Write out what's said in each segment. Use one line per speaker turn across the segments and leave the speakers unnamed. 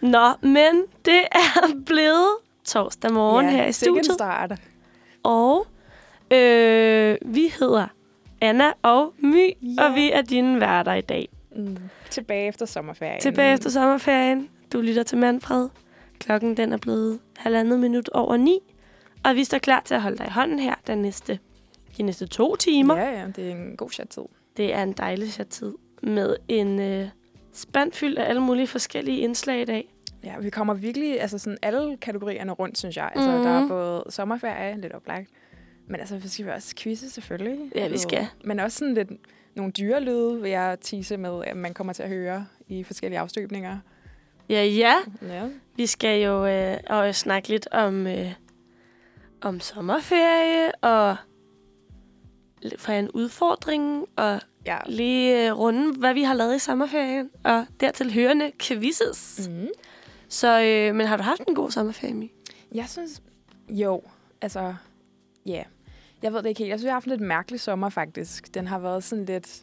Nå, men det er blevet torsdag morgen ja, her i studiet.
start.
Og øh, vi hedder Anna og My,
Ja.
ja. og vi er dine værter i dag.
Mm. Tilbage efter sommerferien.
Tilbage efter sommerferien. Du lytter til Manfred. Klokken den er blevet halvandet minut over ni. Og vi står klar til at holde dig i hånden her den næste, de næste to timer. Ja.
Ja, ja, det er en god chat-tid.
Det er en dejlig chat tid med en øh, spand fyldt af alle mulige forskellige indslag i dag.
Ja, vi kommer virkelig, altså sådan alle kategorierne rundt, synes jeg. Altså,
Mhm.
der er både sommerferie, lidt oplagt. Men altså, så skal vi også quizze, selvfølgelig.
Ja, vi
Og-
skal.
Men også sådan lidt nogle dyrelyde, vil jeg tease med, at man kommer til at høre i forskellige afstøbninger.
Ja, ja.
Ja.
Vi skal jo øh, og snakke lidt om, øh, om sommerferie og lidt fra en udfordring og
ja.
lige øh, runde, hvad vi har lavet i sommerferien og dertil hørende quizzes.
Mm.
Så, øh, men har du haft en god sommerferie, Mi?
Jeg synes, jo, altså, ja. Yeah. Jeg ved det ikke helt. Jeg synes, jeg har haft en lidt mærkelig sommer, faktisk. Den har været sådan lidt...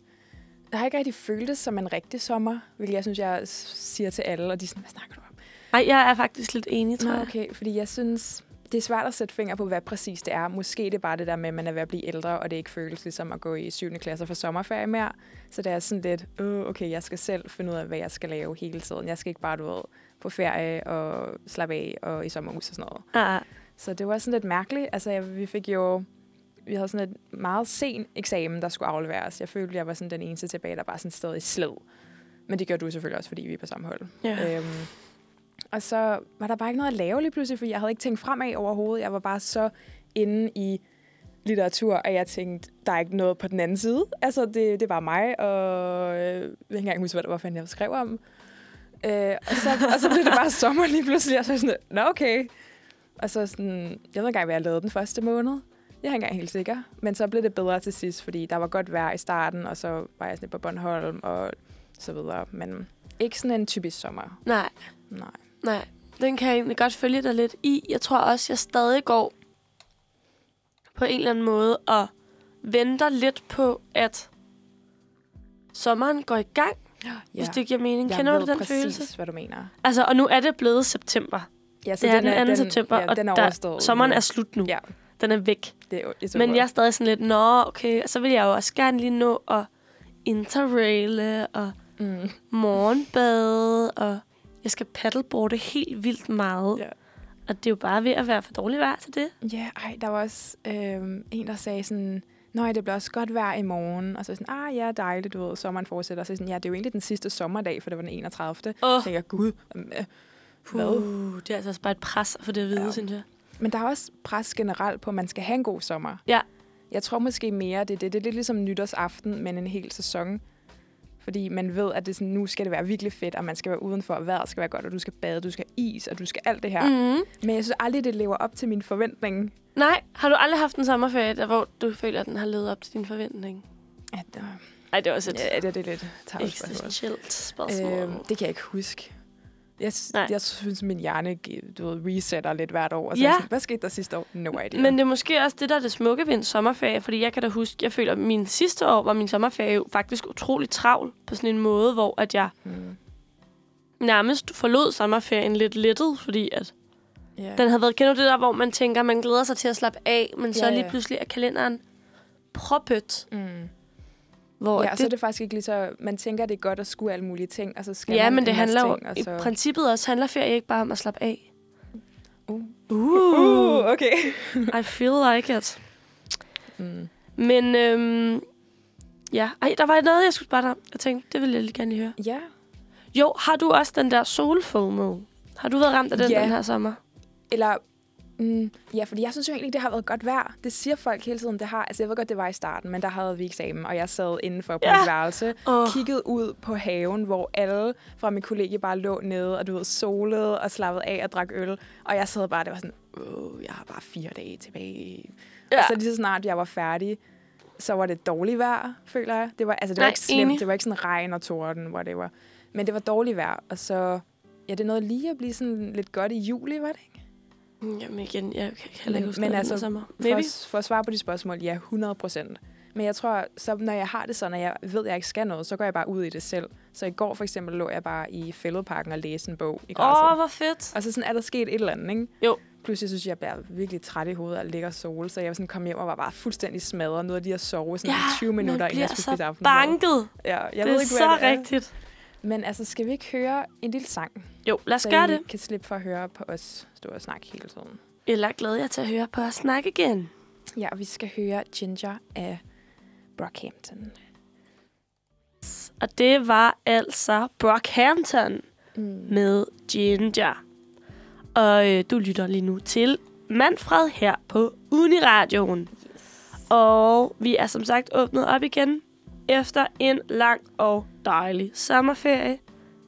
Jeg har ikke rigtig følt det som en rigtig sommer, hvilket jeg synes, jeg s- siger til alle, og de er sådan, hvad snakker du om?
Nej, jeg er faktisk lidt enig, tror
Nå,
jeg.
okay, fordi jeg synes, det er svært at sætte finger på, hvad præcis det er. Måske det er bare det der med, at man er ved at blive ældre, og det ikke føles ligesom at gå i 7. klasse for sommerferie mere. Så det er sådan lidt, øh, okay, jeg skal selv finde ud af, hvad jeg skal lave hele tiden. Jeg skal ikke bare, du ved, på ferie og slappe af og i sommerhus og sådan noget.
Ah,
Så det var sådan lidt mærkeligt. Altså, jeg, vi fik jo... Vi havde sådan et meget sen eksamen, der skulle afleveres. Jeg følte, jeg var sådan den eneste tilbage, der bare sådan stadig i sled. Men det gjorde du selvfølgelig også, fordi vi er på samme hold.
ja.
Øhm, og så var der bare ikke noget at lave lige pludselig, fordi jeg havde ikke tænkt fremad overhovedet. Jeg var bare så inde i litteratur, og jeg tænkte, der er ikke noget på den anden side. Altså, det, det var mig, og øh, jeg kan ikke engang huske, hvad det var, fanden jeg skrev om. Øh, og, så, og så blev det bare sommer lige pludselig, og så var jeg sådan, nå okay. Og så sådan, jeg ved ikke engang, hvad jeg lavede den første måned. Jeg er ikke engang helt sikker. Men så blev det bedre til sidst, fordi der var godt vejr i starten, og så var jeg sådan lidt på Bornholm og så videre. Men ikke sådan en typisk sommer.
Nej,
Nej.
nej. Den kan jeg egentlig godt følge dig lidt i. Jeg tror også, jeg stadig går på en eller anden måde og venter lidt på, at sommeren går i gang, ja. hvis det giver mening.
Jeg
Kender du
ved
den
præcis,
følelse?
hvad du mener.
Altså, og nu er det blevet september.
Ja,
Det er den 2. september,
ja,
og
den er
der-
overstået. nu.
Sommeren er slut nu.
Ja.
Den er væk.
Det er, it's
Men
over.
jeg er stadig sådan lidt, nå, okay, og så vil jeg jo også gerne lige nå at interraile og
Mm.
morgenbade, og jeg skal paddleboarde helt vildt meget.
Ja.
Og det er jo bare ved at være for dårlig vejr til det.
Ja, ej, der var også øhm, en, der sagde sådan, nej, det bliver også godt vejr i morgen. Og så sådan, ah ja, dejligt, du ved, sommeren fortsætter. Og så sådan, ja, det er jo egentlig den sidste sommerdag, for det var den 31. Så
Åh,
tænker jeg, gud, øh, hvad?
oh, det er altså også bare et pres at få det at vide,
Ja.
ja. synes jeg.
Men der er også pres generelt på, at man skal have en god sommer.
Ja.
Jeg tror måske mere, det er det. Det er lidt ligesom nytårsaften, men en hel sæson. Fordi man ved, at det er sådan, nu skal det være virkelig fedt, og man skal være udenfor, og vejret skal være godt, og du skal bade, du skal have is, og du skal alt det her. Mm.
Mm.
Men jeg synes aldrig, det lever op til min forventning.
Nej, har du aldrig haft en sommerferie, der, hvor du føler, at den har levet op til din forventning?
At, øh,
Nej, det var også et
ja, det, det er lidt tavs spørgsmål.
eksistentielt spørgsmål.
Øhm, det kan jeg ikke huske. Jeg, s-
Nej.
jeg synes, min hjerne du ved, resetter lidt hvert år. Og så
Ja.
ja. sådan, hvad skete der sidste år? No idea.
Men det er måske også det, der er det smukke ved en sommerferie, fordi jeg kan da huske, jeg føler, at min sidste år var min sommerferie jo faktisk utrolig travl på sådan en måde, hvor at jeg
mm.
nærmest forlod sommerferien lidt lettet, fordi at
yeah.
den havde været, kender du det der, hvor man tænker, man glæder sig til at slappe af, men så
Ja,
ja,
ja.
lige pludselig er kalenderen proppet,
mm.
hvor
Ja,
ja,
og så er
det,
det faktisk ikke lige så... Man tænker, det er godt at skulle alle mulige ting, og så skal
ja
man
men det
en
handler
masse
jo,
ting, og
i
så...
princippet også handler ferie ikke bare om at slappe af.
Uh.
Uh,
Uh, okay.
I feel like it.
Mm.
Men øhm, ja, Ej, der var noget, jeg skulle spørge dig om. Jeg tænkte, det ville jeg lige gerne lige høre.
Ja.
Jo, har du også den der solfomo? Har du været ramt af den
Ja.
den her sommer?
Eller... Mm, ja, fordi jeg synes jo egentlig, det har været godt vejr. Det siger folk hele tiden, det har. Altså, jeg ved godt, det var i starten, men der havde vi eksamen, og jeg sad indenfor på
Ja.
ja. værelse,
Åh.
kiggede ud på haven, hvor alle fra min kollega bare lå nede, og du ved, solede og slappede af og drak øl. Og jeg sad bare, det var sådan, Åh, jeg har bare fire dage tilbage.
Altså,
Ja. Og så Altså, lige så snart jeg var færdig, så var det dårligt vejr, føler jeg. Det var, altså, det var
Nej,
ikke slemt.
enig.
Det var ikke sådan regn og torden, hvor det var. Men det var dårligt vejr, og så... Ja, det nåede lige at blive sådan lidt godt i juli, var det ikke?
Jamen igen, jeg kan heller ikke huske
Men
noget af den
altså,
her sommer.
For,
Maybe.
at, for at svare på de spørgsmål, ja, 100 procent. Men jeg tror, så når jeg har det sådan, at jeg ved, at jeg ikke skal noget, så går jeg bare ud i det selv. Så i går for eksempel lå jeg bare i fældeparken og læste en bog i græsset.
Åh,
Oh.
hvor fedt.
Og så sådan, er der sket et eller andet, ikke?
Jo.
Pludselig synes jeg, jeg bliver virkelig træt i hovedet og ligger og sol, så jeg var sådan kom hjem og var bare fuldstændig smadret. Noget af de at sove sådan i 20 minutter,
man
inden
bliver
jeg skulle
så
spise aftensmad.
banket.
Ja, jeg
Jeg
ved
det er
ikke,
så
hvad det er.
rigtigt.
Men altså, skal vi ikke høre en lille sang?
Jo, lad os
så
gøre
I
det.
kan slippe for at høre på os stå og snakke hele tiden.
Eller glæder jeg til at høre på at snakke igen.
Ja, og vi skal høre Ginger af Brockhampton.
Og det var altså Brockhampton
Mm.
med Ginger. Og øh, du lytter lige nu til Manfred her på Uniradioen. Og vi er som sagt åbnet op igen efter en lang og dejlig sommerferie.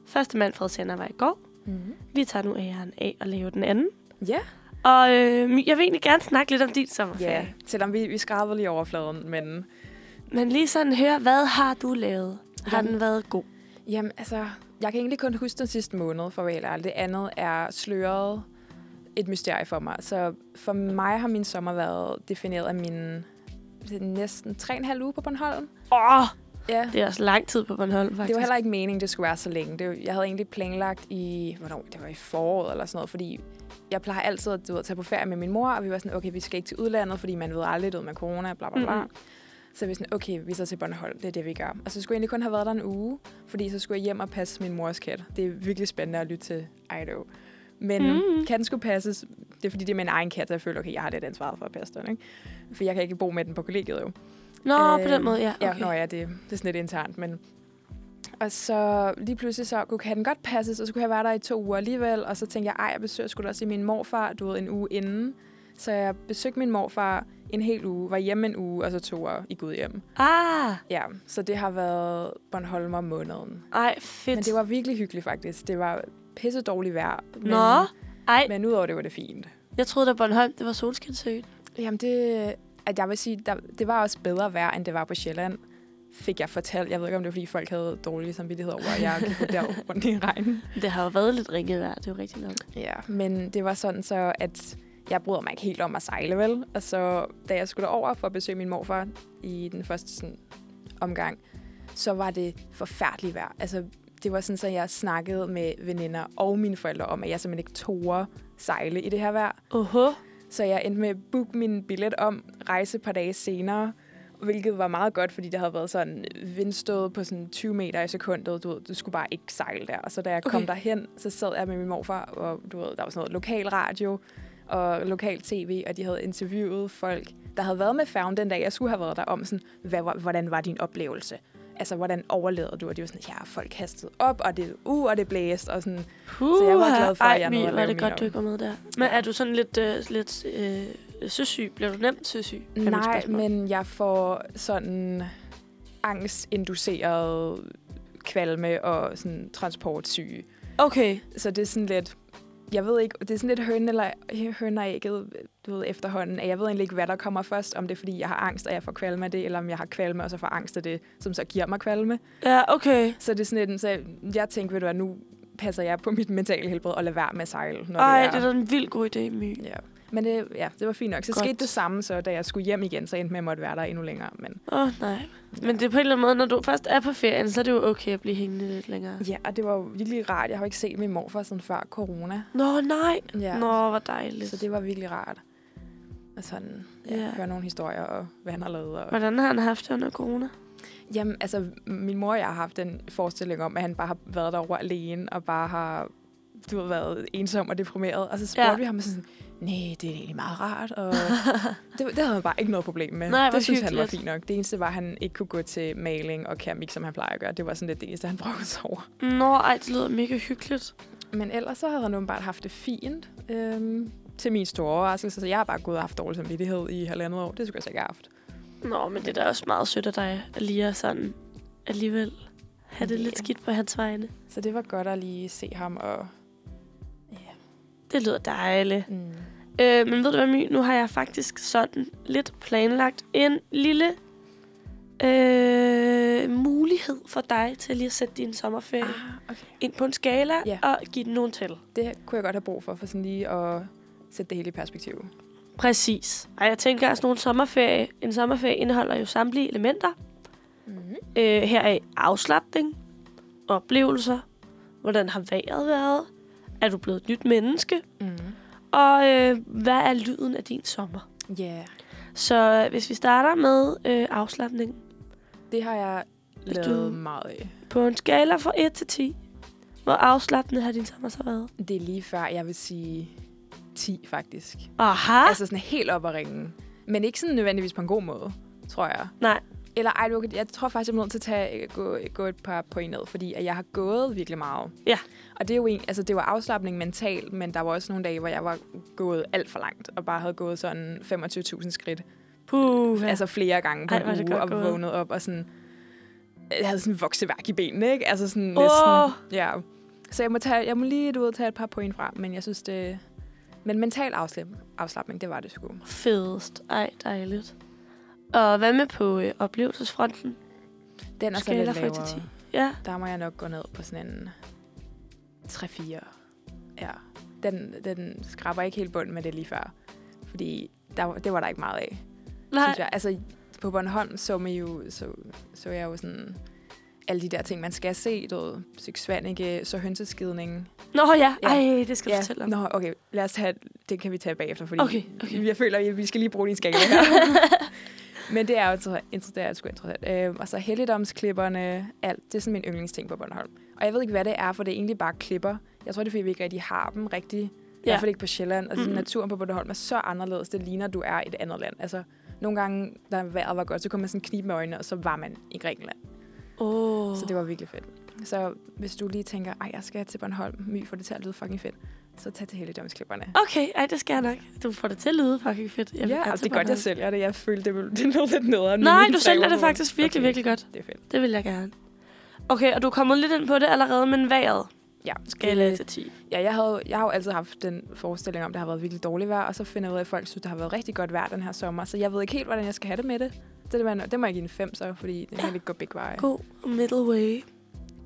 Første Manfred sender var i går.
Mm.
Vi tager nu æren af at lave den anden.
Ja,
Og øh, jeg vil egentlig gerne snakke lidt om din sommerferie.
ja. Selvom vi, vi skrabede lige overfladen, men...
Men lige sådan høre, hvad har du lavet? Har
Jamen.
den været god?
Jamen, altså, jeg kan egentlig kun huske den sidste måned, for at være helt ærlig. Det andet er sløret et mysterie for mig. Så for mig har min sommer været defineret af mine næsten tre og en halv uge på Bornholm.
Åh, oh,
Ja,
det er også lang tid på Bornholm, faktisk.
Det var heller ikke meningen, det skulle være så længe. Det, var- jeg havde egentlig planlagt i, hvornår, det var i foråret eller sådan noget, fordi jeg plejer altid at, du ved, at tage på ferie med min mor, og vi var sådan, okay, vi skal ikke til udlandet, fordi man ved aldrig, det med corona, bla bla bla.
Mhm.
Mm. Så vi var sådan, okay, vi tager til Bornholm, det er det, vi gør. Og så skulle jeg egentlig kun have været der en uge, fordi så skulle jeg hjem og passe min mors kat. Det er virkelig spændende at lytte til Ido. Men
Mhm.
mm. katten skulle passes, det er fordi, det er min egen kat, så jeg føler, okay, jeg har lidt ansvaret for at passe den, ikke? For jeg kan ikke bo med den på kollegiet, jo.
Nå, øh,
Øh,
på den måde, ja. Okay.
Ja, nå ja, det, det er sådan lidt internt, men... Og så lige pludselig så kunne han godt passes, og så kunne jeg være der i to uger alligevel. Og så tænkte jeg, ej, jeg besøger skulle også i min morfar, du ved, en uge inden. Så jeg besøgte min morfar en hel uge, var hjemme en uge, og så to år i Gud hjem.
Ah,
Ja, så det har været Bornholmer måneden.
ej, fedt.
Men det var virkelig hyggeligt faktisk. Det var pisse dårligt vejr. Men,
Nå, ej, men...
men udover det var det fint.
jeg troede da Bornholm, det var solskinsøen.
Jamen det, at jeg vil sige, der, det var også bedre vejr, end det var på Sjælland, fik jeg fortalt. Jeg ved ikke, om det var, fordi folk havde dårlig samvittighed over, at jeg gik der rundt i regnen.
Det har jo været lidt ringet vejr, det er jo rigtigt nok.
Ja, men det var sådan så, at jeg bryder mig ikke helt om at sejle, vel? Og så da jeg skulle over for at besøge min morfar i den første sådan, omgang, så var det forfærdeligt vejr. Altså, det var sådan, så jeg snakkede med veninder og mine forældre om, at jeg simpelthen ikke torde sejle i det her vejr.
Oho,
Så jeg endte med at booke min billet om, rejse et par dage senere, hvilket var meget godt, fordi der havde været sådan vindstød på sådan 20 meter i sekundet. Du, ved, du skulle bare ikke sejle der. Og så da jeg okay. kom
Okay.
derhen, så sad jeg med min morfar, og du ved, der var sådan noget lokal radio og lokal tv, og de havde interviewet folk, der havde været med færgen den dag, jeg skulle have været der, om sådan, hvad, var- hvordan var din oplevelse? Altså, hvordan overlevede du? Og de var sådan, ja, folk kastede op, og det, uh, og det blæste, og sådan,
Puh,
jeg var glad for, at jeg
ej,
nåede
Mie, hvor
at
er
lave
det
min
godt,
om.
du ikke var med der. Men
Ja.
er du sådan lidt, øh, lidt øh, søsyg? Bliver du nemt søsyg? Er mit
Nej,
spørgsmål.
men jeg får sådan angstinduceret kvalme og sådan transportsyge.
Okay,
Så det er sådan lidt, jeg ved ikke, det er sådan lidt høn eller høn og ægget, du ved, efterhånden. at Jeg ved egentlig ikke, hvad der kommer først, om det er, fordi jeg har angst, og jeg får kvalme af det, eller om jeg har kvalme, og så får angst af det, som så giver mig kvalme.
ja, okay.
Så det er sådan lidt, en- så jeg- jeg tænkte, ved du hvad, nu passer jeg på mit mentale helbred og lader være med at sejle. Når
Ej,
er.
det er da en vild god idé, My.
Ja. Men det, ja, det var fint nok. Så
Godt.
Godt. skete det samme, så da jeg skulle hjem igen, så endte jeg med at måtte være der endnu længere. Men
Åh, oh, nej. Men det er på en eller anden måde, når du først er på ferien, så er det jo okay at blive hængende lidt længere.
Ja, og det var jo virkelig rart. Jeg har jo ikke set min morfar sådan før corona.
Nå, nej.
Ja.
Nå, hvor dejligt.
Så det var virkelig rart. Og sådan, ja,
Ja.
ja. høre nogle historier og hvad han har lavet. Og...
Hvordan har han haft det under corona?
Jamen, altså, min mor og jeg har haft den forestilling om, at han bare har været derovre alene og bare har du har været ensom og deprimeret. Og så spurgte
Ja.
ja. vi ham sådan, nej, det er egentlig meget rart. Og det, det havde han bare ikke noget problem med.
Nej, hvor
det synes han var
hyggeligt.
fint nok. Det eneste var, at han ikke kunne gå til maling og keramik, som han plejer at gøre. Det var sådan lidt det eneste, han brugte sig over.
Nå, ej, det lyder mega hyggeligt.
Men ellers så havde han åbenbart haft det fint. Øhm, til min store overraskelse, så jeg har bare gået og haft dårlig samvittighed i halvandet år. Det skulle jeg så ikke have haft.
Nå, men det er da også meget sødt af dig at lige at sådan alligevel have det
Ja.
lidt skidt på hans vegne.
Så det var godt at lige se ham. Og...
Det lyder dejligt.
Mm.
Øh, men ved du hvad, My? Nu har jeg faktisk sådan lidt planlagt en lille øh, mulighed for dig til lige at sætte din sommerferie ah.
Ah, okay.
ind på en skala
Ja.
og give den nogle tal.
Det kunne jeg godt have brug for, for sådan lige at sætte det hele i perspektiv.
Præcis. Og jeg tænker, at sådan nogle sommerferie, en sommerferie indeholder jo samtlige elementer.
Mm.
Øh, her er afslappning, oplevelser, hvordan har vejret været, er du blevet et nyt menneske,
Mm.
og øh, hvad er lyden af din sommer?
Yeah.
Så øh, hvis vi starter med øh, afslappning
Det har jeg
Hvis
lavet
du-
meget af.
på en skala fra 1 til 10, hvor afslappende har din sommer så været?
Det er lige før, jeg vil sige 10 faktisk.
Aha!
Altså sådan helt op at ringe. Men ikke sådan nødvendigvis på en god måde, tror jeg.
Nej.
Eller ej, du, jeg tror faktisk, jeg bliver nødt til at tage, øh, gå, gå et par point ned, fordi at jeg har gået virkelig meget.
Ja.
Og det, er jo en, altså, det var afslappning mentalt, men der var også nogle dage, hvor jeg var gået alt for langt, og bare havde gået sådan 25.000 skridt.
Puh.
Ja. Altså flere gange på
Ej,
Ej,
hvor er
en
det
uge,
godt
og
gået.
vågnet op og sådan... øh, Jeg havde sådan vokseværk i benene, ikke? Altså sådan
Åh!
næsten... Ja. Så jeg må, tage, jeg må lige du ved, tage et par point fra, men jeg synes, det... Men mental afslap, afslappning, det var det sgu.
Fedest. Ej, dejligt. Og hvad med på øh, oplevelsesfronten?
Den er så
Skala
lidt
fra et til
lavere.
Ja,
Der må jeg nok gå ned på sådan en 3-4. Ja. Den, den skraber ikke helt bunden med det lige før. Fordi der, var- det var der ikke meget af.
nej.
synes jeg. Altså, på Bornholm så, man jo, så, så jeg jo sådan alle de der ting, man skal se. Du ved, Syksvandike, så hønseskidningen.
Nå ja,
Ja.
ej, det skal du fortælle om.
Nå, okay, lad os tage, det kan vi tage bagefter, fordi
Okay, okay.
jeg føler, at vi skal lige bruge din skala her. Men det er jo inter- inter- det er sgu interessant. Øh, og så helligdomsklipperne, alt, det er sådan min yndlingsting på Bornholm. Og jeg ved ikke, hvad det er, for det er egentlig bare klipper. Jeg tror, det er, fordi vi ikke rigtig har dem rigtig. I
Ja.
hvert fald ikke på Sjælland. Altså,
Mm.
mm-hmm. naturen på Bornholm er så anderledes. Det ligner, du er i et andet land. Altså, nogle gange, da vejret var godt, så kunne man sådan knibe med øjnene, og så var man i Grækenland.
Åh.
Oh. Så det var virkelig fedt. Så hvis du lige tænker, ej, jeg skal til Bornholm, my, for det til at lyde fucking fedt, så tag til helligdomsklipperne.
Okay, ej, det skal jeg nok. Du får det til at lyde fucking fedt. Jeg vil
ja,
gerne
og
til
det er godt, jeg
Bornholm.
sælger det. Jeg følte, det, ville- det lå lidt nederen. med
Nej,
mine
du
tre
sælger det
uger.
faktisk virkelig,
Okay,
virkelig godt.
Det er fedt.
Det vil jeg gerne. Okay, og du er kommet lidt ind på det allerede, men vejret
Ja,
skal jeg
øh,
til 10.
ja jeg, havde, jeg har jo altid haft den forestilling om, at det har været virkelig dårligt vejr, og så finder jeg ud af, at folk synes, det har været rigtig godt vejr den her sommer, så jeg ved ikke helt, hvordan jeg skal have det med det. Så det, var, det må jeg give en 5 så, fordi det kan ikke gå begge veje.
God middle way.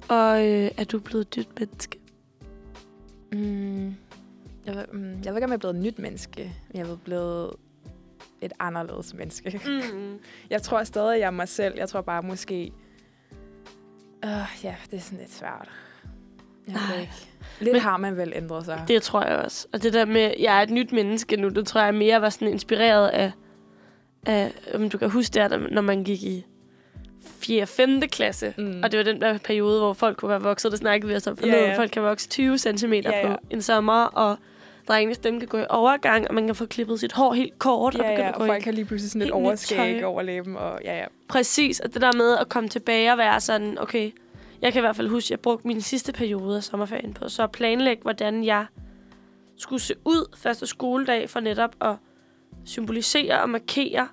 Og øh, er du blevet et dybt menneske?
Mm, jeg, ved, mm, jeg ved ikke, om jeg er blevet et nyt menneske, men jeg er blevet et anderledes menneske.
Mm.
Jeg tror stadig, jeg er mig selv. Jeg tror bare måske... Øh, ja, det er sådan lidt svært. Jeg ved
Ej.
det ikke. Lidt
Men-
Men, har man vel ændret sig. Det,
Det tror jeg også. Og det der med, at jeg er et nyt menneske nu, det tror jeg mere var sådan inspireret af, af om du kan huske det, er, da- når man gik i 4. og 5. klasse.
mm.
Og det var den der periode, hvor folk kunne være vokset, det snakkede vi også om for
Ja,
noget.
ja.
Folk kan vokse 20 cm
Ja,
ja, ja.
ja.
på en sommer, og drengenes stemme kan gå i overgang, og man kan få klippet sit hår helt kort, og
ja,
begynde
ja,
at gå
og
i
folk har lige pludselig sådan lidt
helt nyt
overskæg
tøj.
over læben. Og, ja, ja.
Præcis, og det der med at komme tilbage og være sådan, okay, jeg kan i hvert fald huske, at jeg brugte min sidste periode af sommerferien på, så at planlægge, hvordan jeg skulle se ud første skoledag for netop at symbolisere og markere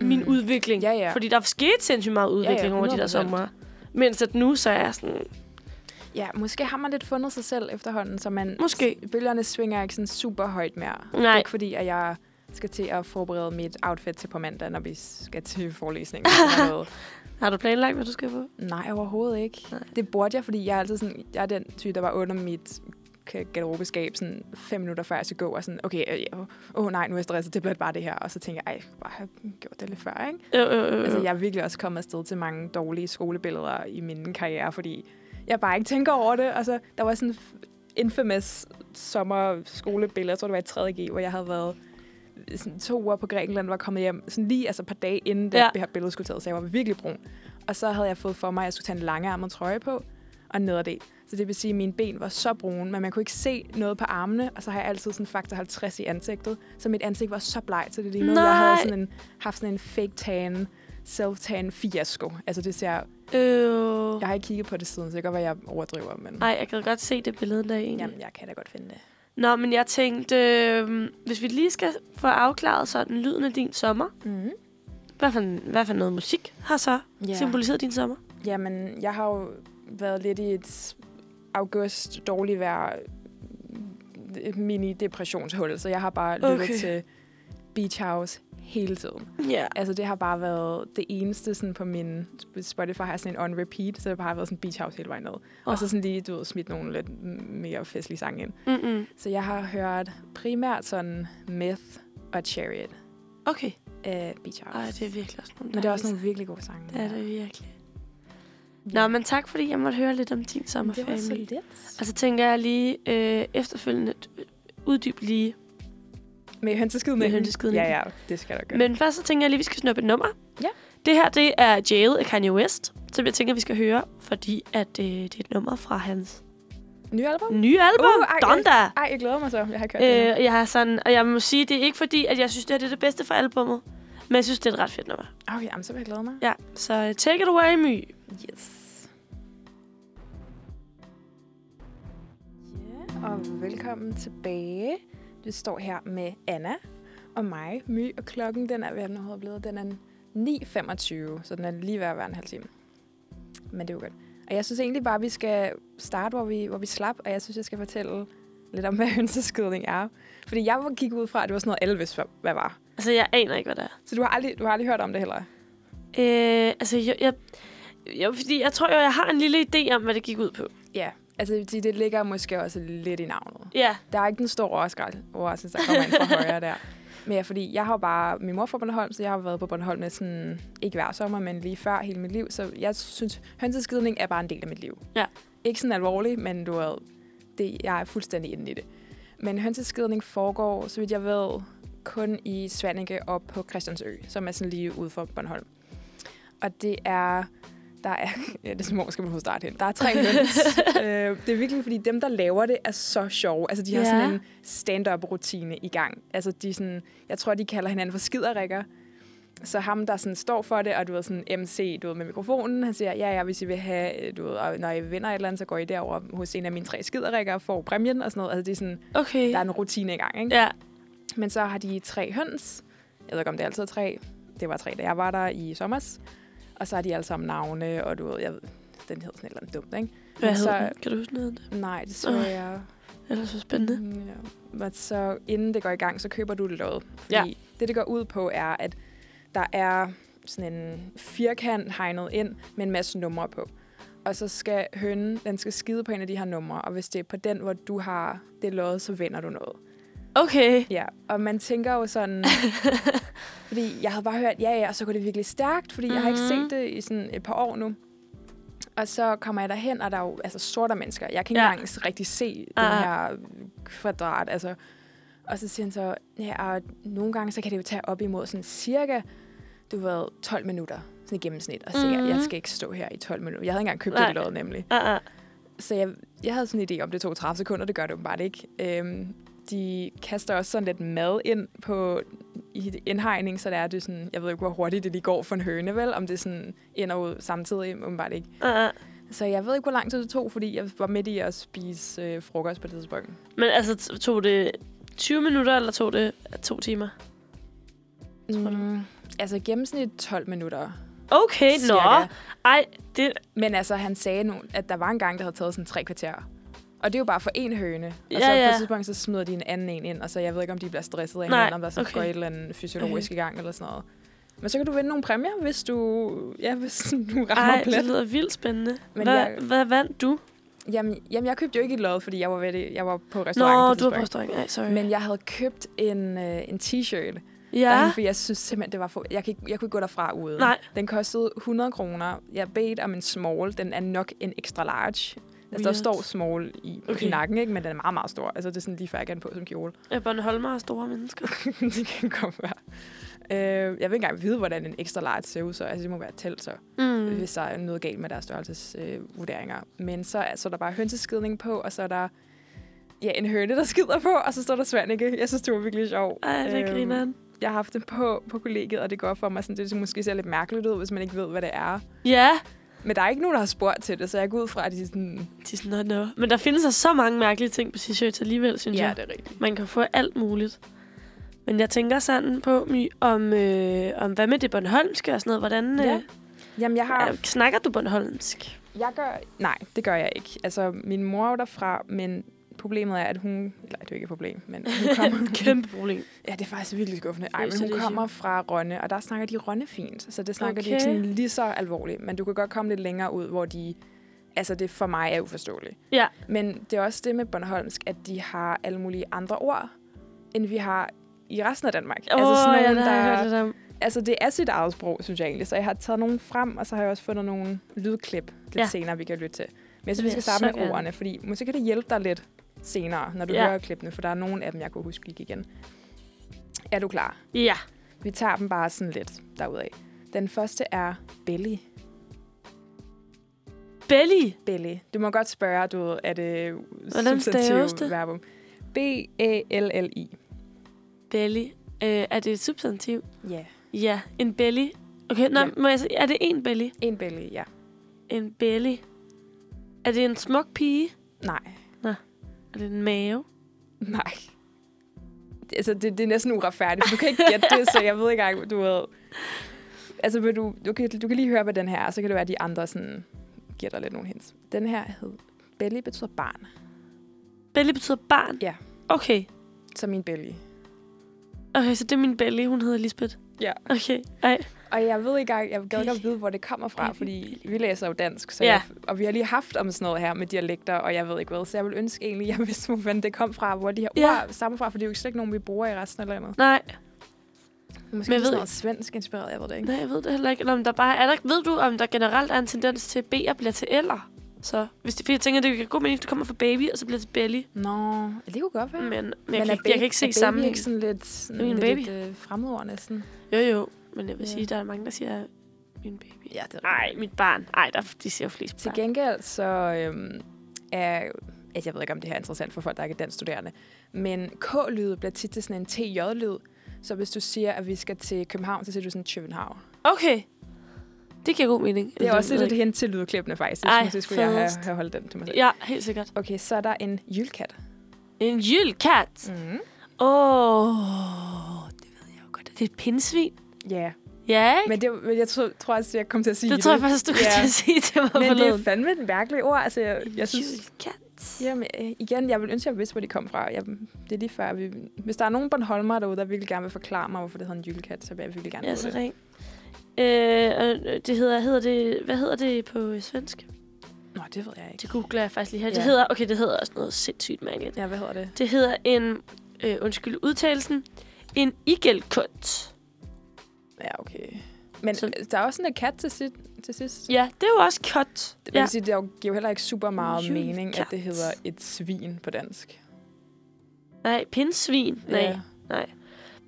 mm. min
Mm.
udvikling.
Ja, ja.
Fordi der skete sindssygt meget udvikling ja, ja, over de der
100%.
sommer. Mens at nu, så er jeg sådan,
ja, måske har man lidt fundet sig selv efterhånden, så man...
Måske.
Bølgerne svinger ikke sådan super højt mere. Det er
Nej.
Ikke fordi, at jeg skal til at forberede mit outfit til på mandag, når vi skal til forelæsning.
har du planlagt, hvad du skal på?
Nej, overhovedet ikke.
Nej.
Nej. Det burde jeg, fordi jeg er altid sådan, jeg er den type, der var under mit ka- garderobeskab sådan fem minutter før jeg skal gå, og sådan, okay, øh, åh øh, oh, nej, nu er jeg stresset, det bliver bare det her. Og så tænker jeg, ej, jeg skulle bare have gjort det lidt før, ikke?
Øh, øh, øh.
Altså, jeg er virkelig også kommet afsted til mange dårlige skolebilleder i min karriere, fordi jeg bare ikke tænker over det. Altså, der var sådan f- infamous sommer skolebillede, jeg tror, det var i 3. G, hvor jeg havde været sådan to uger på Grækenland, var kommet hjem sådan lige altså et par dage inden
Ja.
ja. det her billede skulle taget, så jeg var virkelig brun. Og så havde jeg fået for mig, at jeg skulle tage en langarmet trøje på og nederdel. Så det vil sige, at mine ben var så brune, men man kunne ikke se noget på armene, og så har jeg altid sådan faktor 50 i ansigtet. Så mit ansigt var så blegt, så det lignede, at jeg havde
Nej.
sådan en, haft sådan en fake tan, self-tan fiasko. Altså det ser,
Øh.
jeg har ikke kigget på det siden, så det kan godt være, jeg overdriver, men
Ej, jeg kan godt se det billede der egentlig.
jamen, jeg kan da godt finde det.
Nå, men jeg tænkte, øh, hvis vi lige skal få afklaret sådan lyden af din sommer.
Mm.
Hvad for, hvad for noget musik har så yeah. symboliseret din sommer?
Jamen, jeg har jo været lidt i et august dårlig vejr mini depressionshul, så jeg har bare lyttet
Okay.
til Beach House hele tiden.
Ja.
Altså, det har bare været det eneste sådan på min Spotify har sådan en on repeat, så det har bare været sådan Beach House hele vejen ned. Oh. Og så sådan lige, du ved, smidt nogle lidt mere festlige sange ind.
Mm-mm.
Så jeg har hørt primært sådan Myth og Chariot
Okay.
af Beach House.
Ej, det er virkelig også nogle
Men det er også
dejlige
nogle virkelig gode sange.
sange. Det er det virkelig. Nå, men tak, fordi jeg måtte høre lidt om din
det var så
sommerfamilie.
lidt.
Og så tænker jeg lige øh, efterfølgende uddyb lige.
Med hønseskiden.
Med
ikke?
hønseskidningen.
Ja, ja, det skal der gøre.
Men først så tænker jeg lige, at vi skal snuppe et nummer.
Ja.
Det her, det er Jail af Kanye West, som jeg tænker, vi skal høre, fordi at, øh, det er et nummer fra hans
Ny album?
nye album,
Uh, ej,
Donda.
Ej, jeg glæder mig så. Jeg har kørt øh, det.
Øh, og jeg har sådan, og jeg må sige, det er ikke fordi, at jeg synes, det her det er det bedste for albummet, men jeg synes, det er et ret fedt nummer.
nu. Okay, jamen, så vil jeg glæde mig.
Ja, så øh, take it away, My.
Yes. Ja, og velkommen tilbage. Vi står her med Anna og mig, My, og klokken den er, hvad den hedder blevet, den er 9.25, så den er lige ved at være en halv time. Men det er jo godt. Og jeg synes egentlig bare, at vi skal starte, hvor vi, hvor vi slap, og jeg synes, jeg skal fortælle lidt om, hvad hønseskydning er. Fordi jeg var gik ud fra, at det var sådan noget, alle vidste, hvad- hvad var.
Altså, jeg aner ikke, hvad det er.
Så du har aldrig, du har aldrig hørt om det heller?
Øh, altså, jeg, jeg, jeg, fordi jeg tror jo, jeg har en lille idé om, hvad det gik ud på.
Ja. Altså, det vil sige, det ligger måske også lidt i navnet.
Ja,
Der er ikke den store overraskelse, overraskelse, der kommer ind fra højre der. Men ja, fordi jeg har jo bare min mor er fra Bornholm, så jeg har været på Bornholm næsten ikke hver sommer, men lige før hele mit liv. Så jeg synes, hønseskidning er bare en del af mit liv.
Ja.
Ikke sådan alvorlig, men du ved, det, jeg er fuldstændig inde i det. Men hønseskidning foregår, så vidt jeg ved, kun i Svanike og på Christiansø, som er sådan lige ude for Bornholm. Og det er... Der er, ja, det er som om, skal man hovedet starte hen. Der er tre høns. øh, det er virkelig, fordi dem, der laver det, er så sjove. Altså, de har
Ja.
sådan en stand-up-rutine i gang. Altså, de er sådan, jeg tror, de kalder hinanden for skiderikker. Så ham, der sådan står for det, og du ved, sådan MC, du ved, med mikrofonen, han siger, ja, ja, hvis I vil have, øh, du ved, og når I vinder et eller andet, så går I derover hos en af mine tre skiderikker og får præmien og sådan noget. Altså, det er sådan,
okay.
der er en rutine i gang, ikke?
Ja,
Men så har de tre høns. Jeg ved ikke, om det er altid tre. Det var tre, da jeg var der i sommers. Og så har de alle sammen navne, og du ved, jeg ved, den hed sådan et eller andet dumt, ikke?
hvad
Men
hedder
så-
den? Kan du huske noget af det?
Nej, det så
Øh.
jeg.
Det er så spændende.
Mm, Ja. Men så inden det går i gang, så køber du det lod. Fordi
Ja.
det, det går ud på, er, at der er sådan en firkant hegnet ind med en masse numre på. Og så skal hønen, den skal skide på en af de her numre, og hvis det er på den, hvor du har det lod, så vinder du noget.
Okay.
Ja, og man tænker jo sådan... fordi jeg havde bare hørt, ja, ja, og så går det virkelig stærkt, fordi mm-hmm. jeg har ikke
Mhm.
set det i sådan et par år nu. Og så kommer jeg derhen, og der er jo altså, sorte mennesker. Jeg kan ikke
Ja.
ja. engang rigtig se
Ah.
den her kvadrat, altså. Og så siger han så, ja, og nogle gange, så kan det jo tage op imod sådan cirka, du ved, 12 minutter sådan i gennemsnit. Og så mm-hmm. jeg,
Mhm.
jeg skal ikke stå her i 12 minutter. Jeg havde ikke engang købt
Nej.
det lod, nemlig.
Ah, ah.
Så jeg, jeg havde sådan en idé om, det tog 30 sekunder. Det gør det åbenbart ikke. Øhm, de kaster også sådan lidt mad ind på i det indhegning, så det er det er sådan, jeg ved ikke, hvor hurtigt det lige går for en høne, vel? Om det sådan ind og ud samtidig, åbenbart ikke.
Ah, ah.
Så jeg ved ikke, hvor lang tid det tog, fordi jeg var midt i at spise øh, frokost på det tidspunkt.
Men altså, t- tog det 20 minutter, eller tog det øh, to timer? du?
Mm, altså i gennemsnit 12 minutter.
Okay, nå.
cirka.
Ej, det,
Men altså, han sagde, nu, at der var en gang, der havde taget sådan tre kvarter. Og det er jo bare for én høne. Og
Ja,
så på
ja.
et tidspunkt, så smider de en anden en ind, og så jeg ved ikke, om de bliver stresset af
Nej,
hinanden, om der så
okay.
okay. går et eller andet fysiologisk i gang eller sådan noget. Men så kan du vinde nogle præmier, hvis du, ja, hvis du rammer
Ej,
Ej, plet.
det lyder vildt spændende.
Men
hvad,
jeg-
hvad vandt du?
Jamen, jamen, jeg købte jo ikke et lod, fordi jeg var, ved det, jeg var på
Nå,
restaurant på det
du var på
tidspunkt.
restaurant. Ej, sorry.
Men jeg havde købt en, øh, en t-shirt,
ja,
Ja. For jeg synes simpelthen, det var for... Jeg, kan ikke, jeg kunne ikke gå derfra uden.
Nej.
Den kostede 100 kroner. Jeg bedte om en small. Den er nok en extra large. Altså, der
Weird.
står small i, okay.
Okay.
i nakken, ikke? men den er meget, meget stor. Altså, det er sådan lige før, jeg kan på som kjole.
jeg Bornholmer er store mennesker.
det kan godt være. Øh, jeg vil ikke engang vide, hvordan en extra large ser ud, så altså, det må være et telt, så, mm.
Mm.
hvis der er noget galt med deres størrelsesvurderinger. Øh, vurderinger. Men så, er- så er der bare hønseskidning på, og så er der ja, en høne, der skider på, og så står der Svanike. Jeg synes, det var virkelig sjovt.
Ej, det
Øhm,
griner han.
jeg har haft det på, på kollegiet, og det går for mig. Sådan, det måske ser lidt mærkeligt ud, hvis man ikke ved, hvad det er.
Ja,
Men der er ikke nogen, der har spurgt til det, så jeg går ud fra, at de er sådan...
de er sådan, "Nå, nå." Men der findes altså så mange mærkelige ting på t-shirts alligevel, synes jeg.
det er rigtigt.
Man kan få alt muligt. Men jeg tænker sådan på, My, om, øh, om hvad med det Bornholmske og sådan noget. Hvordan
Ja.
øh,
Jamen, jeg har...
er, snakker du Bornholmsk?
Jeg gør... Nej, det gør jeg ikke. Altså, min mor er jo derfra, men problemet er, at hun... Nej, det er jo ikke et problem, men hun kommer...
Kæmpe problem.
Ja, det er faktisk virkelig skuffende. Ej, men
så
hun
det er
kommer fra Rønne, og der snakker de Rønne fint. Så det snakker okay. de
Okay.
ikke sådan lige så alvorligt. Men du kan godt komme lidt længere ud, hvor de... Altså, det for mig er uforståeligt.
Ja.
Men det er også det med Bornholmsk, at de har alle mulige andre ord, end vi har i resten af Danmark.
Åh,
altså
oh, ja,
nogle,
det har jeg hørt lidt om.
altså, det er sit eget sprog, synes jeg egentlig. Så jeg har taget nogle frem, og så har jeg også fundet nogle lydklip lidt ja.
Ja.
senere, vi kan lytte til. Men jeg
Det
synes, vi
vil
skal
jeg
starte
så
med
gerne.
ordene, fordi måske kan det hjælpe dig lidt senere, når du ja.
Ja.
hører klippene, for der er nogle af dem, jeg kunne huske gik igen. Er du klar?
Ja.
Vi tager dem bare sådan lidt derudad. Den første er belly.
Belly.
Belly. Du må godt spørge, du ved, er det
staves
substantiv
det?
verbum? E B-A-L-L-I.
Belly. Øh, er det et substantiv?
Ja.
Ja. En belly. Okay, nå,
Ja.
ja. må jeg, se- er det en belly?
En belly, ja.
En belly. Er det en smuk pige?
Nej.
Er det en mave?
Nej. Det- Altså, det, det er næsten uretfærdigt. for Du kan ikke gætte det, så jeg ved ikke engang, du ved... Altså, vil du, du, kan, du kan lige høre, hvad den her er, og så kan det være, at de andre sådan, giver dig lidt nogle hints. Den her hed belly betyder barn,
Belly betyder barn?
Ja.
Okay.
så min belly.
Okay, så det er min belly. Hun hedder Lisbeth.
Ja.
Okay. Ej.
Og jeg ved ikke engang, jeg gad godt
Belly.
vide, hvor det kommer fra,
Belly,
fordi vi læser jo dansk, så
Ja.
jeg, og vi har lige haft om sådan noget her med dialekter, og jeg ved ikke hvad, så jeg vil ønske egentlig, jeg vidste, hvor fanden det kom fra, hvor de her
Ja.
ord stammer fra, for det er jo ikke slet ikke nogen, vi bruger i resten af landet.
Nej.
Måske
Men jeg
sådan
ved-
noget svensk inspireret, jeg ved det ikke.
Nej, jeg ved det heller ikke. Eller om der bare er der, ikke- ved du, om der generelt er en tendens til, at B'er bliver til L'er? Så hvis det, fordi jeg tænker, det kan god mening, at du kommer fra baby, og så bliver det til belly.
Nå, det kunne godt være.
Men, men,
Men
jeg, kan ikke,
er
jeg
ba-
kan ikke
er
se
baby
sammenhæng.
ikke sådan lidt, sådan
Det er min
lidt
baby.
et, øh, fremmedord næsten?
Jo, jo. Men jeg vil
Ja.
sige, der er mange, der siger, min baby.
Ja, det er
Nej, mit barn. Nej, der, de siger jo flest
Til
barn.
gengæld så øhm, er... Altså, jeg ved ikke, om det her er interessant for folk, der ikke er dansstuderende. Men K-lyd bliver tit til sådan en TJ-lyd. Så hvis du siger, at vi skal til København, så siger du sådan København.
Okay. Det giver god mening.
Det er også
ved
lidt
jeg
hen til lydklippene, faktisk.
Ej,
Ej, Måske skulle jeg have,
fedest.
have holdt den til mig
ikke.
selv.
Ja, helt sikkert.
Okay, så er der en jylkat.
En jylkat.
Mm.
Åh, oh, det ved jeg jo godt. Er det et pindsvin?
Ja,
Ja, ikke?
men det, men jeg tror, tror også, jeg kom til at sige
Det, tror jeg
det.
faktisk, du
Ja.
yeah. kan sige til mig
Men det er
forleden.
fandme et mærkeligt ord. Altså, jeg, jeg synes,
Jylkat.
Jamen, øh, igen, jeg vil ønske, at jeg vidste, hvor de kom fra. Jeg, det er lige før. Vi, hvis der er nogen Bornholmer derude, der virkelig gerne vil forklare mig, hvorfor det hedder en julekat, så vil jeg virkelig gerne
Ja,
vide
så
det.
ring. Øh, og det hedder, hedder det, hvad hedder det på svensk?
Nå, det ved jeg ikke.
Det googler jeg faktisk lige her.
Ja.
Det hedder, okay, det hedder også noget sindssygt mærkeligt.
Ja, hvad hedder det?
Det hedder en, øh, undskyld udtalelsen, en igelkot.
Ja, okay. Men
Så-
så... der er også sådan en kat til, sit, til sidst. Ja.
Ja, det er jo også kot.
Det vil
Ja.
ja. sige, det er jo- giver jo heller ikke super meget
Julekat.
mening, at det hedder et svin på dansk.
Nej, pindsvin. Nej,
Ja.
nej.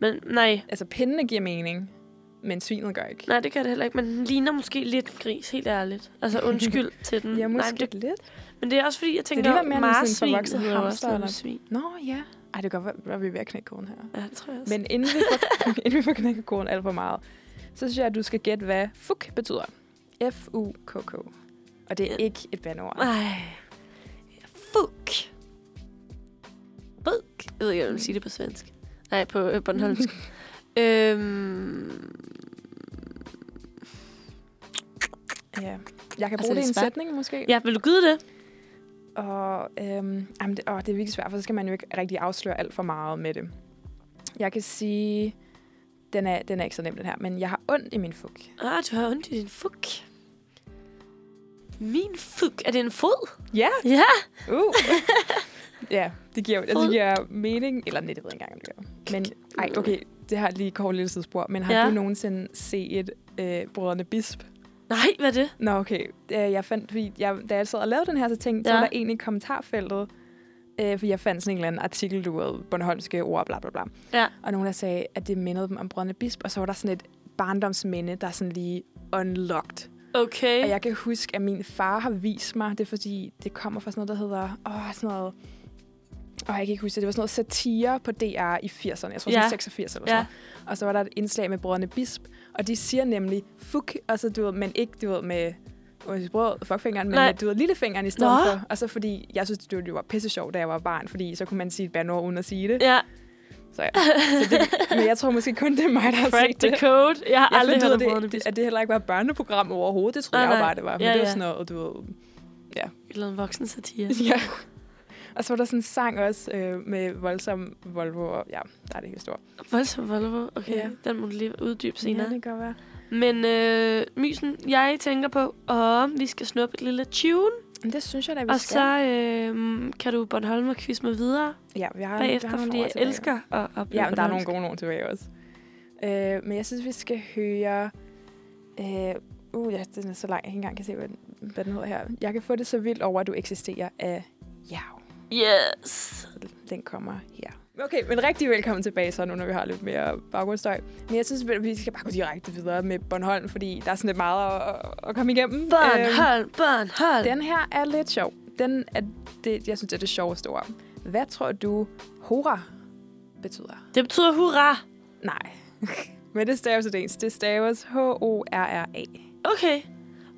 Men nej,
Altså, pindene giver mening, men svinet gør ikke.
nej, det gør det heller ikke. Men den ligner måske lidt en gris, helt ærligt. Altså undskyld til den.
Ja, måske
nej, men, det,
lidt.
men det er også fordi, jeg tænker,
ligner
at
mere en sådan
marsvin
forvokset
hedder jo
hamster
også
eller-
noget svin.
Nå, ja. Ej, det kan godt være, at vi er ved at knække koden her.
Ja, det tror jeg også.
Men inden vi får, inden vi får knækket koden alt for meget, så synes jeg, at du skal gætte, hvad fuk betyder. F-U-K-K. Og det er
Ja. Ah,
ikke et bandord.
Ej. Fuck. Fuck. Jeg ved ikke, om man siger det på svensk. Nej, på øh, Bornholmsk. øhm,
Ja. Jeg
Altså,
kan
det
bruge det
er
i en
svært.
sætning, måske.
ja, vil du gyde det?
Og øhm, jamen, det, åh, det er virkelig svært, for så skal man jo ikke rigtig afsløre alt for meget med det. Jeg kan sige... Den er, den er ikke så nem, den her. Men jeg har ondt i min fuk.
Ah, du har ondt i din fuck. Min fuck. Er det en fod?
Ja!
Ja.
Uh. ja, det giver, altså,
Fod.
det giver mening. Eller nej, det ved jeg ikke engang, om det gør. Men ej, okay, det har lige kort lille sidespor. Men har ja.
Ja.
du nogensinde set øh, Brødrene Bisp?
Nej, hvad er det?
Nå, okay. Øh, Jeg fandt, fordi jeg, da jeg sad og lavede den her, så tænkte jeg, ja.
Ja.
så var der en i kommentarfeltet, øh, fordi jeg fandt sådan en eller anden artikel, du ved, Bornholmske ord, bla bla bla.
Ja.
Og nogen, der sagde, at det mindede dem om Brødrene Bisp, og så var der sådan et barndomsminde, der er sådan lige unlocked.
Okay.
Og jeg kan huske, at min far har vist mig, det er fordi, det kommer fra sådan noget, der hedder, åh, sådan noget, og jeg kan ikke huske det, det var sådan noget satire på DR i 80'erne, jeg tror sådan
Ja.
86 eller sådan
Ja.
noget. Og så var der et indslag med brødrene Bisp, og de siger nemlig, fuck, og så du ved, men ikke, du ved, med med brød, fuckfingeren, men
Nej.
med, du ved, lillefingeren i stedet
Nå.
for. Og så fordi, jeg synes, det jo var pisse sjovt, da jeg var barn, fordi så kunne man sige et bandord uden at sige det.
Ja,
Så, ja. så det, men jeg tror måske kun, det er mig, der har
crack
set det.
the code. Jeg har
Jeg
aldrig
fandt ud
hørt om
af,
brødrene
det,
Bisp.
at det heller ikke var et børneprogram overhovedet. Det troede
Nej,
jeg jo
nej.
bare, det var. Men ja,
Ja,
det var
ja.
sådan noget, du ved...
Eller en voksen satire.
Ja. Og så var der sådan en sang også øh, med voldsom Volvo, og ja, der er det helt stort.
Voldsom Volvo. Okay,
Ja.
ja. den må du lige uddybe senere.
Ja, det kan godt være.
Men øh, mysen, jeg tænker på, om vi skal snuppe et lille tune,
Men det synes jeg da, vi
og
skal.
så øh, kan du Bornholm og quiz med videre
ja, vi har, vi har
bagefter,
nogle
fordi
ord
jeg
tilbage.
elsker at opleve
Ja, men der er nogle
bornholmsk.
gode nogen tilbage også. Øh, men jeg synes, vi skal høre... Øh, uh, ja, den er så lang, jeg ikke engang kan se, hvad den, hvad den hedder her. Jeg kan få det så vildt over, at du eksisterer af... Ja,
Yes!
Øhm. den kommer her. Okay, men rigtig velkommen tilbage så nu, når vi har lidt mere baggrundsstøj. Men jeg synes, vi skal bare gå direkte videre med Bornholm, fordi der er sådan lidt meget at, at- at komme igennem. Øhm,
Bornholm, Bornholm!
den her er lidt sjov. Den er, det, jeg synes, det er det sjoveste ord. Hvad tror du, hora betyder?
Det betyder hurra!
Nej. Men det staves til ens. Det staves H-O-R-R-A.
Okay.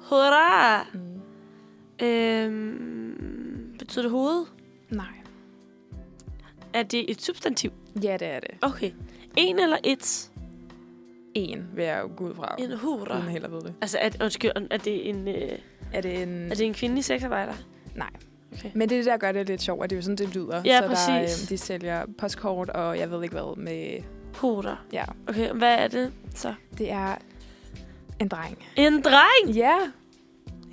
Hurra!
Mm.
Øhm, betyder det hoved?
Nej.
Er det et substantiv?
Ja, det er det.
Okay. En eller et?
En vil jeg jo gå ud fra.
En hurra.
Uden heller ved det.
Altså, er, undskyld, er det en, øh,
Er det en...
er det en kvindelig sexarbejder?
Men det er det, der gør det lidt sjovt, at det er jo sådan, det lyder.
Ja,
så Der,
præcis.
øh, de sælger postkort, og jeg ved ikke hvad med...
Hurra.
Ja,
Okay, hvad er det så?
det er en dreng.
En dreng!
Ja,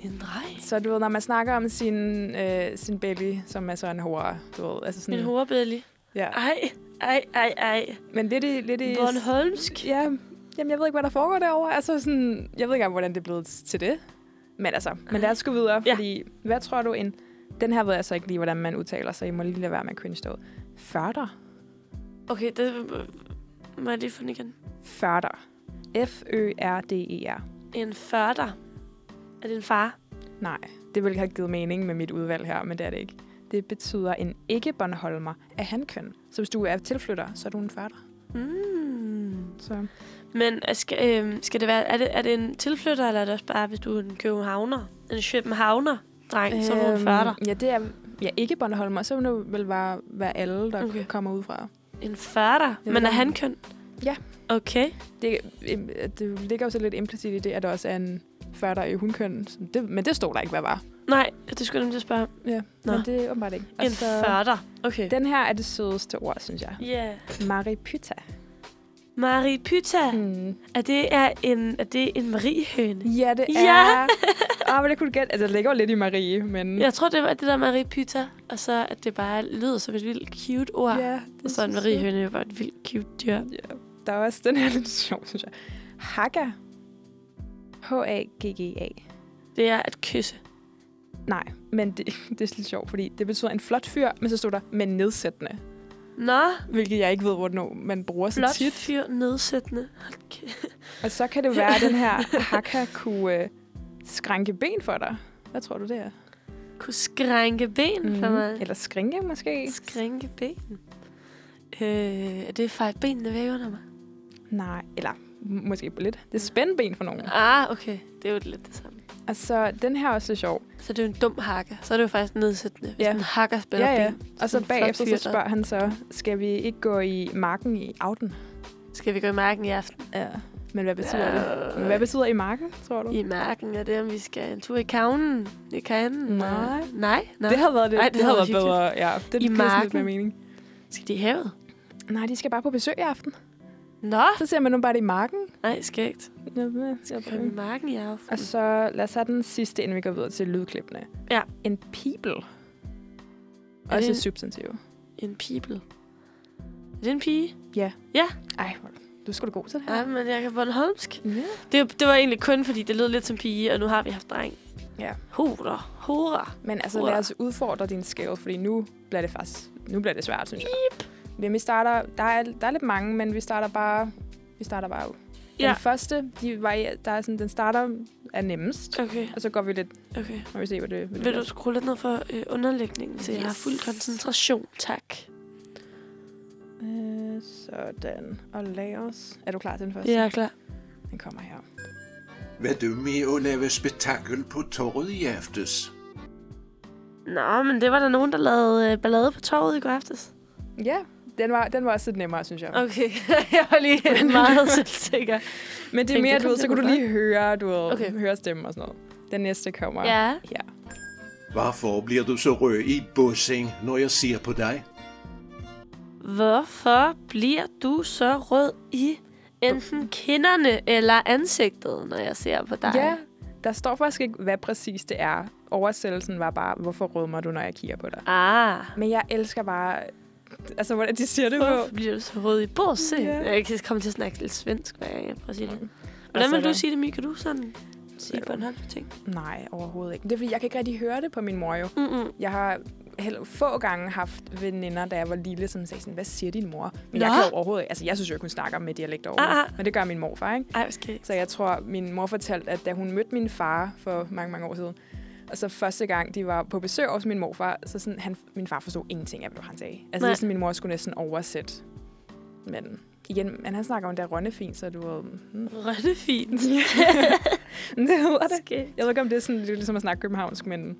En dreng?
så du ved, når man snakker om sin, øh, sin belly, som er så en hora, du ved. Altså sådan,
En horebælge.
Ja.
Ej, ej, ej, ej.
Men lidt i... Lidt i
Bornholmsk.
Ja, jamen, jeg ved ikke, hvad der foregår derovre. Altså, sådan, jeg ved ikke engang, hvordan det er blevet til det. Men altså, men lad os gå videre,
Ja.
fordi hvad tror du en... Den her ved jeg så ikke lige, hvordan man udtaler, så I må lige lade være med at cringe derude. Førter.
Okay, det må jeg lige finde igen.
Førter. F-Ø-R-D-E-R.
En førter. Er det en far?
Nej, det ville have givet mening med mit udvalg her, men det er det ikke. Det betyder en ikke-Bornholmer af hankøn. Så hvis du er tilflytter, så er du en førter.
Mm.
Så
Men er- skal, øh, skal det være, er det, er det en tilflytter, eller er det også bare, hvis du er en københavner? En københavner dreng, øhm, så er du en førter.
Ja, det er ja, ikke Bornholmer, så vil det vel bare være alle, der okay.
Okay.
kommer ud fra.
En førter?
ved
Men er
ikke.
han køn?
Ja.
Okay.
Det, im- det ligger jo så lidt implicit i det, at der også er en færter i hundkøn. som Det, men det stod der ikke, hvad var.
Nej, det skulle jeg nemlig spørge. om.
Ja,
Nå.
men det er åbenbart ikke. Og
En
så-
førter. Okay.
Den her er Altså, det sødeste ord, synes jeg.
Ja. Yeah.
Maripyta.
Marie Pyta.
Mm.
Er det er en, er det en Mariehøne?
Ja, det er.
Ja.
Åh, men det kunne du gætte. Altså, det ligger jo lidt i Marie, men...
Jeg tror, det var det der Marie Pyta, og så at det bare lyder som et vildt cute ord. Yeah.
det
Og så en
synes
Marie
jeg.
Høne var et vildt cute dyr.
Ja. Der er også den her lidt sjov, synes jeg. Haga. H-A-G-G-A.
Det er at kysse.
Nej, men det, det er lidt sjovt, fordi det betyder en flot fyr, men så stod der, men nedsættende.
Nå,
Hvilket jeg ikke ved, hvornår man bruger så
flot
tit.
fyr nedsættende. Hold kæ-
Og så kan det være, at den her haka kunne øh, skrænke ben for dig. Hvad tror du, det er?
Kunne skrænke ben
Mm-hmm.
mm. for mig.
Eller skrinke, måske?
Skrænke ben. Øh, er det fejl benene væk under mig?
Nej, eller m- måske lidt. Det er spændben for nogen.
Ah, okay. Det er jo lidt det samme.
Og så den her er også lidt sjov.
Så det er jo en dum hakker. Så er det jo faktisk nedsættende, hvis
Ja.
en hakker spiller ben. Sådan
Og så
en flot
bagefter
fyr,
så
der-
spørger han så, skal vi ikke gå i marken i Auden?
Skal vi gå i marken i aften?
Ja. Men hvad betyder det? Men hvad betyder i marken, tror du?
I marken er det, om vi skal en tur i kavnen. I kavnen.
Nej.
og- Nej, nej.
Det havde været det.
Ej, det havde været
bedre. Ja, det
I
giver sådan lidt
marken?
mere mening.
Skal de i havet?
Nej, de skal bare på besøg i aften.
Nå,
Så ser man nu bare det i marken.
nej, skægt.
Ja, ja, ja,
Kom i marken i aften.
Og
Altså,
så lad os have den sidste, inden vi går videre til lydklippene.
Ja.
En people.
Er det
Også
en-
et substantiv.
en people. Er det en pige?
Ej, hvor- du skulle da god til det
Ja,
her.
men jeg kan Bornholmsk.
Ja.
Det, det var egentlig kun, fordi det lød lidt som pige, og nu har vi haft dreng.
Ja.
Hurra, hurra.
Men altså, lad os udfordre din skæve, fordi nu bliver det faktisk nu bliver det svært, synes jeg. Men vi starter, der er, der er lidt mange, men vi starter bare, vi starter bare ud. Den
Ja.
første, de var, der er sådan, den starter er nemmest,
Okay,
og så går vi lidt,
okay.
må vi se, hvad det, hvad det
Vil
bliver.
du skrue lidt ned for øh, underlægningen, så yes. jeg har
Yes.
fuld koncentration, tak.
Øh, sådan, og lad os. Er du klar til den første?
Jeg er klar.
Den kommer her.
Hvad du med at lave spektakel på torvet i aftes?
Nå, men det var der nogen, der lavede øh, ballade på torvet i går aftes.
Ja, den var, den var også lidt nemmere, synes jeg.
Okay, jeg var lige meget selvsikker.
Men det er
Tænkte,
mere,
det
du
kom
ved, så
lidt
kunne du
ud af.
lige høre, du ved,
Okay.
okay. høre stemmen og sådan noget. Den næste kommer.
Ja.
Her.
Hvorfor bliver du så rød i bussing, når jeg ser på dig?
Hvorfor bliver du så rød i enten kinderne eller ansigtet, når jeg ser på dig?
Ja, der står faktisk ikke, hvad præcis det er. Oversættelsen var bare, hvorfor rødmer du, når jeg kigger på dig?
Ah,
Men jeg elsker bare, altså hvordan de siger det på.
hvorfor bliver du så rød i borse?
Ja.
Yeah. Jeg kan komme til at snakke lidt svensk, hver gang jeg prøver at sige det. Hvordan vil
sådan.
du sige det, Mie? Kan du sådan sige Bornholmske ting?
Nej, overhovedet ikke. Det er fordi, jeg kan ikke rigtig høre det på min mor jo.
Mm-mm.
Jeg har held- få gange haft veninder, da jeg var lille, som sagde sådan, hvad siger din mor? Men jeg
Nå.
kan jo overhovedet ikke. Altså, jeg synes jo ikke, hun snakker med dialekter
Ah,
overhovedet.
ah.
Men det gør min morfar, ikke?
Ej, okay.
Så jeg tror, min mor fortalte, at da hun mødte min far for mange, mange år siden, og så første gang, de var på besøg hos min morfar, så sådan, han, min far forstod ingenting af, hvad han sagde. Altså,
Nej.
Nej. det er sådan, min mor skulle næsten oversætte. Men igen, men han snakker jo endda rønnefint, så du ved... Hmm.
Rønne fint.
det hedder det.
Måske.
Jeg ved ikke, om det er sådan lidt ligesom at snakke københavnsk, men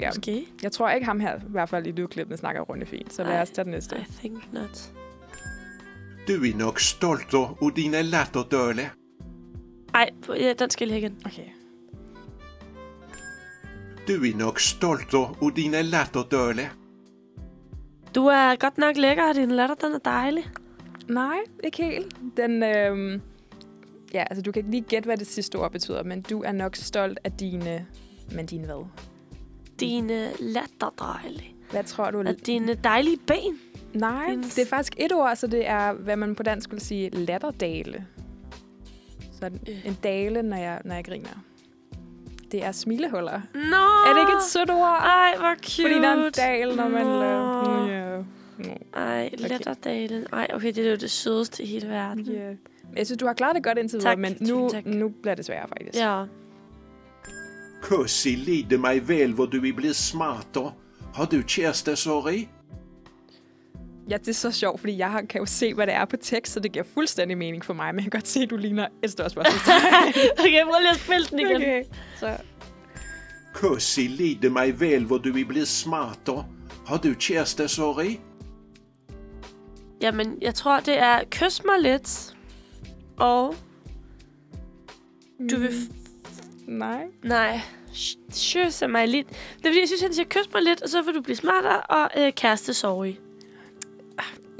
ja.
Måske.
Jeg tror ikke ham her, i hvert fald i lydklippene, snakker rønnefint. Så
Nej.
lad os tage den næste.
I think not.
Du er nok stolt af dine latterdøle.
Ej, på- ja, den skal jeg lige have igen.
Okay.
Du er nok stolt af dine latterdøle.
Du er godt nok lækker, og din latter, den er dejlig.
Nej, ikke helt. Den, øh... Ja, altså du kan ikke lige gætte, hvad det sidste ord betyder, men du er nok stolt af dine... Men dine hvad?
Din øh, latter dejlig.
Hvad tror du?
Og dine dejlige ben.
Nej,
dine-
det er faktisk et ord, så det er, hvad man på dansk skulle sige, latterdale. Så en,
Øh.
en dale, når jeg, når jeg griner. Det er smilehuller.
Nå!
Er det ikke et sødt ord?
Ej, hvor Ah, cute.
Fordi der er en dal, når man... øh,
Nå.
Yeah.
Ej, Letterdalen. Ej, okay, det er jo det sødeste i hele verden.
Yeah. Jeg synes, du har klaret det godt indtil videre,
Tak.
men nu,
Tusind tak.
nu bliver det sværere faktisk.
Ja.
Kussi lide mig vel, hvor du er blevet smartere. Har du kæreste, sorry?
Ja, det er så sjovt, fordi jeg har- kan jo se, hvad det er på tekst, så det giver fuldstændig mening for mig, men jeg kan godt se, at du ligner et større spørgsmål.
Okay, prøv lige at spille den igen. Okay.
Så.
Kussi lide mig vel, hvor du er blevet smartere. Har du kæreste, sorry?
Jamen, jeg tror, det er kys mig lidt, og du
Mm.
vil... F-
Nej.
nej, kysse mig lidt. Det er fordi, jeg synes, han siger, kys mig lidt, og så vil du blive smartere, og øh, kæreste sorry.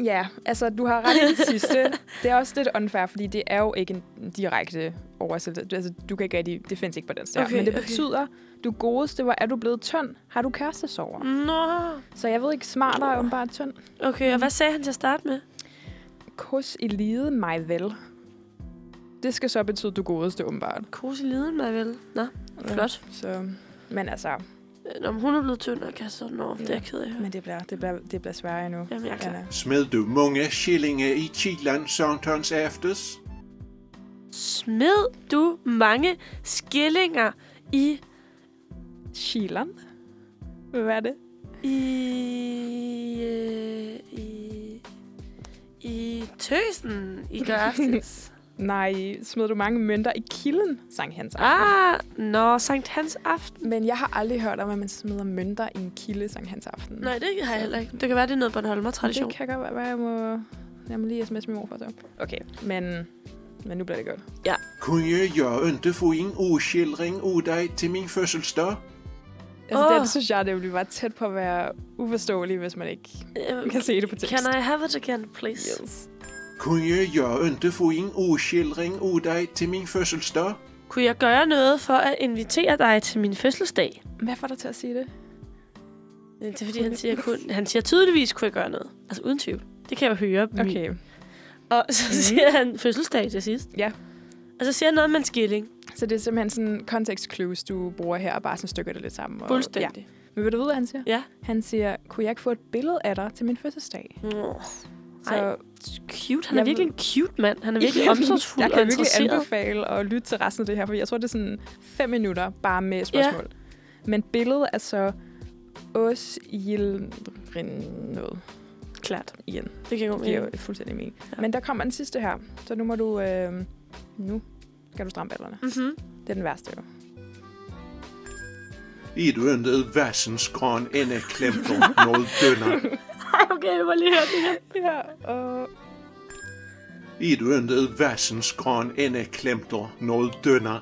Ja, altså, du har ret i det sidste. Det er også lidt unfair, fordi det er jo ikke en direkte oversættelse. Altså, du kan ikke rigtig, det findes ikke på den der.
Okay,
men det
okay.
betyder, du godeste, hvor er du blevet tynd? Har du kærestesover? Mm.
Nå.
Så jeg ved ikke, smartere om bare tynd.
Okay, og
Mm.
hvad sagde han til at starte med?
Kus i lide mig vel. Det skal så betyde, du godeste, åbenbart.
Kose liden mig vel. Nå, flot. Øh,
Så, men altså,
Nå, men hun er blevet tynd og kastet den over. Det er jeg ked af. at høre.
men det bliver, det bliver, det bliver sværere endnu.
Jamen, jeg er klar.
Anna.
Smed du mange killinge i kilan Sankthans aftes?
Smed du mange skillinger i...
Chilan? Hvad er det?
I... Øh, i... I tøsen i går aftes.
Nej, smed du mange mønter i kilden, sang Hans.
ah, nå, Sankt Hans aften.
Men jeg har aldrig hørt om, at man smider mønter i en kilde, sang Hans aften.
Nej, det har jeg heller ikke. Det kan være, det er noget Bornholmer-tradition.
Det kan godt være, at jeg må, jeg må lige sms min mor for så. Okay, men, men nu bliver det godt.
Kunne jeg inte få en oskildring af dig til min fødselsdag?
Altså, oh.
Åh.
det, det synes jeg, det ville være tæt på at være uforståelig, hvis man ikke
Øhm,
kan se det på tekst.
Can I have it again, please?
Yes.
Kunne jeg inte få en oskildring af dig til min fødselsdag?
Kunne jeg gøre noget for at invitere dig til min fødselsdag?
Hvad får dig til at sige det?
Det er fordi, han siger, kun, han siger tydeligvis, kunne jeg gøre noget. Altså uden tvivl. Det kan jeg jo høre.
Okay,
Og så mm. siger han fødselsdag til sidst.
Ja.
Og så siger han noget med en skilling.
så det er simpelthen sådan context clues, du bruger her, og bare sådan stykker det lidt sammen. Og,
Fuldstændig.
Ja. Men vil du vide, hvad han siger?
Ja.
Han siger, kunne jeg ikke få et billede af dig til min fødselsdag?
ja. Oh,
Så
Ej. cute. Han er
Jeg
virkelig en cute mand. Han er virkelig omsorgsfuld
Jeg
og
kan virkelig
interesseret.
anbefale at lytte til resten af det her, for jeg tror, det er sådan fem minutter bare med spørgsmål. Yeah. Men billedet er så os noget
Klart.
igen.
Det kan jeg
Det
godt
giver
med.
jo fuldstændig mening.
Ja.
Ja. Men der kommer den sidste her, så nu må du... Øh, nu skal du stramme ballerne.
Mm-hmm.
Det er den værste jo.
Er du inte ett vassensgran ännu klämt om nolldunna?
Okay, jeg må lige høre det her.
Ja, og...
Är du inte ett vassensgran ännu klämt om nolldunna?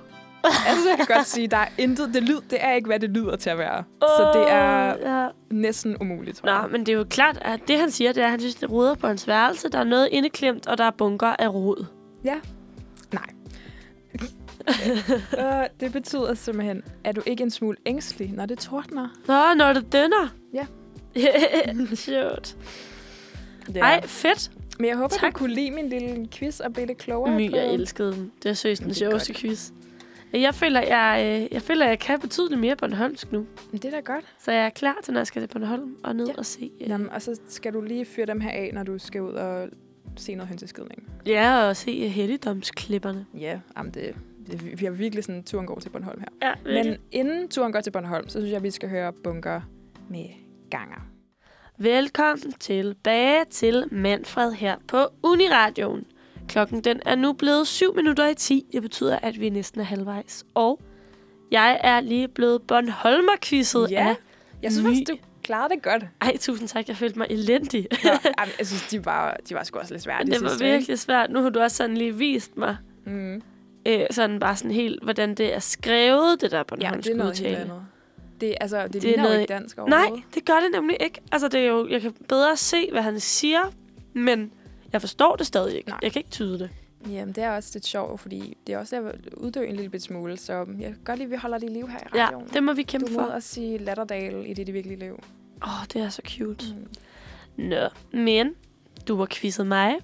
Altså, jeg kan godt sige, der er intet, det, lyd, det er ikke, hvad det lyder til at være. Så det er
Åh, Ja.
næsten umuligt, tror
Nå,
jeg.
men det er jo klart, at det han siger, det er, at han synes, det ruder på hans værelse. Der er noget indeklemt, og der er bunker af rod.
Ja. Nej. øh, det betyder simpelthen, er du ikke en smule ængstelig, når det tordner?
Nå, når det dønner.
Ja.
Sjovt. Ej, fedt.
Men jeg håber,
tak.
tak. du kunne lide min lille quiz og blive lidt klogere.
Mm, jeg
på-
elskede den. Det er seriøst den
Det er
sjoveste quiz. Jeg føler, jeg, øh, jeg føler, jeg kan betydeligt mere Bornholmsk nu.
Men Det er da godt.
Så jeg er klar til, når jeg skal til Bornholm og ned ja.
Ja.
og se. øh,
Jamen, og så skal du lige fyre dem her af, når du skal ud og se noget hønseskidning.
Ja, og se øh, helligdomsklipperne.
Ja, jamen det, det, vi- vi har virkelig sådan, turen går til Bornholm her.
Ja,
Men inden turen går til Bornholm, så synes jeg, vi skal høre bunker med ganger.
Velkommen tilbage til Manfred her på Uniradioen. Klokken den er nu blevet 7 minutter i 10. Det betyder, at vi næsten er halvvejs. Og jeg er lige blevet Bornholmer-quizzet
Ja.
af...
Jeg synes
My.
faktisk, du klarede det godt.
Ej, tusind tak. Jeg følte mig elendig.
Nå, ej, men jeg synes, de var, de var sgu også lidt svære. de
det var
sidste,
virkelig svært. Nu har du også sådan lige vist mig,
ikke? Mm.
øh, sådan bare sådan helt, hvordan det er skrevet, det der
Ja,
Bornholmsk
det er noget helt
udtale.
andet. Det, altså, det, det
er
ligner noget... jo
noget-
ikke dansk overhovedet.
Nej, det gør det nemlig ikke. Altså, det er jo, jeg kan bedre se, hvad han siger, men jeg forstår det stadig ikke.
Nej.
Jeg kan ikke tyde det.
Jamen, det er også lidt sjovt, fordi det er også ved at uddø en lille bit smule, så jeg kan godt lide, at vi holder det i liv her i
Ja,
radioen.
det må vi
du
kæmpe
må
for.
også sige Latterdal i det, det virkelige liv.
Åh, oh, det er så cute.
Mm.
Nå, men du har quizzet mig.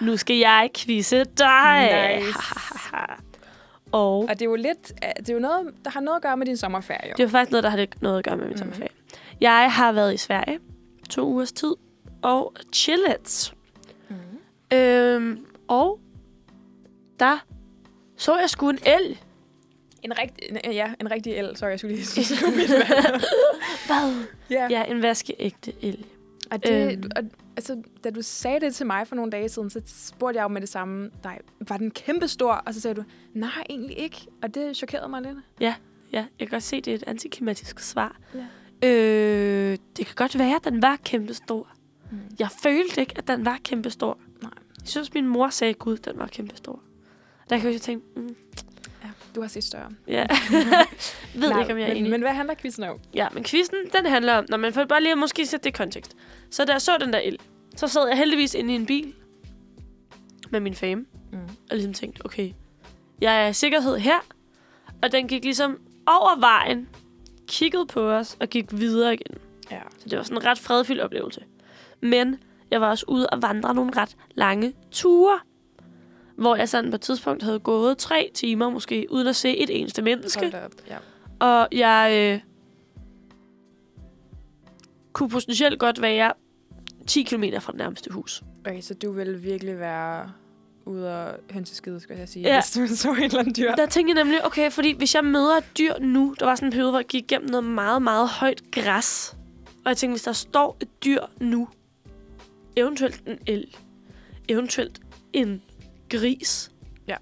Nu skal jeg quizze dig.
Nice.
Og
Og det er jo lidt, øh, det er jo noget, der har noget at gøre med din sommerferie. Jo.
det var faktisk noget, der har lidt noget at gøre med min
Mhm.
sommerferie. Jeg har været i Sverige to ugers tid og chillet.
Mm.
Øhm, og der så jeg sgu en el.
En rigtig, en- ja, en rigtig el. Sorry, jeg skulle lige sige mit valg.
Hvad?
Ja.
Ja, en vaskeægte el.
Og det,
Øhm.
og, altså, da du sagde det til mig for nogle dage siden, så spurgte jeg jo med det samme, nej, var den kæmpestor? Og så sagde du, nej, egentlig ikke. Og det chokerede mig lidt.
Ja, jeg kan godt se, det er et antiklimatisk svar.
Ja.
Øh, det kan godt være, at den var kæmpestor. Mm.
Mm.
Jeg følte ikke, at den var kæmpestor.
Nej.
Jeg synes, min mor sagde, gud, den var kæmpestor. Der kan jeg jo tænke, mm,
Ja, du har set større.
ja. Ved ikke, om jeg er
men,
enig.
men hvad handler quizzen om?
Ja, men quizzen, den handler om, når man får bare lige at måske sætte det i kontekst. Så da jeg så den der ild, så sad jeg heldigvis inde i en bil med min fame,
Mm.
og ligesom tænkte, okay, jeg er i sikkerhed her, og den gik ligesom over vejen, kiggede på os og gik videre igen.
Ja.
Så det var sådan en ret fredfyldt oplevelse. Men jeg var også ude og vandre nogle ret lange ture, hvor jeg sådan på et tidspunkt havde gået tre timer måske, uden at se et eneste menneske.
Hold da op. Ja.
Og jeg øh, kunne potentielt godt være 10 km fra det nærmeste hus.
Okay, så du ville virkelig være ude og hønseskide, skulle jeg sige,
Ja.
ja. hvis du så en eller anden dyr.
Der tænkte jeg nemlig, okay, fordi hvis jeg møder et dyr nu, der var sådan en periode, hvor jeg gik igennem noget meget, meget højt græs. Og jeg tænkte, hvis der står et dyr nu, eventuelt en el, eventuelt en gris,
Ja.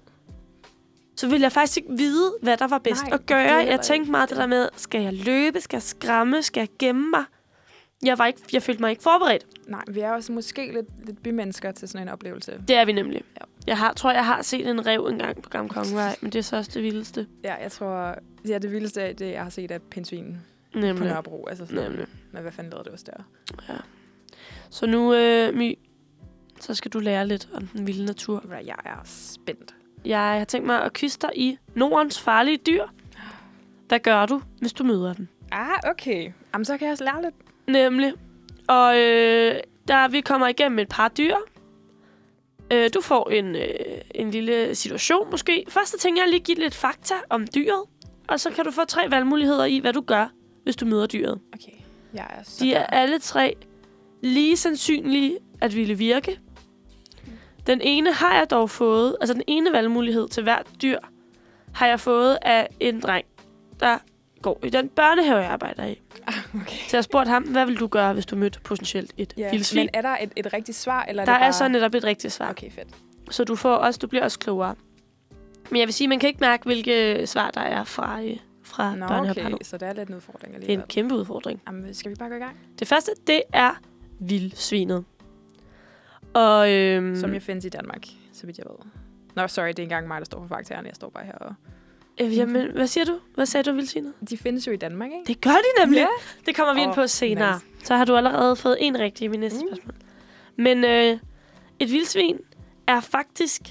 så ville jeg faktisk ikke vide, hvad der var bedst
Nej,
at
det er
gøre.
heller
Jeg tænkte
ikke-
meget det der med, skal jeg løbe, skal jeg skræmme, skal jeg gemme mig? Jeg, var ikke, jeg følte mig ikke forberedt.
Nej, vi er også måske lidt, lidt bymennesker til sådan en oplevelse.
Det er vi nemlig. Ja.
Ja.
Jeg har, tror, jeg har set en rev engang på Gamle Kongevej, men det er så også det vildeste.
Ja, jeg tror, ja, det vildeste af det, jeg har set, er et pindsvin på
Nemlig.
Nørrebro. Altså sådan,
Nemlig.
Men hvad fanden lavede det også der?
Så nu, øh, My, så skal du lære lidt om den vilde natur.
Hvad, Jeg er spændt.
Jeg har tænkt mig at kysse dig i Nordens farlige dyr. Hvad gør du, hvis du møder dem?
Ah, okay. Jamen, så kan jeg også lære lidt.
Nemlig. Og øh, der vi kommer igennem et par dyr. Øh, du får en, øh, en lille situation måske. Først så tænker jeg lige at give lidt fakta om dyret. Og så kan du få tre valgmuligheder i, hvad du gør, hvis du møder dyret.
Okay. Jeg er så
De er
klar.
alle tre lige sandsynlige at ville virke. Den ene har jeg dog fået, altså den ene valgmulighed til hvert dyr, har jeg fået af en dreng, der går i den børnehave, jeg arbejder i.
okay.
Så jeg spurgte ham, hvad vil du gøre, hvis du mødte potentielt et
Ja.
yeah, vildsvin?
Men er der et, et rigtigt svar, eller
der
er det bare...
er så netop et rigtigt svar.
Okay, fedt.
Så du, får også, du bliver også klogere. Men jeg vil sige, man kan ikke mærke, hvilke svar der er fra, øh, fra
Nå,
børnehavepanel.
okay. Så det er lidt en udfordring
Det er en
alligevel.
kæmpe udfordring.
Jamen, skal vi bare gå i gang?
Det første, det er vildsvinet. Og øhm,
Mm. Som jo findes i Danmark, så vidt jeg ved. Nå, sorry, det er ikke engang mig, der står for faktaerne. Jeg står bare her og
Øh, jamen, hvad siger du? Hvad sagde du, Vilsina?
De findes jo i Danmark, ikke?
Det gør de nemlig. Det kommer vi ind
Åh,
på senere. Så har du allerede fået en rigtig i min næste
Mm.
spørgsmål. Men øh, et vildsvin er faktisk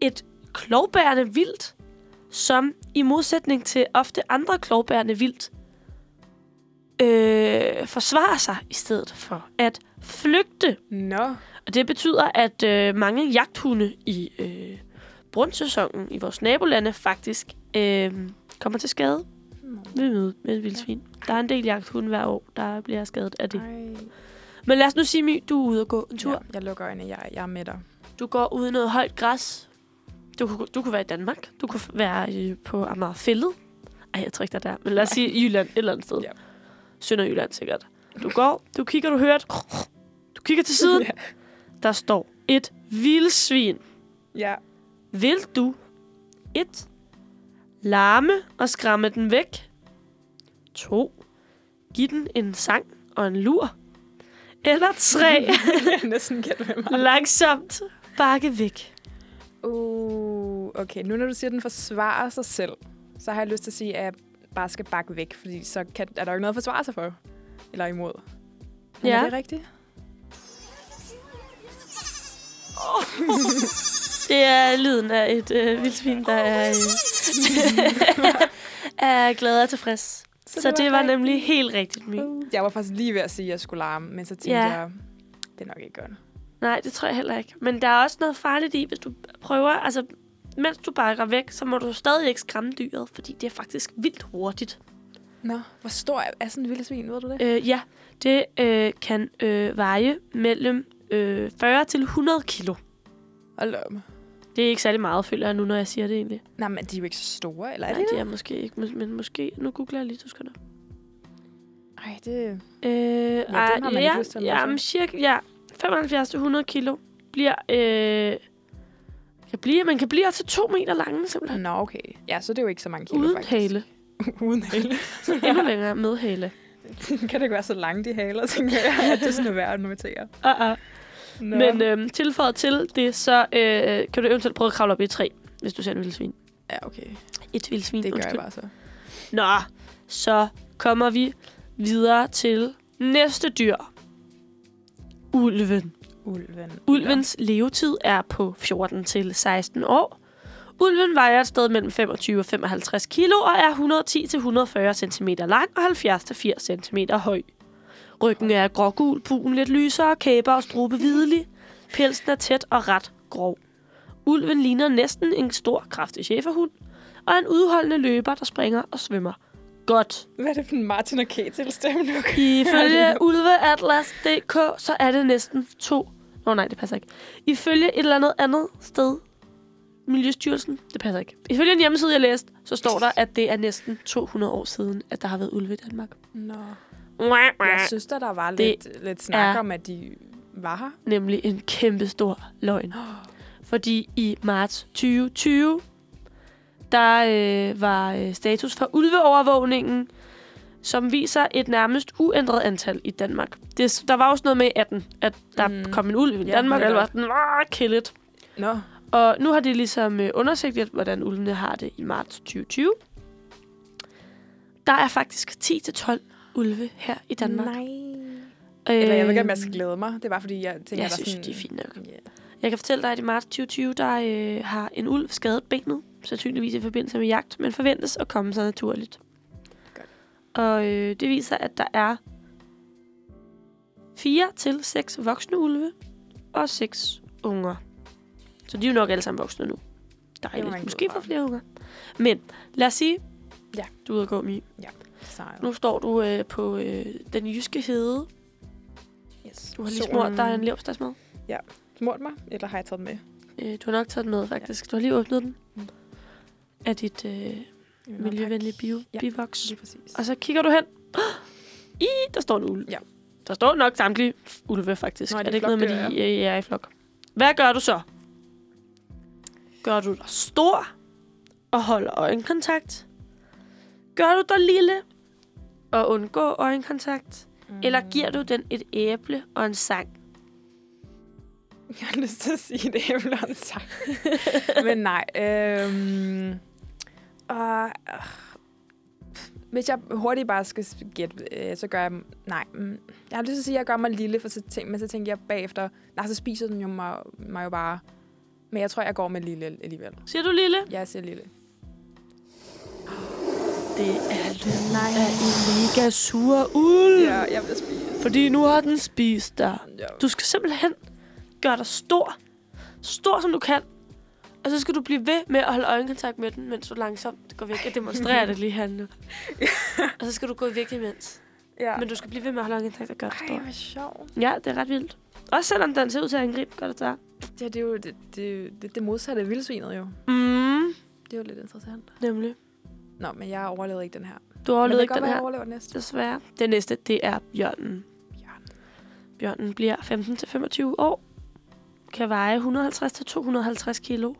et klovbærende vildt, som i modsætning til ofte andre klovbærende vildt, øh, forsvarer sig i stedet for at flygte.
Nå,
Og det betyder, at øh, mange jagthunde i øh, brunsæsonen i vores nabolande faktisk øh, kommer til skade
Mm.
ved mødet med et vildsvin. Der er en del jagthunde hver år, der bliver skadet af det.
Ej.
Men lad os nu sige, My, du er ude og gå en tur.
Ja, jeg lukker øjnene, jeg, jeg er med dig.
Du går ud i noget højt græs. Du, kunne- du kunne være i Danmark. Du kunne være øh, på Amagerfællet. Ej, jeg tror ikke, der er der. Men lad os sige Jylland et eller andet sted.
Ja.
Sønderjylland sikkert. Du går, du kigger, du hører et... Du kigger til siden.
Ja.
Der står et vildsvin.
Ja.
Vil du 1. Larme og skræmme den væk 2. Giv den en sang og en lur Eller 3.
Næsten gæt med mig.
Langsomt bakke væk
Uh, okay, nu når du siger, at den forsvarer sig selv, så har jeg lyst til at sige, at jeg bare skal bakke væk, fordi så kan, er der jo ikke noget at forsvare sig for. Eller imod. Men
Ja.
Er det rigtigt?
Det er lyden af et øh, vildsvin, der er, øh, er glad og tilfreds Så, så det var Uh.
rigtigt.
nemlig helt rigtigt, My.
Uh. Jeg var faktisk lige ved at sige, at jeg skulle larme, men så tænkte
Ja.
jeg, det er nok ikke godt.
Nej, det tror jeg heller ikke. Men der er også noget farligt i, hvis du prøver... Altså, mens du bakker væk, så må du stadig ikke skræmme dyret, fordi det er faktisk vildt hurtigt.
Nå, hvor stor er, er sådan en vildsvin, ved du det?
Øh, ja, det øh, kan øh, veje mellem øh, 40 til 100 kilo.
Hold op.
Det er ikke særlig meget, føler jeg nu, når jeg siger det egentlig.
Nej, men de er jo ikke så store, eller er
Nej,
de
det er måske ikke, men, men måske... Nu googler jeg lige, du skal da.
Ej, det...
Øh, ja,
har man ikke
ja,
lyst til at
ja,
læse.
men cirka, ja, 75-100 kilo bliver... Øh, kan blive, man kan blive op til to meter lange, simpelthen.
Nå, okay. Ja, så det er jo ikke så mange kilo,
Uden
faktisk.
hale.
Uden hale.
Endnu længere med hale.
kan det ikke være så lange, de haler, tænker jeg, at det er sådan er værd at notere.
Uh-uh.
Ah, Nå.
Men øh, tilføjet til det, så øh, kan du eventuelt prøve at kravle op i et træ, hvis du ser en vildsvin.
Ja, okay.
Et vildsvin,
Det gør
undskyld.
jeg bare så.
Nå, så kommer vi videre til næste dyr. Ulven.
Ulven.
Ulvens levetid er på 14 til 16 år. Ulven vejer et sted mellem 25 og 55 kilo og er 110 til 140 cm lang og 70 til 80 cm høj. Ryggen er grågul, puden lidt lysere, kæber og strube hvidlig. Pelsen er tæt og ret grov. Ulven ligner næsten en stor, kraftig cheferhund og er en udholdende løber, der springer og svømmer. Godt.
Nå. Hvad er det for en Martin og Ketil stemme nu?
Ifølge ulveatlas.dk, så er det næsten to... Nå nej, det passer ikke. Ifølge et eller andet andet sted, Miljøstyrelsen, det passer ikke. Ifølge en hjemmeside, jeg læste, så står der, at det er næsten 200 år siden, at der har været ulve i Danmark.
Nå.
Mwah,
Jeg
mwah.
synes da, der var
Det
lidt, lidt snak
er-
om, at de var her.
Nemlig en kæmpe stor løgn. Fordi i marts 2020, der øh, var øh, status for ulveovervågningen, som viser et nærmest uændret antal i Danmark. Det, der var også noget med i 18, at der mm.
Mm.
kom en ulv i
Ja,
Danmark, og alle var
netop.
sådan, "Ah, kill it.
Nå.
Og nu har de ligesom øh, undersøgt lidt, hvordan ulvene har det i marts 2020. Der er faktisk 10-12 ulve her i Danmark.
Nej.
Øh,
Eller jeg ved ikke, om jeg skal glæde mig. Det er bare, fordi jeg tænker,
jeg
der
synes,
sådan...
de er fint nok.
Yeah.
Jeg kan fortælle dig, at i marts 2020, der øh, har en ulv skadet benet, sandsynligvis i forbindelse med jagt, men forventes at komme sig naturligt.
Godt.
Og øh, det viser, at der er 4 til seks voksne ulve og seks unger. Så de er jo nok alle sammen voksne nu.
Det var en
Dejligt.
god
Måske for
far.
flere unger. Men lad os sige,
Ja.
du er ude at gå, Mie.
Sejt.
Nu står du øh, på øh, den jyske hede.
Yes.
Du har lige smurt dig en leverpostejsmad.
Smurt mig, eller har jeg taget den med?
Øh, du har nok taget den med, faktisk. Du har lige åbnet den
Mm.
af dit øh,
I min
miljøvenlige
madpakke.
bio,
Ja.
ja. bivoks.
Lige præcis.
Og så kigger du hen. I, der står en ulve.
Ja.
Der står nok samtlige ulve, faktisk.
Nå,
Nå,
de
er det ikke noget med,
flokdyr,
de ja. er i flok? Hvad gør du så? Gør du dig stor og holder øjenkontakt? Gør du dig lille og undgår øjenkontakt? Mm. Eller giver du den et æble og en sang?
Jeg har lyst til at sige det, jeg vil sang. Men nej. Øhm, og, øh, hvis jeg hurtigt bare skal gætte, øh, så gør jeg... Nej, mm, jeg har lyst til at sige, at jeg gør mig lille, for så tænk, men så tænker jeg bagefter... Nej, så spiser den jo mig, mig jo bare... Men jeg tror, jeg går med lille alligevel.
Siger du lille?
Jeg siger lille.
Det er lyden af en mega sur uld.
Ja, jeg vil spise.
Fordi nu har den spist dig.
Ja.
Du skal simpelthen gøre dig stor. Stor som du kan. Og så skal du blive ved med at holde øjenkontakt med den, mens du langsomt går væk. Jeg demonstrerer det lige her nu. Og så skal du gå væk imens.
ja.
Men du skal blive ved med at holde øjenkontakt og gøre dig
Ej,
stor.
hvor sjovt.
Ja, det er ret vildt. Også selvom den ser ud til at angribe, gør det der.
Ja, det er jo det, det, det, det modsatte af vildsvinet jo.
Mm,
Det er jo lidt interessant.
nemlig.
Nå, men jeg overlevede ikke den her.
Du overlevede ikke
men
den
det kan godt være, jeg
her,
overlever næste.
desværre. Den næste, det er bjørnen.
Bjørn.
Bjørnen bliver 15-25 år, kan veje 150-250 kilo,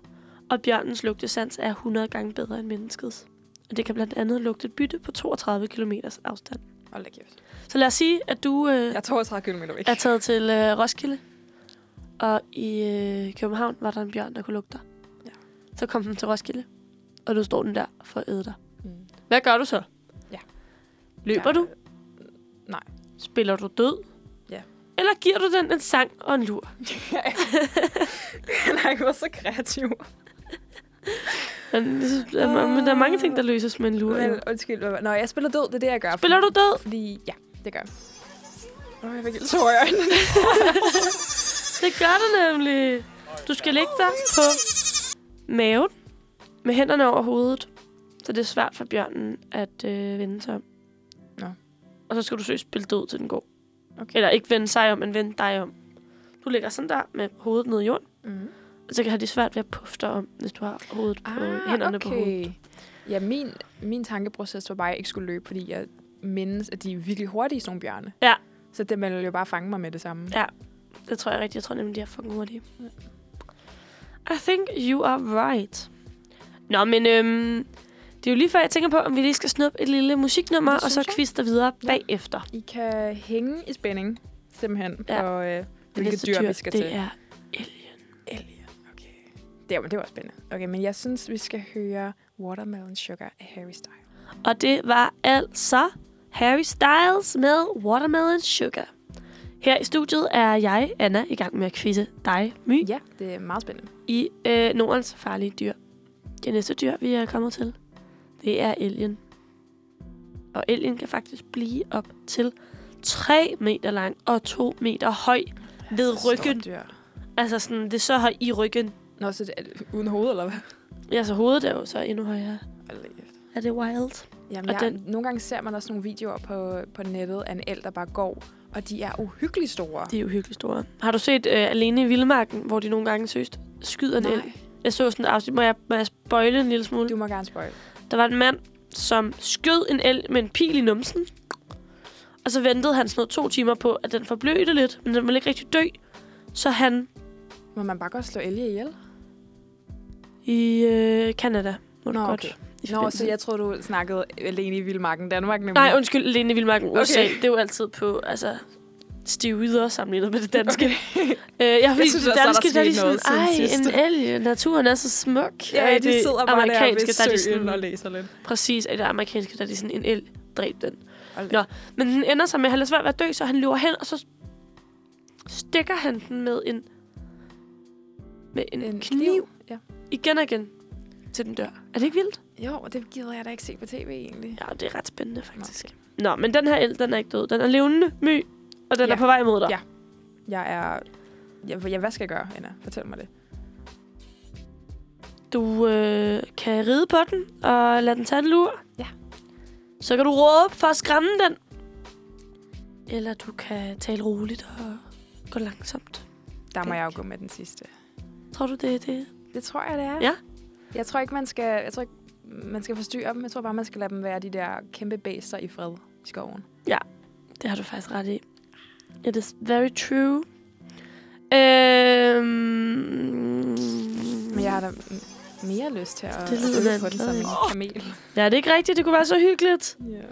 og bjørnens lugtesans er 100 gange bedre end menneskets. Og det kan blandt andet lugte et bytte på 32 km afstand.
Hold da kæft.
Så lad os sige, at du øh,
Jeg tror 30 km væk.
er taget til øh, Roskilde, og i øh, København var der en bjørn, der kunne lugte dig.
Ja.
Så kom den til Roskilde, og nu står den der for at æde dig.
Mm.
Hvad gør du så?
Ja.
Løber ja. du?
Nej.
Spiller du død?
Ja.
Eller giver du den en sang og en lur?
Han har ikke været så kreativ.
Men, det synes- der, er ma- men der er mange ting, der løses med en lur.
Men,
Men,
undskyld. hvad- Nå, jeg spiller død. Det er det, jeg gør.
Spiller du død?
Fordi, ja, det gør jeg. Åh, jeg fik helt tår i øjnene.
Det gør du nemlig. Du skal ligge dig på maven med hænderne over hovedet. Så det er svært for bjørnen at øh, vende sig om.
Nå.
Og så skal du søge spille død til den går.
Okay.
Eller ikke vende sig om, men vende dig om. Du ligger sådan der med hovedet ned i jorden.
Mm.
Og så kan have det svært ved at puffe dig om, hvis du har hovedet på,
Ah,
hænderne på hovedet.
Ja, min, min tankeproces var bare, at jeg ikke skulle løbe, fordi jeg mindes, at de er virkelig hurtige, sådan nogle bjørne.
Ja.
Så det ville jo bare fange mig med det samme.
Det tror jeg rigtigt. Jeg tror nemlig, de er fucking hurtige. I think you are right. Nå, men øhm, det er jo lige før, jeg tænker på, om vi lige skal snuppe et lille musiknummer,
Det
og så
synes jeg.
kviste videre
Ja.
bagefter.
I kan hænge i spænding, simpelthen,
Ja.
ja. for øh,
Det
hvilket
næste
dyr, vi skal
det
til.
er...
Alien. Okay. Det, var, det var spændende. Okay, men jeg synes, vi skal høre Watermelon Sugar af Harry Styles.
Og det var altså Harry Styles med Watermelon Sugar. Her i studiet er jeg, Anna, i gang med at quizze dig, My,
Ja, det er meget spændende.
i øh, Nordens farlige dyr. Det næste dyr, vi er kommet til, det er elgen. Og elgen kan faktisk blive op til 3 meter lang og 2 meter høj. Ved
Så stort
ryggen.
Dyr.
Altså sådan, det er så høj i ryggen.
Nå, så det er uden hoved, eller hvad?
Ja, så hovedet er jo så endnu højere.
Hold da
Er det wild?
Jamen,
Og
jeg,
den-
den... nogle gange ser man også nogle videoer på, på nettet af en el, der bare går, og de er uhyggeligt store.
Det er jo hyggeligt store. Har du set øh, Alene i Vildmarken, hvor de nogle gange søst skyder en el?
Nej,
Jeg så sådan et afsnit, må jeg, må jeg spoile en lille smule?
du må gerne spøge.
Der var en mand, som skød en el med en pil i numsen. Og så ventede han sådan noget to timer på, at den forblødte lidt, men den ville ikke rigtig dø. Så han
Må man bare godt slå elge ihjel?
i øh, Canada. Må du
Nå,
godt.
okay.
i
Nå,
forbindelse-
så jeg troede, du snakkede alene i Vildmarken, Danmark. Nemlig.
Nej, undskyld, alene i Vildmarken, USA. Okay.
Okay.
Det er jo altid på, altså, stivider sammenlignet med det danske. Okay. Øh, jeg, jeg
synes
synes, det
også, der er
danske, der er de
sket
sådan,
noget
ej,
siden sidst."
en elg, naturen er så smuk. Og
Ja,
i
de
det
sidder bare der ved
der er de
søen
sådan,
og læser lidt.
Præcis, og i det amerikanske, der er de sådan, en el, dræb den.
Hold
Nå, men den ender så med, at han er svært ved at dø, så han løber hen, og så stikker han den med en, med en, en kniv, kniv
Ja.
igen og igen til den dør. Er det ikke vildt?
Jo, det gider jeg da ikke se på tv egentlig.
Ja, det er ret spændende, faktisk. Nå, men den her el, den er ikke død. Den er levende, my, og den
Ja.
er på vej mod dig.
Ja. Jeg er... Jeg, jeg, hvad skal jeg gøre, Anna? Fortæl mig det.
Du øh, kan ride på den og lade den tage en lur.
Ja.
Så kan du råbe for at skræmme den. Eller du kan tale roligt og gå langsomt.
Der må
Okay.
jeg jo gå med den sidste.
Tror du, det er det?
Det tror jeg, det er.
Ja.
Jeg tror ikke, man skal, jeg tror ikke, man skal forstyrre dem. Jeg tror bare, man skal lade dem være de der kæmpe bæster i fred i skoven.
Det har du faktisk ret i. It is very true. Øhm...
Men jeg har da mere lyst til at,
Det
at
lyder
følge
lidt
på den som en
kedeligt.
kamel.
Ja, det er ikke rigtigt. Det kunne være så hyggeligt.
Yeah.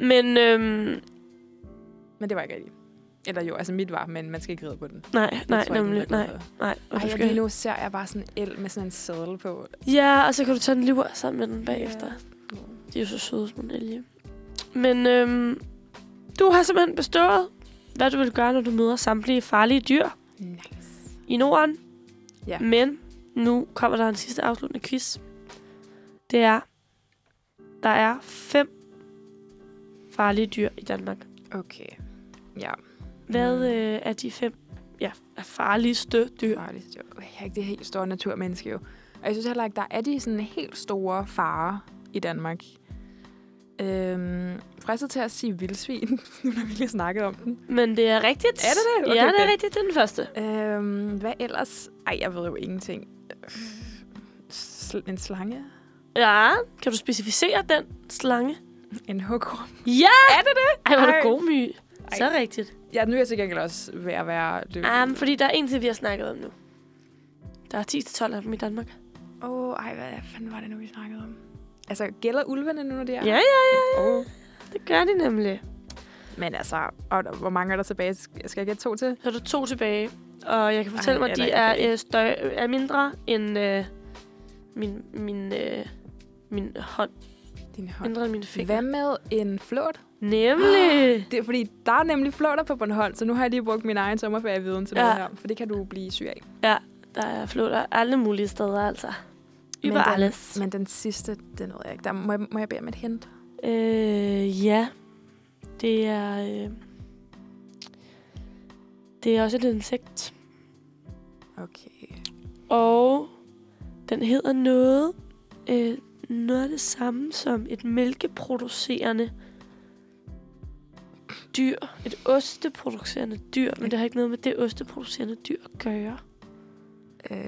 Men øhm,
Men det var ikke rigtigt. Eller jo, altså mit var, men man skal ikke ride på den.
Nej, nej,
tror jeg ikke,
nemlig.
den er
Nej,
glad
nej. Og
Ej,
du
jeg lige
skal...
nu ser jeg bare sådan en el med sådan en sædel på.
Ja, og så kan du tage en liver sammen med den bagefter. De er jo så søde, som en elge. Men øhm, du har simpelthen bestået, hvad du vil gøre, når du møder samtlige farlige dyr
Nice.
i Norden.
Ja.
Men nu kommer der en sidste afsluttende quiz. Det er, der er fem farlige dyr i Danmark.
Okay. Ja,
Hvad
Mm.
øh, er de fem ja, er farligste dyr?
farligt. Jeg er ikke det helt store naturmenneske jo. Og jeg synes heller ikke, der er de sådan helt store farer i Danmark. Øhm, fristet til at sige vildsvin, nu når vi lige har snakket om den.
Men det er rigtigt.
Er det det? Okay,
ja, det er
fedt.
rigtigt. Det er den første.
Øhm, hvad ellers? Ej, jeg ved jo ingenting. Øh, Sl- en slange?
Ja, kan du specificere den slange?
En hukkorm?
Ja!
Er det det?
Ej, var
Ej.
du god, My. Så rigtigt.
Ja, nu er jeg til gengæld også ved at være løb.
Um, fordi der er en til, vi har snakket om nu. Der er 10-12 af dem i Danmark.
Åh, oh, ej, hvad fanden var det nu, vi snakkede om? Altså, gælder ulvene nu, når de er?
Ja, ja, ja. ja.
Åh.
Det gør de nemlig.
Men altså, og der, hvor mange er der tilbage? Skal jeg gætte to til?
Så er der to tilbage. Og jeg kan fortælle
Ej,
mig, at de
eller
er,
ikke.
øh, støj, er mindre end øh, min, min, øh, min hånd.
Din hånd.
Mindre end mine fingre.
Hvad med en flåt?
Nemlig.
Det er fordi, der er nemlig flåter på Bornholm, så nu har jeg lige brugt min egen sommerferieviden til
Ja.
ja. noget her. For det kan du blive syg af.
Der er flåter alle mulige steder, altså.
Men
Über
den-
alles.
Men den sidste, den ved jeg ikke. Der må, jeg, må jeg bede om et hint?
Øh, ja. Det er... Øh, det er også et insekt.
Okay.
Og den hedder noget... Øh, noget af det samme som et mælkeproducerende dyr. Et osteproducerende dyr. Men det har ikke noget med det osteproducerende dyr at gøre.
Øh...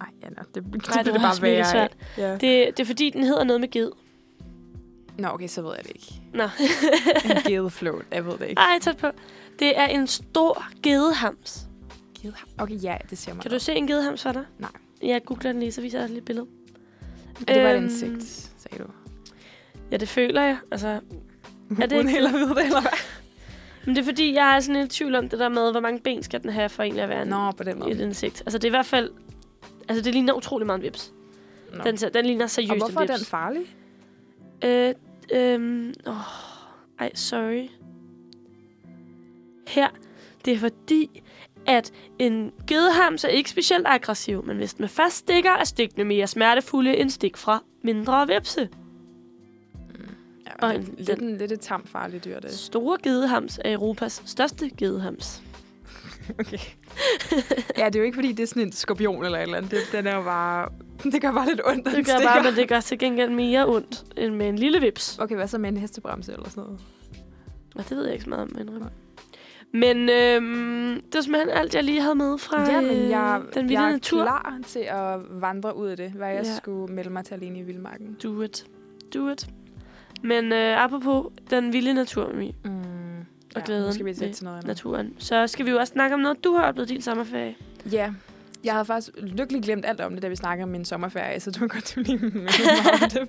Ej, Anna, det, det
det
bliver det,
var også
bare
mega
værre af.
svært.
Ja. Det...
Det, det er fordi, den hedder noget med ged.
Nå, okay, så ved jeg det ikke.
Nå.
En gedeflåt, jeg ved det ikke.
Ej, tæt på. Det er en stor gedehams.
Okay, ja, det ser mig.
Kan du se en gedehams for dig?
Nej.
Jeg googler den lige, så viser jeg dig lige et billede.
Og det var et
Øhm,
insekt, sagde du.
Ja, det føler jeg. Altså,
Er det ikke heller ved det, eller hvad?
men det er fordi, jeg er sådan lidt i tvivl om det der med, hvor mange ben skal den have for egentlig at være en,
Nå, på den måde.
et insekt. Altså, det er i hvert fald... Altså, det ligner utrolig meget en vips.
Nå.
Den, ser- den ligner seriøst
Og hvorfor
en
er den
vips.
farlig?
Øh, øhm, åh, ej, sorry. Her, det er fordi, at en gedehams er ikke specielt aggressiv, men hvis den er fast stikker, er stikkene mere smertefulde end stik fra mindre vipse.
Ja,
Og
lidt,
en-
lidt, en, lidt et tamt farligt dyr, det.
Store gedehams er Europas største gedehams.
Okay. ja, det er jo ikke, fordi det er sådan en skorpion eller et eller andet. Det, den er jo bare... Det gør bare lidt ondt, når den
Det gør
stikker.
bare, men det gør til gengæld mere ondt end med en lille vips.
Okay, hvad så med en hestebremse eller sådan noget?
Og det ved jeg ikke så meget om, men Men øhm, det var simpelthen alt, jeg lige havde med fra
ja, men
øh,
jeg,
den vilde
jeg er
natur.
klar til at vandre ud af det, hvad jeg
Ja.
ja. skulle melde mig til alene i Vildmarken.
Do it. Do it. Men øh, apropos den vilde natur, Mi,
Mm.
Og glæden
nu skal vi
ved
sætte til noget andet.
naturen, så skal vi jo også snakke om noget, du har oplevet i din sommerferie.
Ja, jeg havde faktisk lykkeligt glemt alt om det, da vi snakkede om min sommerferie, så du kan godt du lige mindede mig om det.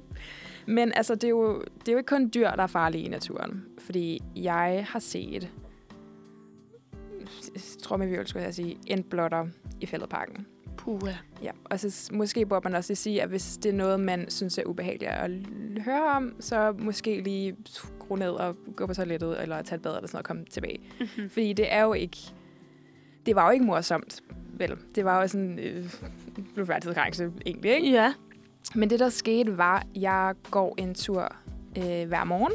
Men altså, det er, jo, det er jo ikke kun dyr, der er farlige i naturen. Fordi jeg har set, tror vi skulle jeg sige, en blotter i fældeparken.
Puh,
Ja, og så s- måske burde man også lige sige, at hvis det er noget, man synes er ubehageligt at l- høre om, så måske lige skrue ned og gå på toilettet, eller tage et bad eller sådan noget og komme tilbage.
Mhm.
Mm-hmm. Fordi det er jo ikke... Det var jo ikke morsomt, vel? Det var jo sådan øh, blodfærdighedsgrænse egentlig, ikke?
Ja.
Men det, der skete, var, at jeg går en tur øh, hver morgen.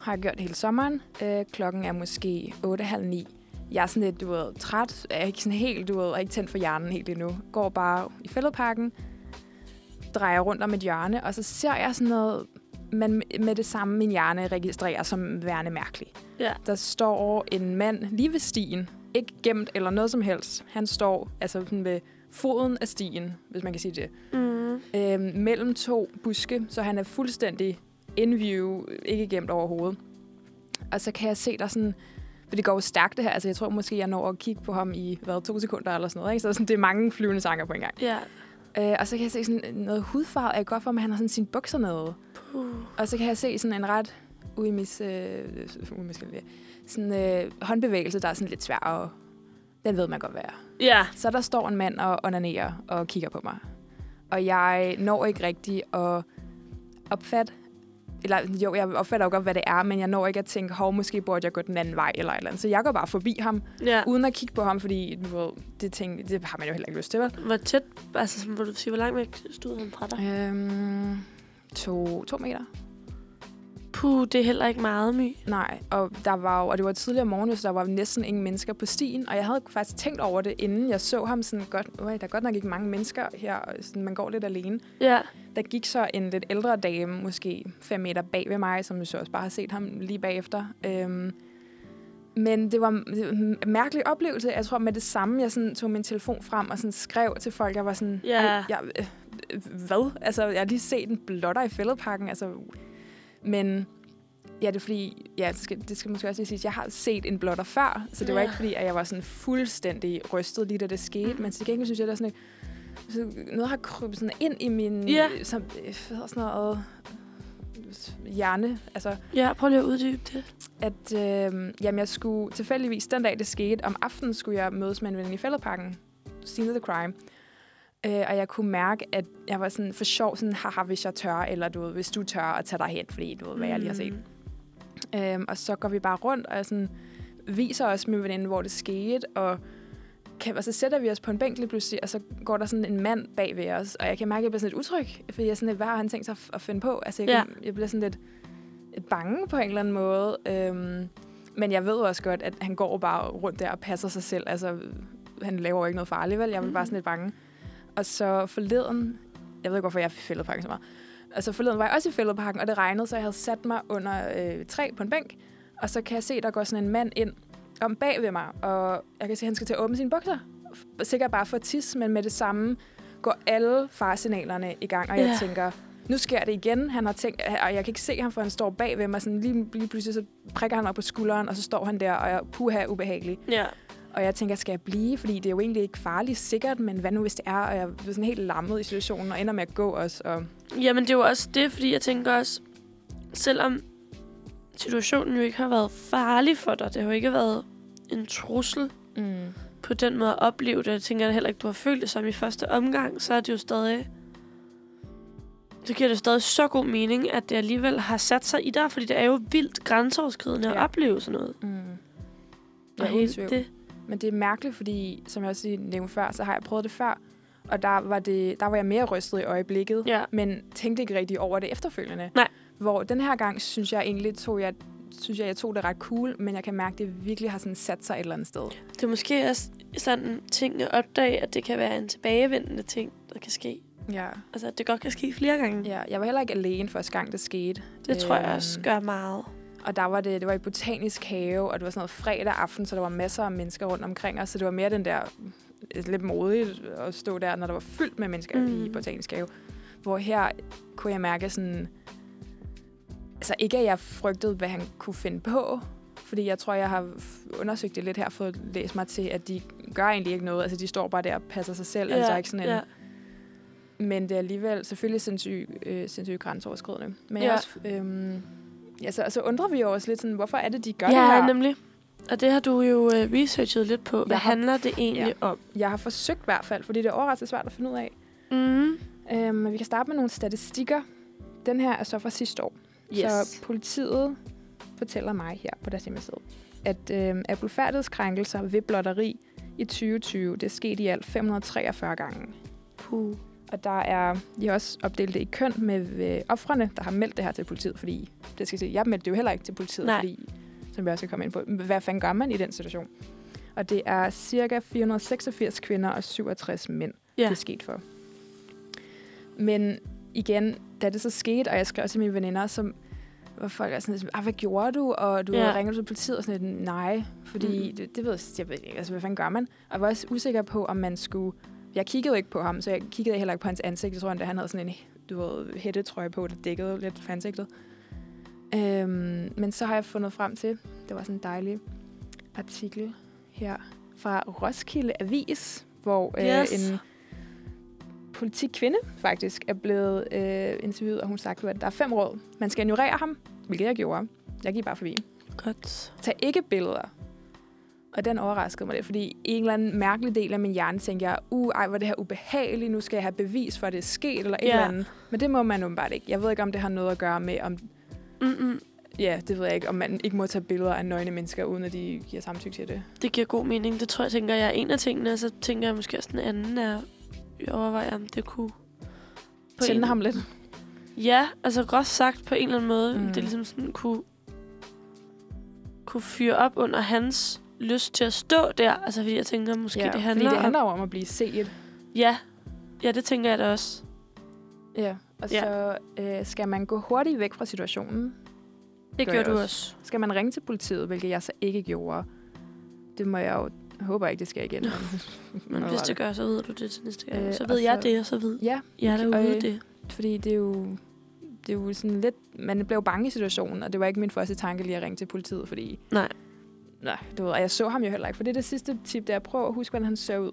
Har jeg gjort hele sommeren. Øh, klokken er måske 8.30. Jeg er sådan lidt, du ved, træt. Er ikke sådan helt, du ved, er ikke tændt for hjernen helt endnu. Går bare i fældeparken. Drejer rundt om et hjørne. Og så ser jeg sådan noget, man med det samme min hjerne registrerer som værende mærkelig.
Ja.
Der står en mand lige ved stien. Ikke gemt eller noget som helst. Han står altså sådan ved foden af stien, hvis man kan sige det
Mm.
øh, mellem to buske, så han er fuldstændig in view, ikke gemt overhovedet. Og så kan jeg se der sådan, for det går jo stærkt det her, altså jeg tror måske, jeg når at kigge på ham i, hvad, to sekunder eller sådan noget, ikke? så sådan, det er mange flyvende sanger på en gang.
Ja.
Øh, og så kan jeg se sådan noget hudfarve, er godt for mig, han har sådan sine bukser nede.
Puh.
Og så kan jeg se sådan en ret uimisk, øh, uimisk, sådan, øh, håndbevægelse, der er sådan lidt svær, og den ved man godt, hvad er.
Ja.
Så der står en mand og onanerer og kigger på mig. Og jeg når ikke rigtig at opfatte, eller jo, jeg opfatter jo godt, hvad det er, men jeg når ikke at tænke, hov, måske burde jeg gå den anden vej eller et eller andet. Så jeg går bare forbi ham,
ja.
uden at kigge på ham, fordi du ved, det, ting, det har man jo heller ikke lyst til, vel?
Hvor tæt, altså sådan, hvor du siger, hvor langt væk stod han fra dig?
Øhm, to, to meter.
Puh, det er heller ikke meget, My.
Nej, og, der var jo, og det var tidligere morgen, så der var næsten ingen mennesker på stien, og jeg havde faktisk tænkt over det, inden jeg så ham sådan godt, øh, der er godt nok ikke mange mennesker her, og sådan, man går lidt alene.
Ja.
Der gik så en lidt ældre dame, måske 5 meter bag ved mig, som jeg så også bare har set ham lige bagefter. Øhm, men det var en det var en mærkelig oplevelse. Jeg tror, med det samme, jeg sådan, tog min telefon frem og sådan, skrev til folk, jeg var sådan,
Ja.
"Ej, jeg, øh, øh, hvad? Altså, jeg har lige set en blotter i fældeparken. Altså. Men ja, det er fordi, ja, det skal, det skal måske også lige siges, jeg har set en blotter før, så det var
Ja.
ikke fordi, at jeg var sådan fuldstændig rystet lige da det skete, men til gengæld synes jeg, det er sådan, så noget har krybet sådan ind i min
Ja.
øh, som, øh, hvad hedder sådan noget, øh, hjerne. Altså,
Ja, prøv lige at uddybe det.
at øh, jamen, jeg skulle tilfældigvis, den dag det skete, om aftenen skulle jeg mødes med en veninde i fældeparken. Scene of the crime. Øh, og jeg kunne mærke, at jeg var sådan for sjov, sådan, haha, hvis jeg tør, eller du ved, hvis du tør at tage dig hen, fordi du ved, hvad jeg lige har set.
Mm.
Øhm, og så går vi bare rundt og sådan, viser også min veninde, hvor det skete, og, kan, og så sætter vi os på en bænk lige pludselig, og så går der sådan en mand bag ved os, og jeg kan mærke, at jeg bliver sådan lidt utryg, fordi jeg er sådan lidt, hvad har han tænkt sig at- at finde på? Altså, jeg, ja. jeg bliver sådan lidt, lidt bange på en eller anden måde, øhm, men jeg ved jo også godt, at han går bare rundt der og passer sig selv, altså han laver jo ikke noget farligt, vel? Jeg var bare sådan lidt bange. Og så forleden, jeg ved ikke, hvorfor jeg er i fældeparken så meget, og så forleden var jeg også i fældeparken, og det regnede, så jeg havde sat mig under øh, et træ på en bænk, og så kan jeg se, der går sådan en mand ind om bag ved mig, og jeg kan se, at han skal til at åbne sine bukser. F- Sikkert bare for at tisse, men med det samme går alle faresignalerne i gang, og jeg
Ja.
tænker, nu sker det igen. Han har tænkt, og jeg kan ikke se ham, for han står bag ved mig. Sådan lige, lige pludselig så prikker han mig på skulderen, og så står han der, og jeg puha ubehagelig.
Ja.
Og jeg tænker, skal jeg blive? Fordi det er jo egentlig ikke farligt sikkert, men hvad nu hvis det er? Og jeg blev sådan helt lammet i situationen og ender med at gå også. Og
Jamen, det er jo også det, fordi jeg tænker også, selvom situationen jo ikke har været farlig for dig, det har jo ikke været en trussel
mm.
på den måde at opleve det, jeg tænker heller ikke, du har følt det som i første omgang, så er det jo stadig... Så giver det jo stadig så god mening, at det alligevel har sat sig i dig, fordi det er jo vildt grænseoverskridende at
Ja.
opleve sådan noget.
Mm.
Og
Ja, uden
hele
tvivl.
det.
Men det er mærkeligt, fordi som jeg også lige nævnte før, så har jeg prøvet det før. Og der var, det, der var jeg mere rystet i øjeblikket,
Ja.
men tænkte ikke rigtig over det efterfølgende.
Nej.
Hvor den her gang, synes jeg egentlig, tog jeg, synes jeg, jeg tog det ret cool, men jeg kan mærke, at det virkelig har sådan sat sig et eller andet sted.
Det er måske også sådan ting at opdage, at det kan være en tilbagevendende ting, der kan ske.
Ja.
Altså, at det godt kan ske flere gange.
ja. Jeg var heller ikke alene første gang, det skete.
Det tror jeg også
Øhm,
gør meget.
Og der var det, det var i botanisk have, og det var sådan noget fredag aften, så der var masser af mennesker rundt omkring os, så det var mere den der øh, lidt modigt at stå der, når der var fyldt med mennesker mm. i
Mm.
botanisk have. Hvor her kunne jeg mærke sådan, altså ikke at jeg frygtede, hvad han kunne finde på, fordi jeg tror, jeg har f- undersøgt det lidt her, fået læst mig til, at de gør egentlig ikke noget, altså de står bare der og passer sig selv, ja, altså der er ikke sådan en,
ja.
ja. Men det er alligevel selvfølgelig sindssygt øh, sindssyg grænseoverskridende. Men ja.
Ja.
også, øhm, ja, så, så undrer vi jo også lidt sådan, hvorfor er det, de gør det
ja
her?
nemlig. Og det har du jo øh, researchet lidt på. Hvad
Jeg har-
handler det egentlig ja. om?
Jeg har forsøgt i hvert fald, fordi det er overraskende svært at finde ud af.
Mm.
Øhm, men vi kan starte med nogle statistikker. Den her er så fra sidste år. Så politiet fortæller mig her på deres hjemmeside, at øh, af blodfærdighedskrænkelser ved blotteri i 2020, det er sket i alt 543 gange.
Puh.
Og der er, de har også opdelt det i køn med øh, offrene, der har meldt det her til politiet, fordi det skal jeg sige, jeg meldte det jo heller ikke til politiet,
Nej.
fordi, som jeg også skal komme ind på, hvad fanden gør man i den situation? Og det er cirka 486 kvinder og 67 mænd, ja.
Ja.
det er sket for. Men igen, da det så skete, og jeg skrev til mine veninder, som hvor folk er sådan lidt, "Ah, hvad gjorde du? Og du
Ja.
ja. ringer du til politiet og sådan lidt, nej, fordi
Mhm.
mm. det, det ved jeg, jeg ved ikke, altså hvad fanden gør man? Og jeg var også usikker på, om man skulle jeg kiggede jo ikke på ham, så jeg kiggede heller ikke på hans ansigt. Jeg tror endda, han havde sådan en du ved, hættetrøje på, der dækkede lidt for ansigtet. Øhm, men så har jeg fundet frem til, det var sådan en dejlig artikel her fra Roskilde Avis, hvor
Yes.
øh, en politikvinde faktisk er blevet øh, interviewet, og hun sagde, at der er fem råd. Man skal ignorere ham, hvilket jeg gjorde. Jeg gik bare forbi.
Godt.
Tag ikke billeder. Og den overraskede mig lidt, fordi i en eller anden mærkelig del af min hjerne tænkte jeg, uh, ej, hvor er det her ubehageligt, nu skal jeg have bevis for, at det er sket, eller et
Ja.
eller andet. Men det må man åbenbart ikke. Jeg ved ikke, om det har noget at gøre med, om,
Mm-mm.
ja, det ved jeg ikke, om man ikke må tage billeder af nøgne mennesker, uden at de giver samtykke til det.
Det giver god mening. Det tror jeg, tænker jeg er en af tingene, og så tænker jeg måske også den anden er, jeg overvejer, om det kunne... på en-
Tænde ham lidt.
Ja, altså groft sagt på en eller anden måde.
Mm.
Mm. Det er ligesom sådan kunne, kunne fyre op under hans lyst til at stå der. Altså fordi jeg tænker, måske ja, det handler,
fordi det
om...
handler jo om at blive set.
Ja. ja, det tænker jeg da også.
Ja. Og
Ja.
så øh, skal man gå hurtigt væk fra situationen.
Det
Gør
gør,
jeg
du
også.
også.
Skal man ringe til politiet, hvilket jeg så ikke gjorde. Det må jeg jo... Jeg håber ikke, det sker igen.
Nå,
Nå,
Men hvis
var
det gør, så ved du det til næste gang.
Øh,
så
og
ved jeg
så-
det, og så ved
Ja,
jeg
og,
derude
øh,
det.
fordi det er jo... Det er jo sådan lidt... Man blev bange i situationen, og det var ikke min første tanke lige at ringe til politiet, fordi...
Nej.
Nej, du ved, og jeg så ham jo heller ikke, for det er det sidste tip, der er prøv at huske, hvordan han så ud.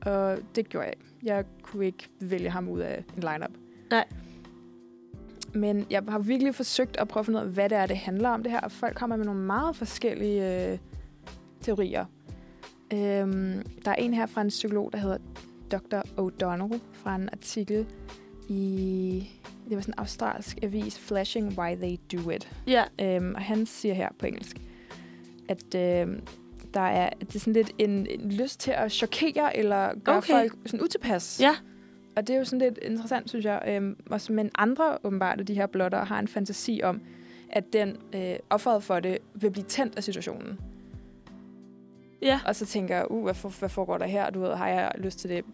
Og det gjorde jeg ikke. Jeg kunne ikke vælge ham ud af en lineup.
Nej.
Men jeg har virkelig forsøgt at prøve at finde ud af, hvad det er, det handler om det her, og folk kommer med nogle meget forskellige øh, teorier. Øhm, der er en her fra en psykolog, der hedder Dr. O'Donnell, fra en artikel i det var sådan en australsk avis, Flashing Why They Do It.
Ja,
Øhm, og han siger her på engelsk, at øhm, der er, at det er sådan lidt en, en lyst til at chokere eller gøre okay.
Okay.
folk sådan utilpas.
Ja.
Og det er jo sådan lidt interessant, synes jeg. Øhm, også, men andre åbenbart af de her blotter har en fantasi om, at den øh, offeret for det vil blive tændt af situationen.
ja.
Og så tænker jeg, uh, hvad, for, hvad foregår der her? Du ved, har jeg lyst til det?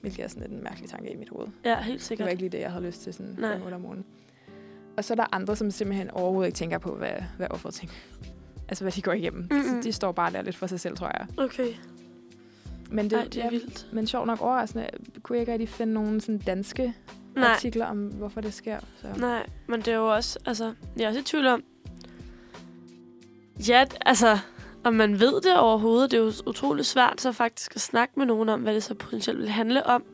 Hvilket er sådan lidt en mærkelig tanke i mit hoved.
ja, helt
Det var
sikkert.
ikke lige det, jeg havde lyst til sådan
Nej.
Nej. om morgenen. Og så er der andre, som simpelthen overhovedet ikke tænker på, hvad, hvad offeret tænker. Altså, hvad de går igennem. Mm-hmm. Så
Mhm.
de står bare der lidt for sig selv, tror jeg.
Okay,
Men det,
det, Ej, det er
ja,
vildt.
men sjovt nok overraskende, kunne jeg ikke rigtig finde nogen sådan danske Nej.
Nej,
artikler om, hvorfor det sker. Så.
nej, men det er jo også, altså, jeg er også i tvivl om, ja, altså, om man ved det overhovedet, det er jo utroligt svært så faktisk at snakke med nogen om, hvad det så potentielt vil handle om.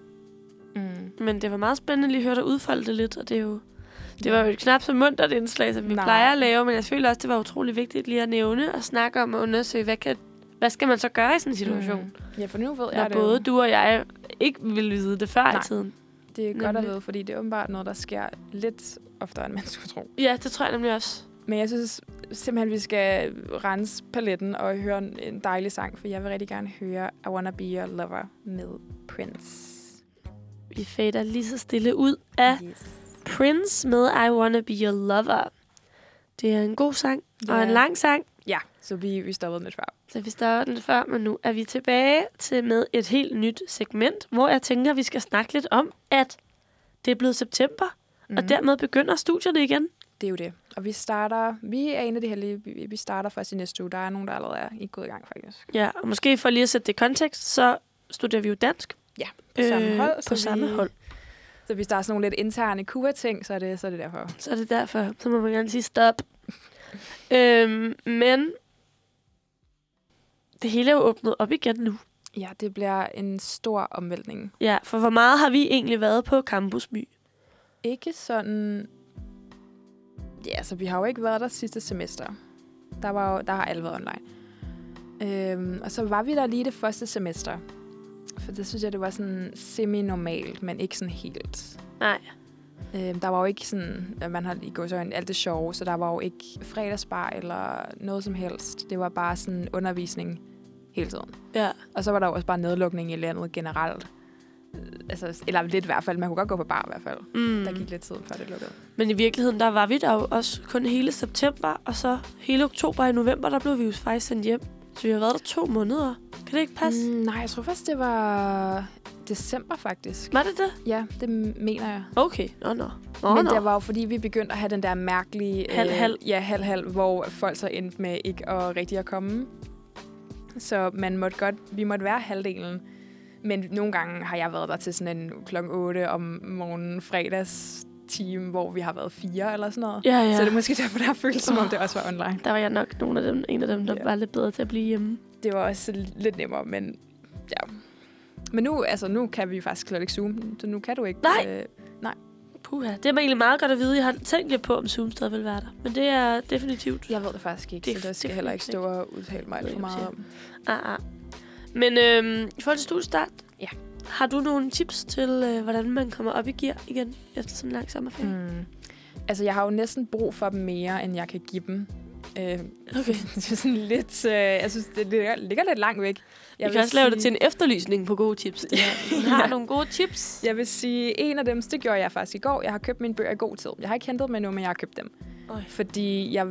Mm.
Men det var meget spændende lige at høre dig udfolde det lidt, og det er jo... Det var jo et knap så muntert indslag, som vi
Nej.
Nej. plejer at lave, men jeg føler også, det var utrolig vigtigt lige at nævne og snakke om og undersøge, hvad, kan, hvad skal man så gøre i sådan en situation? Mm.
Ja, for nu ved jeg
Når
det
både
jo.
du og jeg ikke ville vide det før i
Nej.
tiden.
Det er godt at
Nemlig.
vide, fordi det er åbenbart noget, der sker lidt oftere, end man skulle tro.
Ja, det tror jeg nemlig også.
Men jeg synes simpelthen, vi skal rense paletten og høre en- en dejlig sang, for jeg vil rigtig gerne høre I Wanna Be Your Lover med Prince.
Vi fader lige så stille ud af
Yes.
Prince med I Wanna Be Your Lover. Det er en god sang, yeah. og en lang sang,
Ja, så vi, vi stoppede lidt før.
Så vi startede lidt før, men nu er vi tilbage til med et helt nyt segment, hvor jeg tænker, at vi skal snakke lidt om, at det er blevet september, mm.
Mm.
og dermed begynder studierne igen.
Det er jo det. Og vi starter, vi er en af de heldige, vi, vi starter først i næste uge. Der er nogen, der allerede er i god gang, faktisk.
Ja, og måske for lige at sætte det i kontekst, så studerer vi jo dansk. Øh,
Ja, på samme hold, så
På samme
vi-
hold.
Så hvis der er sådan nogle lidt interne kuva-ting, så er det, så er det derfor.
Så er det derfor, så må man gerne sige stop. øhm, men det hele er jo åbnet op igen nu.
Ja, det bliver en stor omvæltning.
Ja, for hvor meget har vi egentlig været på Campus My?
Ikke sådan... Ja, så vi har jo ikke været der sidste semester. Der, var jo, der har alle været online. Øhm, og så var vi der lige det første semester. For det synes jeg, det var sådan semi-normalt, men ikke sådan helt.
Nej.
Øhm, der var jo ikke sådan, at man har i går så alt det sjove, så der var jo ikke fredagsbar eller noget som helst. Det var bare sådan undervisning hele tiden.
Ja.
Og så var der jo også bare nedlukning i landet generelt. Øh, Altså, eller lidt i hvert fald. Man kunne godt gå på bar i hvert fald.
Mm.
Der gik lidt tid, før det lukkede.
Men i virkeligheden, der var vi der jo også kun hele september, og så hele oktober og i november, der blev vi jo faktisk sendt hjem. Så vi har været der to måneder. Kan det ikke passe? Mm.
Mm, nej, jeg tror faktisk, det var december faktisk.
Var det det?
Ja, det mener jeg.
Okay. Nå, nå. nå,
Men
nå.
det var jo, fordi vi begyndte at have den der mærkelige...
Halv-halv.
Øh, ja, halv-halv, hvor folk så endte med ikke at rigtig at komme. Så man måtte godt, vi måtte være halvdelen. Men nogle gange har jeg været der til sådan en klokken 8 om morgenen fredags time, hvor vi har været fire eller sådan noget.
Ja, ja.
Så det er måske derfor, der har følt, som om det også var online.
Der var jeg nok nogle af dem, en af dem, der
Ja.
ja. var lidt bedre til at blive hjemme.
Det var også lidt nemmere, men ja. Men nu, altså, nu kan vi faktisk slet ikke zoome, så nu kan du ikke...
Nej.
Øh,
Puha. Det er mig egentlig meget godt at vide. Jeg har tænkt lidt på, om Zoom stadig vil være der. Men det er definitivt.
Jeg ved det faktisk ikke,
Det
det, så
er
der
definitivt
skal jeg heller ikke stå og udtale mig alt for meget om.
Ah, ah. Men øhm, i forhold til studiestart,
Ja.
har du nogle tips til, øh, hvordan man kommer op i gear igen efter sådan en lang sommerferie?
Mm. Altså, jeg har jo næsten brug for dem mere, end jeg kan give dem. Øh,
Okay.
det er sådan lidt... Øh, jeg synes, det ligger, ligger lidt langt væk.
Jeg
Jeg
vi
vil
kan også lave det
sige-
til en efterlysning på gode tips. Det her. Hun har
Ja.
nogle gode tips.
Jeg vil sige, en af dem, det gjorde jeg faktisk i går. Jeg har købt mine bøger i god tid. Jeg har ikke hentet dem endnu, men jeg har købt dem.
Øj.
Fordi jeg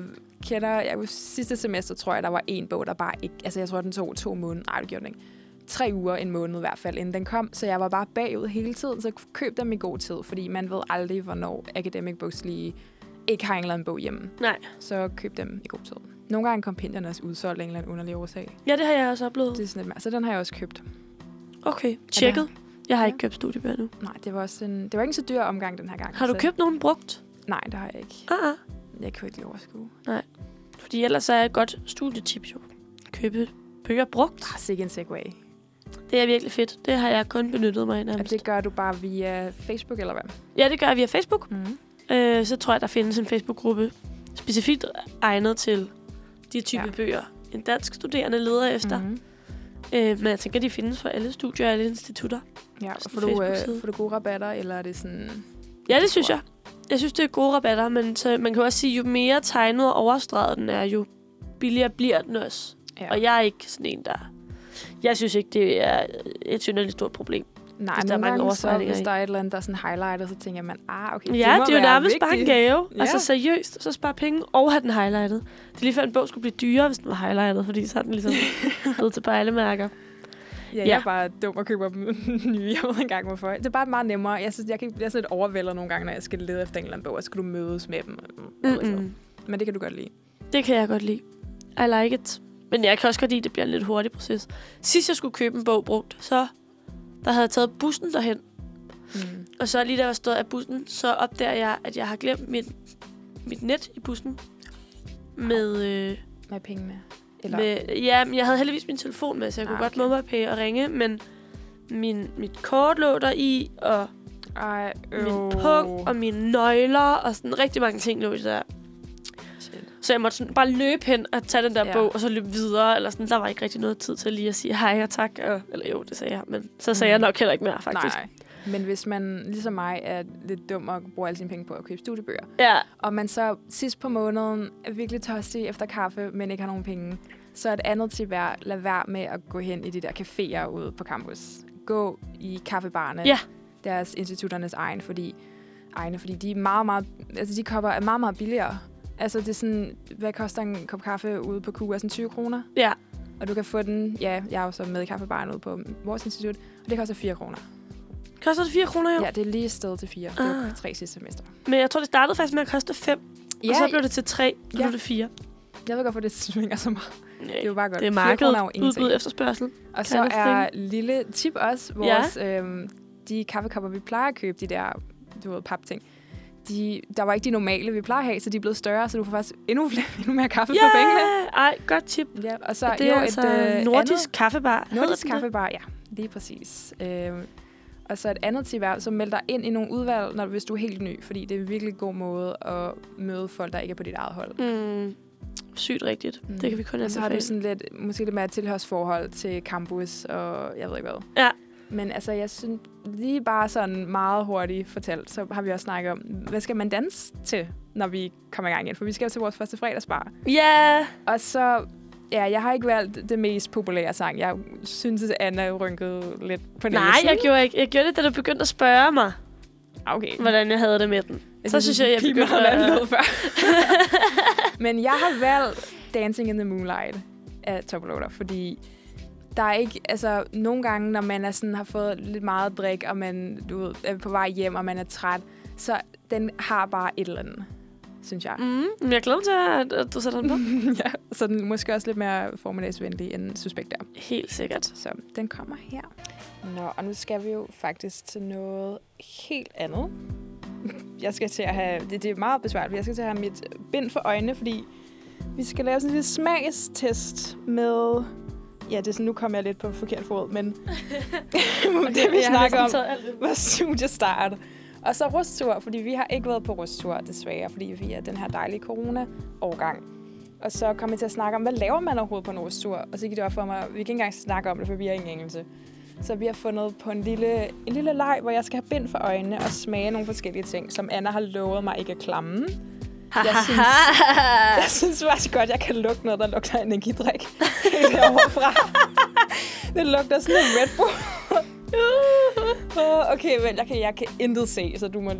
kender... Jeg, sidste semester, tror jeg, der var en bog, der bare ikke... Altså, jeg tror, den tog to måneder. Nej, det gjorde den ikke. Tre uger, en måned i hvert fald, inden den kom. Så jeg var bare bagud hele tiden, så køb dem i god tid. Fordi man ved aldrig, hvornår Academic Books lige ikke har en eller anden bog hjemme.
Nej.
Så køb dem i god tid. Nogle gange kom pinderne også udsolgt af en eller anden underlig årsag.
Ja, det har jeg også oplevet.
Det er sådan lidt mær- Så den har jeg også købt.
Okay, tjekket. Jeg har
Ja.
ikke købt studiebøger nu.
Nej, det var, også en, det var ikke en så dyr omgang den her gang.
Har du
så-
købt nogen brugt?
Nej, det har jeg ikke.
Ah, ah.
Jeg kan jo ikke lige overskue.
Fordi ellers er et godt studietip jo. Købe bøger brugt.
Ah, sikke en segway.
Det er virkelig fedt. Det har jeg kun benyttet mig af
Og
nærmest.
det gør du bare via Facebook, eller hvad?
Ja, det gør jeg via Facebook.
Mm.
Øh, så tror jeg, der findes en Facebook-gruppe specifikt egnet til de type ja.
Ja.
bøger. En dansk studerende leder efter. Mm.
Mm.
Øh, men jeg tænker, de findes for alle studier og alle institutter. Sådan
Ja, og
en
får du,
Facebook-side.
øh, får du gode rabatter, eller er det sådan...
Ja, det
Det
synes
tror
jeg. Jeg synes, det er gode rabatter, men så, man kan jo også sige, jo mere tegnet og overstreget den er, jo billigere bliver den også. Ja.
Ja.
Og jeg er ikke sådan en, der... Jeg synes ikke, det er et synderligt stort problem.
Nej,
Hvis
hvis
der er
nogle
mange
gange så,
oversejlinger
hvis
i.
der er et eller andet, der er sådan highlighter, så tænker man, ah, okay,
Ja,
det,
det, er
må
jo
være
nærmest bare en
vigtigt.
gave. Ja.
Ja.
Altså seriøst, så spare penge og have den highlightet. Det er lige før, en bog skulle blive dyrere, hvis den var highlightet, fordi så har den ligesom blevet til pejlemærker.
Ja,
Ja.
jeg er bare dum og køber dem nye. Jeg ved ikke engang, hvorfor. Det er bare meget nemmere. Jeg, synes, jeg, kan, jeg er sådan lidt overvældet nogle gange, når jeg skal lede efter en eller anden bog, og så skal du mødes med dem. Mm-hmm.
Mm-mm.
Men det kan du godt lide.
Altså, Det kan jeg godt lide. I like it. Men jeg kan også godt lide, at det bliver en lidt hurtig proces. Sidst jeg skulle købe en bog brugt, så der havde jeg taget bussen derhen.
Mm.
Og så lige da jeg stod af bussen, så opdager jeg, at jeg har glemt mit, mit net i bussen. Med, øh,
Med penge med. Eller, med.
med, ja, men jeg havde heldigvis min telefon med, så jeg
Ah,
kunne godt
okay.
mobile pay og ringe, men min, mit kort lå der i, og
Ej, øh.
min pung, og mine nøgler, og sådan rigtig mange ting lå i det der.
Shit.
Så jeg måtte sådan bare løbe hen og tage den der ja.
Ja.
bog, og så løbe videre. Eller sådan. Der var ikke rigtig noget tid til lige at sige hej og tak. Og, eller jo, det sagde jeg, men så sagde mm.
Mm.
jeg nok heller ikke mere, faktisk.
Nej, nej. Men hvis man, ligesom mig, er lidt dum og bruger alle sine penge på at købe studiebøger,
Ja,
og man så sidst på måneden er virkelig tørstig efter kaffe, men ikke har nogen penge, så et andet tip er, lad være med at gå hen i de der caféer ude på campus. Gå i kaffebarne,
Ja.
deres institutternes egen, fordi, egne, fordi de er meget, meget, altså de kopper er meget, meget billigere. Altså det er sådan, hvad koster en kop kaffe ude på Q? Er sådan 20 kroner?
ja.
Og du kan få den, ja, jeg er jo så med i kaffebaren ude på vores institut, og det koster 4 kroner.
Koster det 4 kroner jo?
Ja, det er lige stedet til fire. Det var
Ah.
tre sidste semester.
Men jeg tror, det startede faktisk med at koste 5, ja, og så blev det til 3, og ja.
Ja.
nu er det 4.
jeg ved godt, hvor det svinger så meget.
Nej,
Det er jo bare godt.
det er
Fire kroner jo
markedet,
ingenting.
udbud efterspørgsel.
Og så
kind of
er lille tip også, vores, ja. øhm, de kaffekopper, vi plejer at købe, de der, du ved, papting, de, der var ikke de normale, vi plejer at have, så de er blevet større, så du får faktisk endnu, flere, endnu mere kaffe
Ja,
yeah! på pengene.
ej, godt tip.
Ja, og så
Og det er
jo
jo altså
et øh,
nordisk
andet-
kaffebar. Hedder
nordisk
den det?
kaffebar, ja, lige præcis. Øhm, og så et andet tip er, så meld dig ind i nogle udvalg, når, hvis du er helt ny, fordi det er en virkelig god måde at møde folk, der ikke er på dit eget hold.
Mm, sygt rigtigt. Mm.
Mm.
Det kan vi kun
Og så har du
anbefale.
sådan lidt, måske lidt mere tilhørsforhold til campus og jeg ved ikke hvad.
Ja.
Men altså, jeg synes lige bare sådan meget hurtigt fortalt, så har vi også snakket om, hvad skal man danse til, når vi kommer i gang igen? For vi skal jo til vores første fredagsbar.
Ja,
Og så, ja, jeg har ikke valgt det mest populære sang. Jeg synes, at Anna rynkede lidt på næsen. Ah,
nej, jeg gjorde ikke. Jeg gjorde det, da du begyndte at spørge mig,
Okay.
hvordan jeg havde det med den. så synes jeg, jeg
begyndte
begynder at-
at lave før. Men jeg har valgt Dancing in the Moonlight af Topoloader, fordi der er ikke, altså nogle gange, når man er sådan, har fået lidt meget drik, og man du ved, er på vej hjem, og man er træt, så den har bare et eller andet, synes jeg.
Mm, men jeg glæder mig til, at, at du sætter den på.
ja, så den er måske også lidt mere formiddagsvenlig end Suspekt er.
Helt sikkert.
Så den kommer her. Nå, og nu skal vi jo faktisk til noget helt andet. Jeg skal til at have, det, det er meget besværligt, men jeg skal til at have mit bind for øjnene, fordi vi skal lave sådan en lille smagstest med... Ja, det er sådan, nu kommer jeg lidt på forkert fod, men det vi snakker om, var studiestart. Og så rustur, fordi vi har ikke været på rustur, desværre, fordi vi er den her dejlige corona-årgang. Og så kom vi til at snakke om, hvad laver man overhovedet på en rustur? Og så gik det op for mig, at vi kan ikke engang snakke om det, for vi har ingen engelse. Så vi har fundet på en lille, en lille leg, hvor jeg skal have bind for øjnene og smage nogle forskellige ting, som Anna har lovet mig ikke at klamme. Jeg synes, jeg synes faktisk godt, jeg kan lugte noget, der lugter af energidrik. Helt heroverfra. Det lugter sådan en Red Bull. Åh, okay, vel, jeg kan, jeg kan intet se, så du må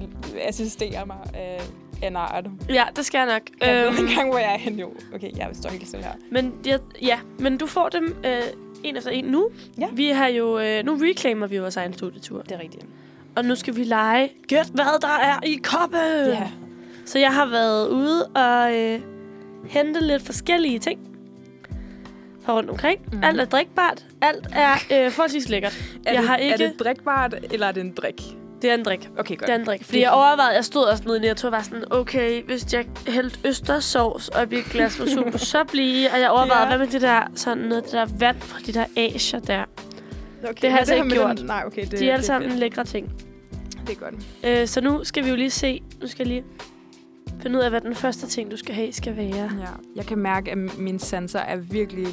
assistere mig af en art.
ja, det skal jeg nok.
Jeg ved
Øhm,
ikke engang, hvor jeg er henne jo. Okay, jeg står helt stille her.
men, ja, ja, men du får dem øh, en efter en nu.
Ja.
Vi har jo, øh, nu reclaimer vi vores egen studietur.
Det er rigtigt.
Og nu skal vi lege, gæt hvad der er i koppen.
Ja.
Så jeg har været ude og øh, hente lidt forskellige ting fra rundt omkring. Mm. Alt er drikbart. Alt er øh, forholdsvis lækkert. Er jeg det, har ikke...
Er det drikbart, eller er det en drik?
det er en drik.
Okay, godt.
Det er en drik. Fordi jeg overvejede, jeg stod også nede, og jeg tror bare sådan, okay, hvis jeg hældte østersovs op i et glas med suppe, så blive. Og jeg overvejede,
Ja.
hvad med det der, sådan noget, det der vand fra de der asier der.
okay,
det har jeg altså
her
ikke
med
gjort.
Den, nej, okay, det,
De er alle
det,
sammen
fedt.
lækre ting.
det er godt.
Øh, så nu skal vi jo lige se, nu skal jeg lige finde ud af, hvad den første ting, du skal have, skal være.
Ja. Jeg kan mærke, at mine sanser er virkelig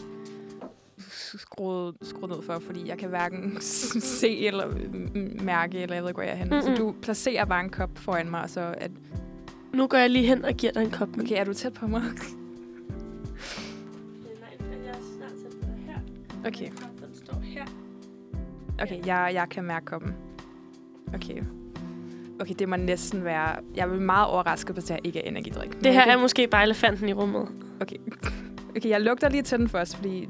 skruet, skruet ned for, fordi jeg kan hverken se eller m- mærke, eller jeg ved ikke, hvor jeg er henne.
Mm-mm.
Så du placerer bare en kop foran mig, og så er,
Nu går jeg lige hen og giver dig en kop med
okay, er du tæt på mig? Okay. Okay, jeg, jeg kan mærke koppen. Okay. Okay, det må næsten være... Jeg vil meget overrasket, hvis det her ikke er energidrik. Men
Det her
okay.
er måske bare elefanten i rummet.
Okay. Okay, jeg lugter lige til den først, fordi...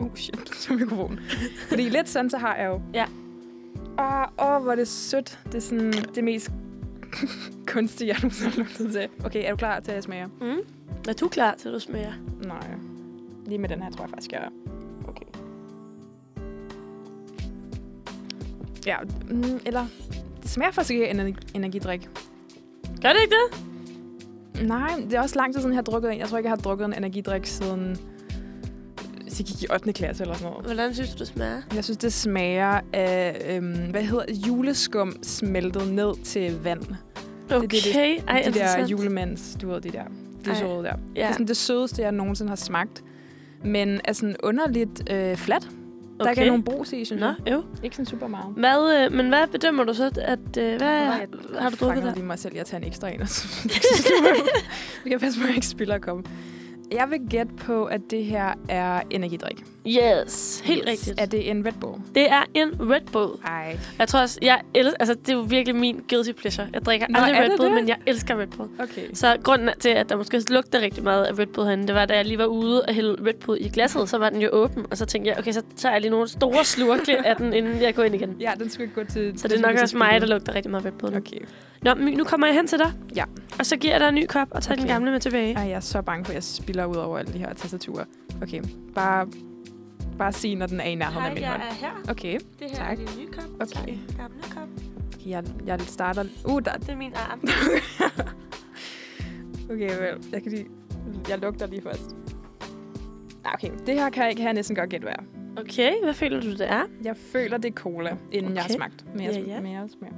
Uh, shit, så er mikrofonen. fordi lidt sådan, så har jeg jo.
Ja.
Ah, Åh, oh, hvor er det sødt. Det er sådan det mest kunstige, jeg nogensinde har lugtet til. Okay, er du klar til at smage?
Mm. Er du klar til, at du smager?
Nej. Lige med den her, tror jeg faktisk, jeg er. Okay. Ja, mm, eller... Det smager faktisk ikke af energi- energidrik.
Gør det ikke det?
Nej, det er også lang tid siden, jeg har drukket en. Jeg tror ikke, jeg har drukket en energidrik siden... Så jeg gik i 8. klasse eller sådan noget.
Hvordan synes du, det smager?
Jeg synes, det smager af, øhm, hvad hedder det? juleskum smeltet ned til vand.
Okay,
det- det-
ej,
de der
interessant.
julemands, du ved, de der.
Ej,
De søde der. Ja. Det
Ja,
er sådan det sødeste, jeg nogensinde har smagt. Men er sådan underligt øh, flat. Okay.
okay.
Der er ikke nogen brus i, synes
Nå,
jeg.
jo.
Ikke sådan super meget.
Hvad, øh, men hvad bedømmer du så, at... Øh, hvad
Jeg
har du drukket
fanger
der?
lige mig selv, jeg tager en ekstra en. og så- Jeg synes, det var- Vi kan passe på, at jeg ikke spiller komme. Jeg vil gætte på, at det her er energidrik.
Yes, helt yes. rigtigt.
Er det en Red Bull?
Det er en Red Bull.
Nej.
Jeg tror også, jeg elsker... Altså, det er jo virkelig min guilty pleasure. Jeg drikker
Nå,
aldrig
er
Red
det
Bull,
det?
men jeg elsker Red Bull.
Okay.
Så grunden til, at der måske lugter rigtig meget af Red Bull herinde, det var, da jeg lige var ude og hældte Red Bull i glasset, så var den jo åben. Og så tænkte jeg, okay, så tager jeg lige nogle store slurke af den, inden jeg går ind igen.
Ja, den skal gå til...
Så det er
den
nok
skal
også
til
mig, der
spillet.
lugter rigtig meget Red Bull. Okay.
Okay.
Nå, My, nu kommer jeg hen til dig.
Ja.
Og så giver jeg dig en ny kop og tager okay. den
Okay.
gamle med tilbage.
Ej, jeg er så bange for, at jeg spiller ud over alle de her tastaturer. Okay, bare, bare sig, når den er i nærheden af min hånd.
her.
Okay,
Det
her er Tak.
din nye kop.
Okay. Så er det
gamle kop.
okay jeg, jeg starter... Uh, der,
Det er min arm.
okay, vel. Jeg, kan lige, jeg lugter lige først. Nej, okay. Det her kan jeg ikke have næsten godt gætte, hvad er.
Okay, hvad føler du, det er?
Jeg føler, det er cola, inden okay. jeg har
Okay.
smagt. Men jeg,
Ja,
ja,
ja.
ja. Men jeg smager.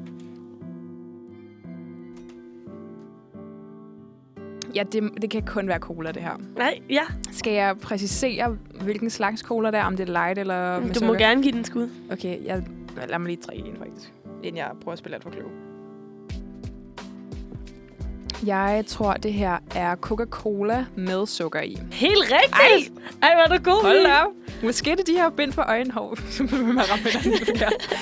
Ja, det, det kan kun være cola, det her.
Nej, ja.
Skal jeg præcisere, hvilken slags cola det er? Om det er light eller... med
Du må
sukker?
gerne give den skud.
Okay, jeg, lad mig lige drikke en faktisk, inden jeg prøver at spille alt for klog. Jeg tror, det her er Coca-Cola med sukker i.
Helt rigtigt! Ej, var du god.
Hold
Mie.
da op. Måske er det de her bind for øjenhår, som bliver med at ramme hinanden forkert.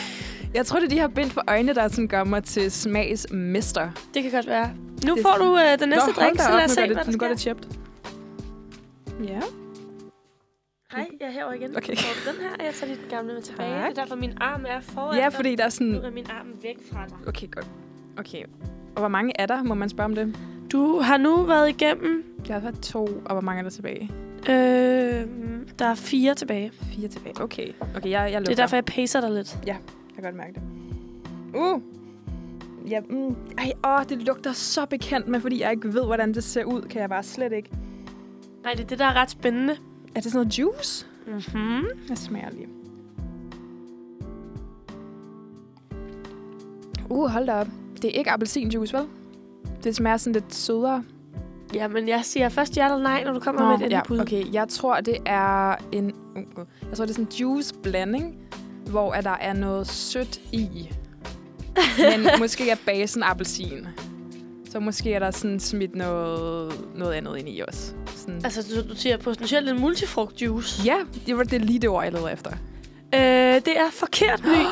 Jeg tror, det er de her bind for øjnene, der sådan gør mig til smagsmester.
Det kan godt være. Nu
Det-
får du øh, den næste
Nå, hold
drink,
da
så
op,
lad os
nu
se,
går
hvad
det,
der
Nu går
sker.
det chipped. Ja.
Nej, jeg hæver igen.
Okay.
Så får du den her, og jeg tager lige den gamle med tilbage.
Tak.
Det er derfor, min arm er foran
ja,
dig.
fordi der er
Nu
sådan...
er min arm væk fra dig.
Okay, godt. Okay. Og hvor mange er der? Må man spørge om det?
Du har nu været igennem.
Jeg har været to, og hvor mange er der tilbage?
Øh, der er fire tilbage. Det
Fire tilbage. Okay. Okay, jeg, jeg lugter.
er derfor, jeg pacer dig lidt.
Jeg kan godt mærke det. Uh! Ja, mm. Ej, åh, det lugter så bekendt, men fordi jeg ikke ved, hvordan det ser ud, kan jeg bare slet ikke.
Nej, det er det, der er ret spændende.
Er det sådan noget juice?
Mm-hmm.
Jeg smager lige. Uh, hold da op. Det er ikke appelsinjuice, vel? Det smager sådan lidt sødere.
Jamen, jeg siger først ja eller nej, når du kommer Nå, med et
ja,
endelig bud.
okay. Jeg tror, det er en... uh, uh. Jeg tror, det er sådan en juice-blanding, hvor at der er noget sødt i. Men måske er basen appelsin. Så måske er der sådan smidt noget, noget andet ind i også. Sådan.
Altså, du, du siger potentielt en multifrugtjuice.
Ja, det var det lige det ord, jeg leder efter.
Øh, det er forkert, ny.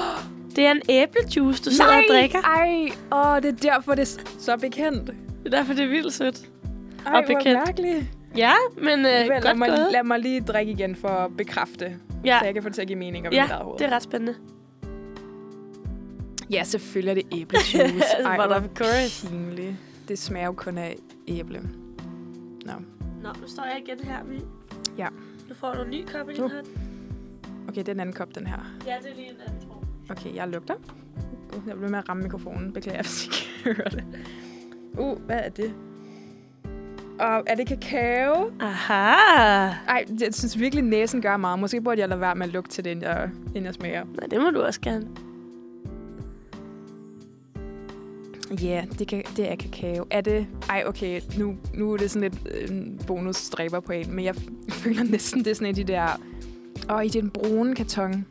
Det er en æblejuice, du sidder og drikker.
Ej, åh, det er derfor, det er s- så bekendt.
Det er derfor, det er vildt sødt.
Ej,
Og bekendt.
hvor mærkeligt.
Ja, men øh,
Vel, lad,
godt
mig,
gået.
lad mig lige drikke igen for at bekræfte, ja.
Ja,
så jeg kan få det til at give mening om ja, mit
ja
eget hoved.
det er ret spændende.
Ja, selvfølgelig er det æblejuice. Ej,
But
hvor
of course.
pinligt. Det smager jo kun af æble.
Nå, nu står jeg igen her, Vi.
Ja.
Nu får du en ny kop i
Nu.
din hånd.
Okay, det er en anden kop, den her.
Ja, det er lige en anden, tror
Okay, jeg lugter. Uh, jeg blev med at ramme mikrofonen. Beklager, hvis I kan høre det. Uh, hvad er det? Og er det kakao?
Aha!
Ej, jeg synes virkelig, næsen gør meget. Måske burde jeg lade være med at lugte til det, inden jeg, inden jeg smager.
Nej, det må du også gerne.
Ja, yeah, det, kan, det er kakao. Er det... Ej, okay, nu, nu er det sådan lidt øh, en bonusstræber på en, men jeg f- føler næsten, det er sådan et af de der... Åh, i den brune karton.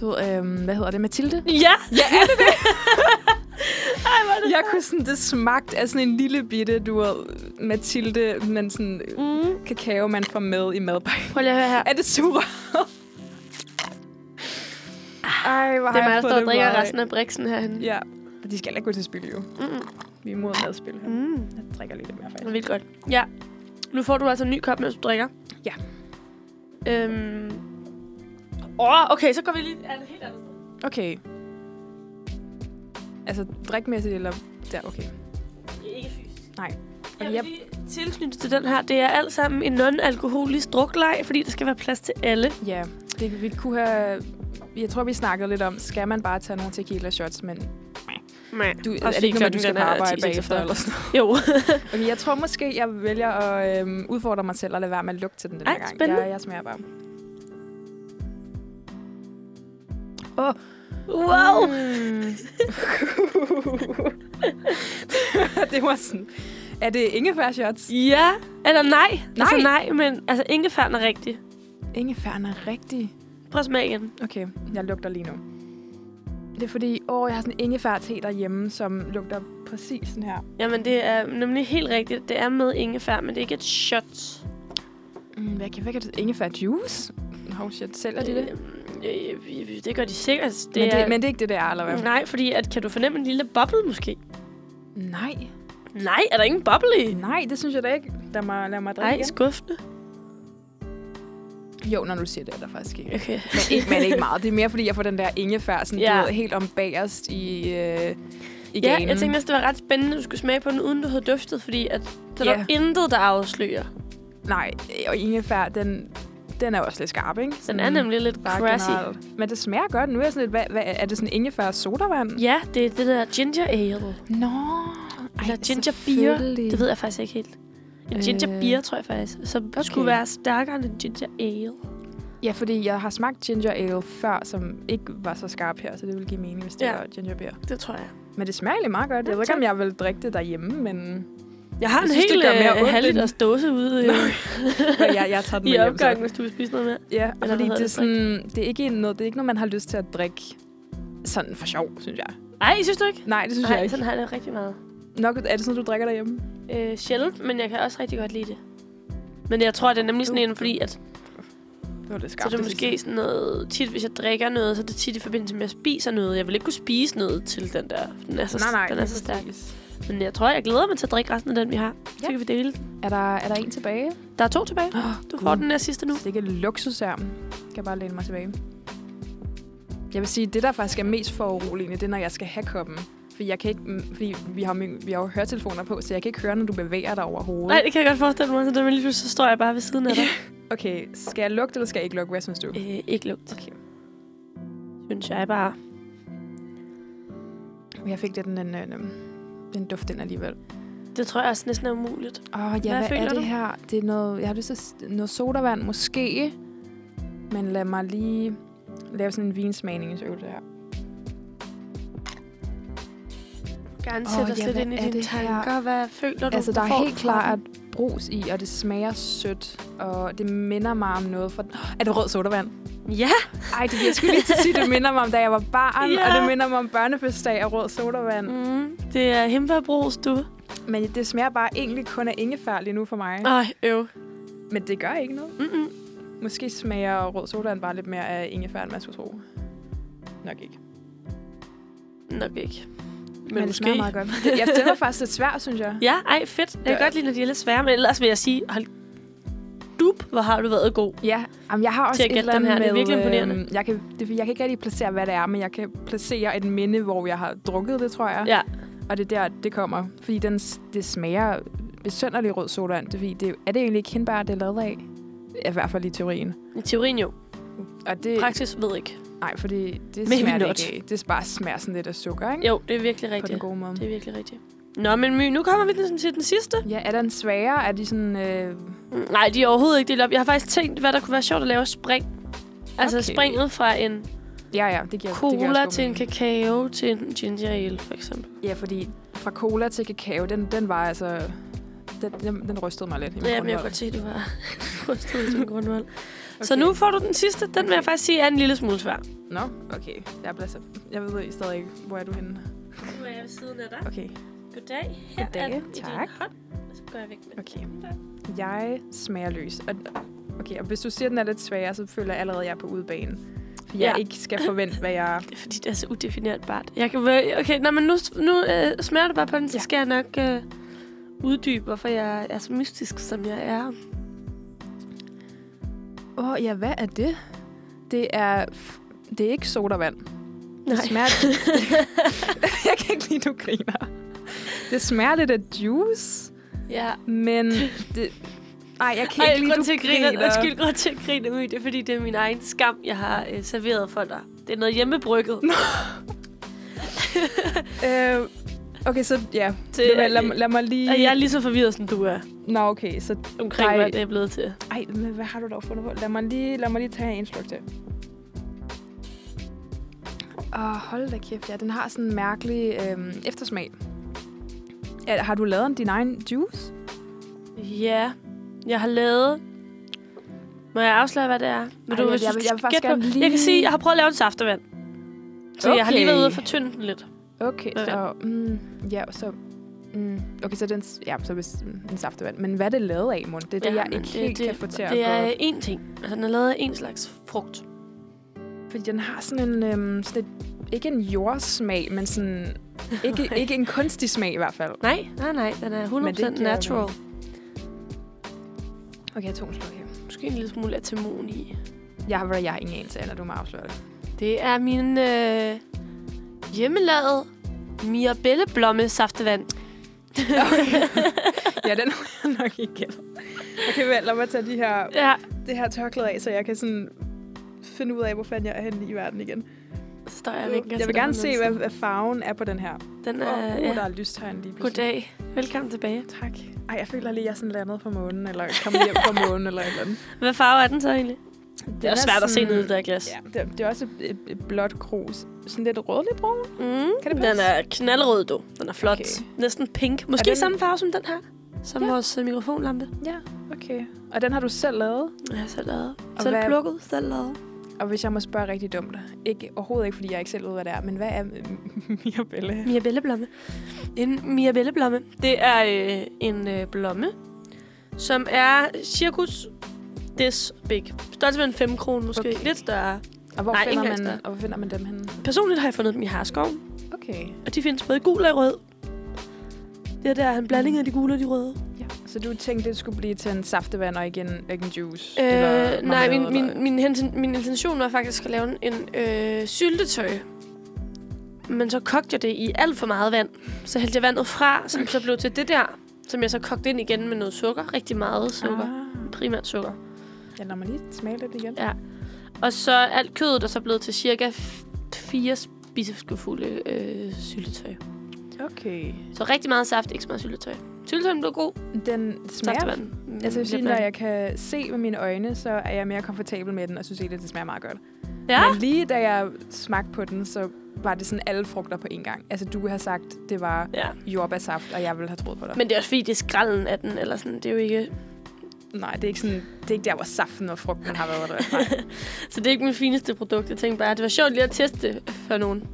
Du ved, øh, hvad hedder det? Mathilde?
Ja! Ja, er det det? Ej, hvor er det
Jeg
fedt.
kunne sådan, det smagte af sådan en lille bitte, du ved, Mathilde, men sådan øh,
Mm.
kakao, man får med i madpakken.
Prøv lige at høre her.
Er det sure? Ej, hvor
Det er
har
mig,
jeg
der
fået
står og drikker
meget.
resten af briksen herhenne.
Ja, de skal heller ikke gå til spil, jo.
Mm.
Vi er imod madspil her.
Mm.
Jeg drikker lidt mere,
Det er
faktisk.
vildt godt. Ja. Nu får du altså en ny kop, mens du drikker.
Ja.
Øhm. Åh, oh, okay, så går vi lige et helt andet sted.
Okay. Altså, drikmæssigt eller... Der, okay.
Ikke fysisk.
Nej.
Jeg
Okay,
vil
jeg,
lige tilknytte til den her. Det er alt sammen en non-alkoholisk drukleg, fordi der skal være plads til alle.
ja, det, vi kunne have... Jeg tror, vi snakkede lidt om, skal man bare tage nogle tequila shots, men
Nej.
du, er det ikke noget, med, at du skal på arbejde bagefter? Eller sådan. noget?
Jo.
Okay, jeg tror måske, jeg vælger at øhm, udfordre mig selv og lade være med at lugte til den den
Ej,
her gang.
spændende.
Jeg, jeg smager bare.
wow.
Mm. det var sådan... Er det ingefær shots?
Ja. Eller nej.
Nej.
Altså nej, men altså ingefæren er rigtig.
Ingefæren er rigtig
Prøv at smage igen.
Okay, jeg lugter lige nu. Det er fordi, åh, jeg har sådan en ingefær-te derhjemme, som lugter præcis sådan her.
Jamen, det er nemlig helt rigtigt. Det er med ingefær, men det er ikke et shot.
Mm, hvad, kan, hvad kan det Ingefær-juice? Oh shit, sælger de det? det
Øh, øh, øh, det gør de sikkert. Det
men, det,
er,
men det er ikke det, det er, eller hvad?
Øhm, Nej, fordi at, kan du fornemme en lille boble måske?
Nej,
Nej, er der ingen boble i?
nej, det synes jeg da ikke. Lad mig, lad mig drikke
Nej,
igen.
skuffende.
Jo, når du siger det, er der faktisk ikke.
Okay.
Men ikke, men ikke meget. Det er mere, fordi jeg får den der ingefær sådan, ja.
Ja.
du ved, helt om bagerst i, øh, i
Ja,
ganen.
jeg tænkte næsten, det var ret spændende, at du skulle smage på den, uden du havde duftet, fordi at der
Ja.
er yeah. intet, der afslører.
Nej, og ingefær, den, den er jo også lidt skarp, ikke?
Den er nemlig lidt
Mm. bare
crassy.
generelt. Men det smager godt. Nu er jeg sådan lidt, hvad, hvad, er det sådan ingefær sodavand?
Ja, det er det der ginger ale.
Nå.
Eller ginger beer. Det ved jeg faktisk ikke helt. En ginger
Øh.
beer, tror jeg faktisk, som okay. skulle
Okay.
være stærkere end en ginger ale.
Ja, fordi jeg har smagt ginger ale før, som ikke var så skarp her, så det ville give mening, hvis det
Ja.
ja. var ginger beer.
Det tror jeg.
Men det smager egentlig meget godt. Jeg
Ja,
ved ikke,
tak.
om jeg vil drikke det derhjemme, men
Jeg har
Jeg
en
synes, det
hel
gør mere
øh,
ondt
halvliters dåse ude øh,
men jeg, jeg tager den
i
med hjem.
opgangen,
Så.
hvis du vil spise noget mere.
Ja,
hvad
fordi
hedder
det er,
det, drik?
sådan, det, er ikke noget, det er ikke noget, man har lyst til at drikke sådan for sjov, synes jeg.
Ej, synes du ikke?
Nej, det synes
Nej,
jeg ikke.
sådan har jeg det rigtig meget.
Nok, er det sådan, du drikker derhjemme?
Øh, sjældent, men jeg kan også rigtig godt lide det. Men jeg tror, det er nemlig sådan en, fordi at,
Det var lidt
så er
skarpt.
det
det sidste.
måske sådan noget... Tit, hvis jeg drikker noget, så er det tit i forbindelse med, at jeg spiser noget. Jeg vil ikke kunne spise noget til den der. Den er så,
Nej, nej.
den er
lige
så stærk.
præcis.
Men jeg tror, jeg glæder mig til at drikke resten af den, vi har. Så
Ja.
kan vi dele den.
Er der, er der en tilbage?
Der er to tilbage.
Oh,
Du får den der sidste nu.
Det er ikke luksus her. Jeg kan bare læne mig tilbage. Jeg vil sige, det der faktisk er mest foruroligende, det er, når jeg skal have koppen. For jeg kan ikke, mm, fordi vi har, min- vi har jo høretelefoner på, så jeg kan ikke høre, når du bevæger dig overhovedet.
Nej, det kan jeg godt forestille mig. Så, der, lige pludselig, så står jeg bare ved siden af dig.
Okay, skal jeg lugte, eller skal jeg ikke lugte? Hvad synes du?
øh, ikke lugt,
Okay.
synes jeg bare.
Jeg fik lidt en, en, en, en duft ind alligevel.
Det tror jeg også næsten er umuligt.
Åh, oh, ja,
Hvad
hvad, hvad
føler
er det
du?
her? Det er noget, jeg har lyst til at s- noget sodavand, måske. Men lad mig lige lave sådan en vinsmagningsøvelse her.
gerne
Åh,
sætte oh, os
ja,
lidt
hvad
ind i
er
dine
det her?
tanker. Hvad føler du,
Altså,
du
der er
får
helt
fra
klart
den?
brus i, og det smager sødt, og det minder mig om noget fra... Er det rød sodavand?
Ja,
Ej, det jeg skulle lige til at sige, det minder mig om, da jeg var barn,
Ja.
og det minder mig om børnefødsdag og rød sodavand. Mm.
mm, det er himmelbrus, du.
Men det smager bare egentlig kun af ingefær lige nu for mig.
Ej, øv.
Men det gør ikke noget.
Mm-mm.
Måske smager rød sodavand bare lidt mere af ingefær, end man skulle tro. Nok ikke.
Nok ikke. Men,
Men det smager meget godt. Jeg den var faktisk lidt svær, synes jeg.
Ja, ej, fedt. Jeg kan
Ja.
godt lide, når de er lidt svære, men ellers vil jeg sige, hold dup, hvor har du været god.
Ja, jamen, jeg har også
Til at
et
gætte
eller
den
andet
her. Det
med...
er virkelig imponerende.
øhm, jeg, kan, det, jeg kan ikke rigtig placere, hvad det er, men jeg kan placere et minde, hvor jeg har drukket det, tror jeg.
Ja.
Og det er der, det kommer. Fordi den, s- det smager besønderlig rød sodavand. Det er, fordi det, er det egentlig ikke hindbær, det er lavet af? I hvert fald i teorien.
I teorien jo.
Og det,
Praksis ved ikke.
nej, fordi det
Maybe
smager det
not.
ikke af. Det bare smager sådan lidt af sukker, ikke?
Jo, det er virkelig
På den
rigtigt.
gode måde.
Det er virkelig rigtigt. Nå, men My, nu kommer vi ligesom til den sidste.
Ja, er den sværere? Er de sådan... Øh,
Mm, Nej, de er overhovedet ikke delt op. Jeg har faktisk tænkt, hvad der kunne være sjovt at lave af spring. Altså
Okay.
okay. springet fra en
ja, ja, det giver det giver også
cola
god
til en
mening.
kakao til en ginger ale, for eksempel.
Ja, fordi fra cola til kakao, den, den var altså... Den, den, den rystede mig lidt. i min
Ja, men jeg
grundvold.
kan godt se, at du var rystet som grundvold.
okay.
Okay. Så nu får du den sidste. Den vil jeg
Okay.
faktisk sige er en lille smule svær.
Nå, okay. Jeg, bliver så... jeg ved stadig ikke, hvor er du henne.
Nu er jeg ved siden af dig.
Okay.
Goddag.
Her er Goddag, den i din tak.
hånd. Og så går jeg væk med
Okay. Jeg smager løs. Og- Okay, og hvis du siger, at den er lidt sværere, så føler jeg allerede, at jeg er på udebane. For jeg
Ja.
ikke skal forvente, hvad jeg...
Det er fordi, det er så udefineret bart. Jeg kan, vel- okay, nej, men nu, nu øh, smager du bare på den, så
Ja.
skal jeg nok øh, uddybe, hvorfor jeg er så mystisk, som jeg er.
Åh, oh, ja, hvad er det? Det er... f- Det er ikke sodavand.
Nej.
Det smager... jeg kan ikke lide, du griner. Det smager lidt af juice,
Ja.
men... Det... Ej, jeg kan
Ej,
ikke lide,
grund
du
til at grine,
griner.
undskyld, grund til at grine, My, det er fordi, det er min egen skam, jeg har øh, serveret for dig. Det er noget hjemmebrygget.
Øh, okay, så ja.
Til,
Det, lad, lad, lad mig lige...
Og jeg er lige så forvirret, som du er,
Nå, okay, så
omkring
Ej.
Ej. hvad det er blevet til.
Ej, men hvad har du dog fundet på? Lad mig lige, lad mig lige tage en sluk til. Åh, hold da kæft, ja. Den har sådan en mærkelig øhm, eftersmag. Ja, har du lavet en- din egen juice?
Ja, jeg har lavet... Må jeg afsløre, hvad det er? Vil
Ej,
du,
jeg-
hvis
jeg
du
vil-
skal
jeg vil faktisk
gætte på-
gerne lige-
Jeg kan sige, at jeg har prøvet at lave en saftevand. Så okay. jeg har lige været
Okay.
ude og fortynde den lidt.
Okay,
Ja.
så... Mm, ja, så... Mm, okay, så den, s- ja, så hvis, mm, en saftevand. Men hvad er det lavet af, Mund? Det er det, jeg
men øh,
ikke helt kan få til at
Det
gå
er
op.
én ting. Altså, den er lavet af én slags frugt.
Fordi den har sådan en... Øhm, sådan et, ikke en jordsmag, men sådan... Ikke, ikke en kunstig smag i hvert fald.
Nej, nej, nej. Den er 100%
Men det giver
natural.
Okay, jeg tog en sluk her.
Måske en lille smule atemon i.
Jeg har, jeg har ingen anelse, Anna, du må afsløre det.
Det er min øh, hjemmelavede mirabelleblomme saftevand.
Ja, den har jeg nok ikke gættet. Okay, vel, lad mig tage de her,
Ja,
det her tørklæde af, så jeg kan sådan finde ud af, hvor fanden jeg er henne i verden igen.
så står jeg og
Jeg,
vinker
jeg
til
vil
dig
gerne
på
se,
den
hvad,
anden
hvad farven er på den her. Åh,
side. Den er...
uh,
Oh,
uh,
ja.
der er lystegn lige pludselig.
Goddag. Velkommen tilbage.
Tak. Ej, jeg føler lige, at jeg er sådan landet på månen, eller kom hjem fra månen, eller et eller andet.
Hvad farve er den så egentlig?
Den
Det er også svært at se
sådan-
ned i det der glas.
Ja, det, det er også et, et, et blåt krus. Sådan lidt rødlig brun.
Mm,
Kan det
den
passe?
er knaldrød, du. Den er flot.
Okay.
Okay. Næsten pink. Måske
den-
den... samme farve som den her. Som
Ja.
ja. vores øh, mikrofonlampe.
Ja, okay. Og den har du selv lavet?
Jeg har selv lavet.
Og
Selv
hvad-
plukket, selv lavet.
Og hvis jeg må spørge rigtig dumt, ikke, overhovedet ikke, fordi jeg ikke selv ved, hvad det er, men hvad er øh, Mirabelle?
Mirabelleblomme. En mirabelleblomme, det er øh, en øh, blomme, som er cirkus this big. Størrelse med en 5 kroner måske.
Okay.
Okay. Lidt større.
Og hvor,
Nej,
finder
ikke
man,
Landsberg.
og hvor finder man dem henne?
Personligt har jeg fundet dem i Harskoven,
Okay.
og de findes både i gul og i rød. Det er der en blanding af de gule og de røde.
Ja. Så du tænkte, det skulle blive til en saftevand og ikke en, ikke en juice?
Øh, nej,
marmelade,
min, min,
eller-
min, henten- min intention var faktisk at lave en øh, syltetøj. Men så kogte jeg det i alt for meget vand. Så hældte jeg vandet fra, som så blev til det der, som jeg så kogte ind igen med noget sukker. Rigtig meget sukker.
Ah.
primært sukker.
Ja, lad mig lige smage lidt igen.
Ja. Og så er alt kødet er så blevet til cirka f- fire spiseskefulde øh, syltetøj.
Okay.
Så rigtig meget saft, ikke så meget syltetøj. Syltetøjen blev god.
Den smager,
Saftevand Mm,
Altså, jeg vil sige,
Lidt
når
blandet.
jeg kan se med mine øjne, så er jeg mere komfortabel med den, og synes egentlig, det smager meget godt.
Ja.
Men lige da jeg smagte på den, så var det sådan alle frugter på én gang. Altså, du har sagt, det var
ja.
jordbærsaft, og jeg ville have troet på dig. Men
Men det er også fordi, det er skralden af den, eller sådan. Det er jo ikke...
nej, det er ikke, sådan, det er ikke der, hvor saften og frugten har været. Der.
Så det er ikke mit fineste produkt. Jeg tænkte bare, at det var sjovt lige at teste det for nogen.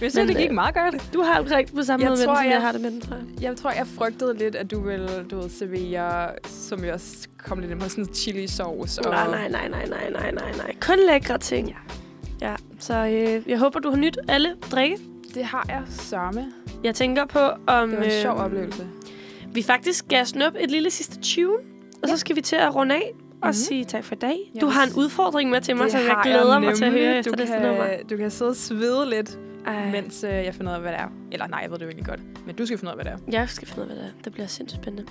Jeg synes,
Men,
det gik
øh,
meget godt.
Du har det rigtig på samme
Jeg
måde, med
tror,
den, som
jeg-
jeg har det med den, tror jeg.
Jeg tror, jeg frygtede lidt, at du ville du ved, servere, som vi også kom lidt ind på, sådan chili sauce.
Nej, nej, nej, nej, nej, nej, nej, nej. Kun lækre ting. Ja. Ja, så øh, jeg håber, du har nyt alle drikke.
Det har jeg sørme.
Jeg tænker på, om
Det var en sjov
øhm,
oplevelse.
vi faktisk skal snuppe et lille sidste tune, og så skal vi til at runde af og mm-hmm. sige tak for i dag. Yes. Du
Yes.
har en udfordring med til mig,
Mhm.
som
Det
jeg
har
glæder mig til at
nemlig.
høre efter
du
det
kan,
nummer.
Du kan sidde og svede lidt,
Ej, Men.
mens øh, jeg finder ud af, hvad det er. Eller nej, jeg ved det jo egentlig godt. Men du skal finde ud af, hvad det er.
jeg skal finde ud af, hvad det er. Det bliver sindssygt spændende.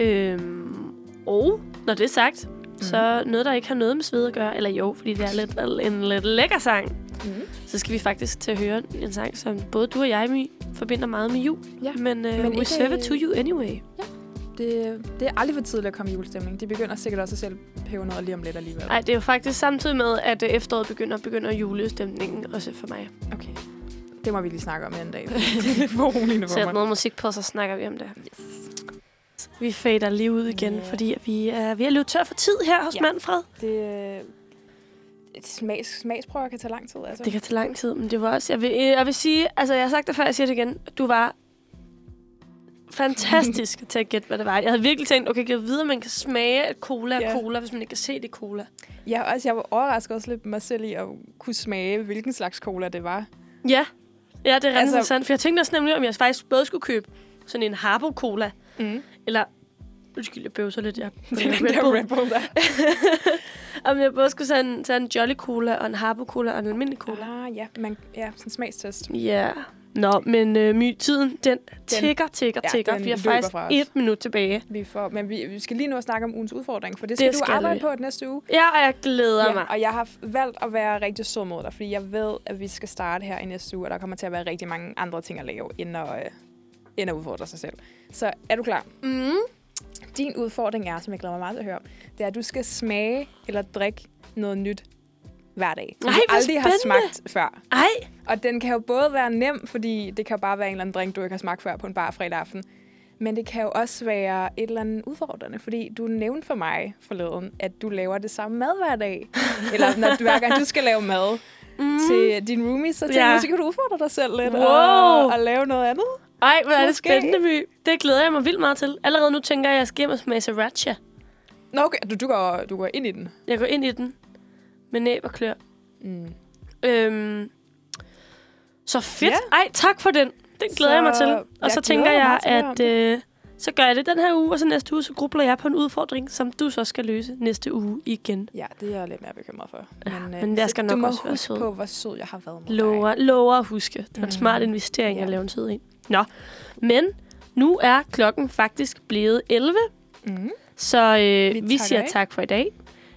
Øhm, og når det er sagt,
Mhm.
mm. så noget, der ikke har noget med sved at gøre, eller jo, fordi det er lidt, en lidt lækker sang,
Mm.
så skal vi faktisk til at høre en sang, som både du og jeg, Mi, forbinder meget med jul.
Ja,
Men, uh,
men
men we
ikke,
serve it
øh,
to you anyway.
Det, det er aldrig for tidligt at komme i julestemning. Det begynder sikkert også at selv pæve noget lige om lidt alligevel.
Nej, det er jo faktisk samtidig med, at øh, efteråret begynder, begynder julestemningen også for mig.
Okay. Det må vi lige snakke om en dag. det er for
Sæt
roligt for mig.
noget musik på, så snakker vi om det.
Yes.
Vi fader lige ud igen,
Ja.
fordi at vi er ved at løbe tør for tid her hos
Ja.
Manfred.
Det, øh, det smags, smagsprøver kan tage lang tid, altså.
Det kan tage lang tid, men det var også... Jeg vil, øh, jeg vil sige, altså jeg har sagt det før, jeg siger det igen. Du var fantastisk til at gætte, hvad det var. Jeg havde virkelig tænkt, okay, jeg videre, man kan smage at cola yeah.
Ja.
cola, hvis man ikke kan se det er cola.
Jeg, også, jeg var overrasket også lidt mig selv i at kunne smage, hvilken slags cola det var.
Ja, ja det er ret altså,
Altså-
interessant. For jeg tænkte også nemlig, om jeg faktisk både skulle købe sådan en Harbo Cola,
Mm.
eller... Undskyld, jeg bøvser lidt. Jeg,
Det er den der Red Bull der.
om jeg både skulle tage en, tage en Jolly Cola, og en Harbo Cola, og en almindelig cola.
Ah, ja, man, ja, sådan en smagstest.
Ja. Yeah. Nå, men øh, my, tiden, den tigger, tigger,
ja,
tigger.
den
vi har
løber
faktisk
fra os.
et minut tilbage.
Vi får, men vi, vi skal lige nu at snakke om ugens udfordring, for det skal,
Det skal
du arbejde
vi.
på næste uge.
Ja, og jeg glæder ja, mig.
og jeg har f- valgt at være rigtig sød mod dig, fordi jeg ved, at vi skal starte her i næste uge, og der kommer til at være rigtig mange andre ting at lave, end at, øh, end at udfordre sig selv. Så er du klar?
Mm.
Din udfordring er, som jeg glæder mig meget til at høre om, det er, at du skal smage eller drikke noget nyt hver dag, som
Ej,
du
hvor
aldrig har
spændende.
smagt før.
Ej,
Og den kan jo både være nem, fordi det kan jo bare være en eller anden drink, du ikke har smagt før på en bar fredag aften. Men det kan jo også være et eller andet udfordrende, fordi du nævnte for mig forleden, at du laver det samme mad hver dag. eller når du, hver gang du skal lave mad mm. til din roomie, så tænker
Ja.
ja. du, så kan du udfordre dig selv lidt og,
Wow.
og lave noget andet.
ej, hvor er det
Måske.
spændende, my. Det glæder jeg mig vildt meget til. Allerede nu tænker jeg, at jeg skal hjem og smage sriracha.
Nå, okay, du, du, går, du går ind i den.
Jeg går ind i den med næb og klør.
Mm.
Øhm, så fedt.
Ja.
Ej, tak for den. Den glæder
Så
jeg mig til. Og
jeg
så
glæder
tænker
mig
jeg,
meget til at høre om
at øh, så gør jeg det den her uge, og så næste uge, så grubler jeg på en udfordring, som du så skal løse næste uge igen.
Ja, det er jeg lidt mere bekymret for. Men, øh,
men jeg
så
skal
du
nok
må
også være
huske
sød.
på, hvor sød jeg har været med dig.
Lover, lover at huske. Det var en
Mm.
smart investering at
Ja.
lave en tid ind. Nå, men nu er klokken faktisk blevet 11,
Mm.
så øh, vi, vi
Vi takker
siger
af.
tak for i dag.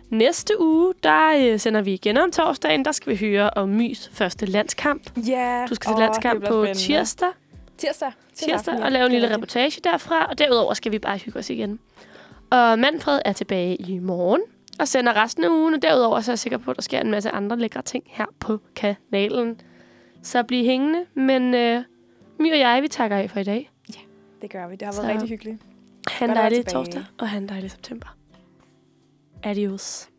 Næste uge, der øh, sender vi igen om torsdagen. Der skal vi høre om Mys første landskamp.
Ja,
Du skal til
åh,
landskamp
det
på
bliver spændende.
tirsdag.
Tirsdag.
tirsdag
aften, ja.
og lave en
Det er
lille
rigtigt.
reportage derfra, og derudover skal vi bare hygge os igen. Og Manfred er tilbage i morgen og sender resten af ugen, og derudover så er jeg sikker på, at der sker en masse andre lækre ting her på kanalen. Så bliv hængende, men øh, My og jeg, vi takker af for i dag.
Det gør vi. Det har
Så-
været rigtig hyggeligt.
Han
Godt at være
dejlig
tilbage.
torsdag, og han dejlig september. Adios.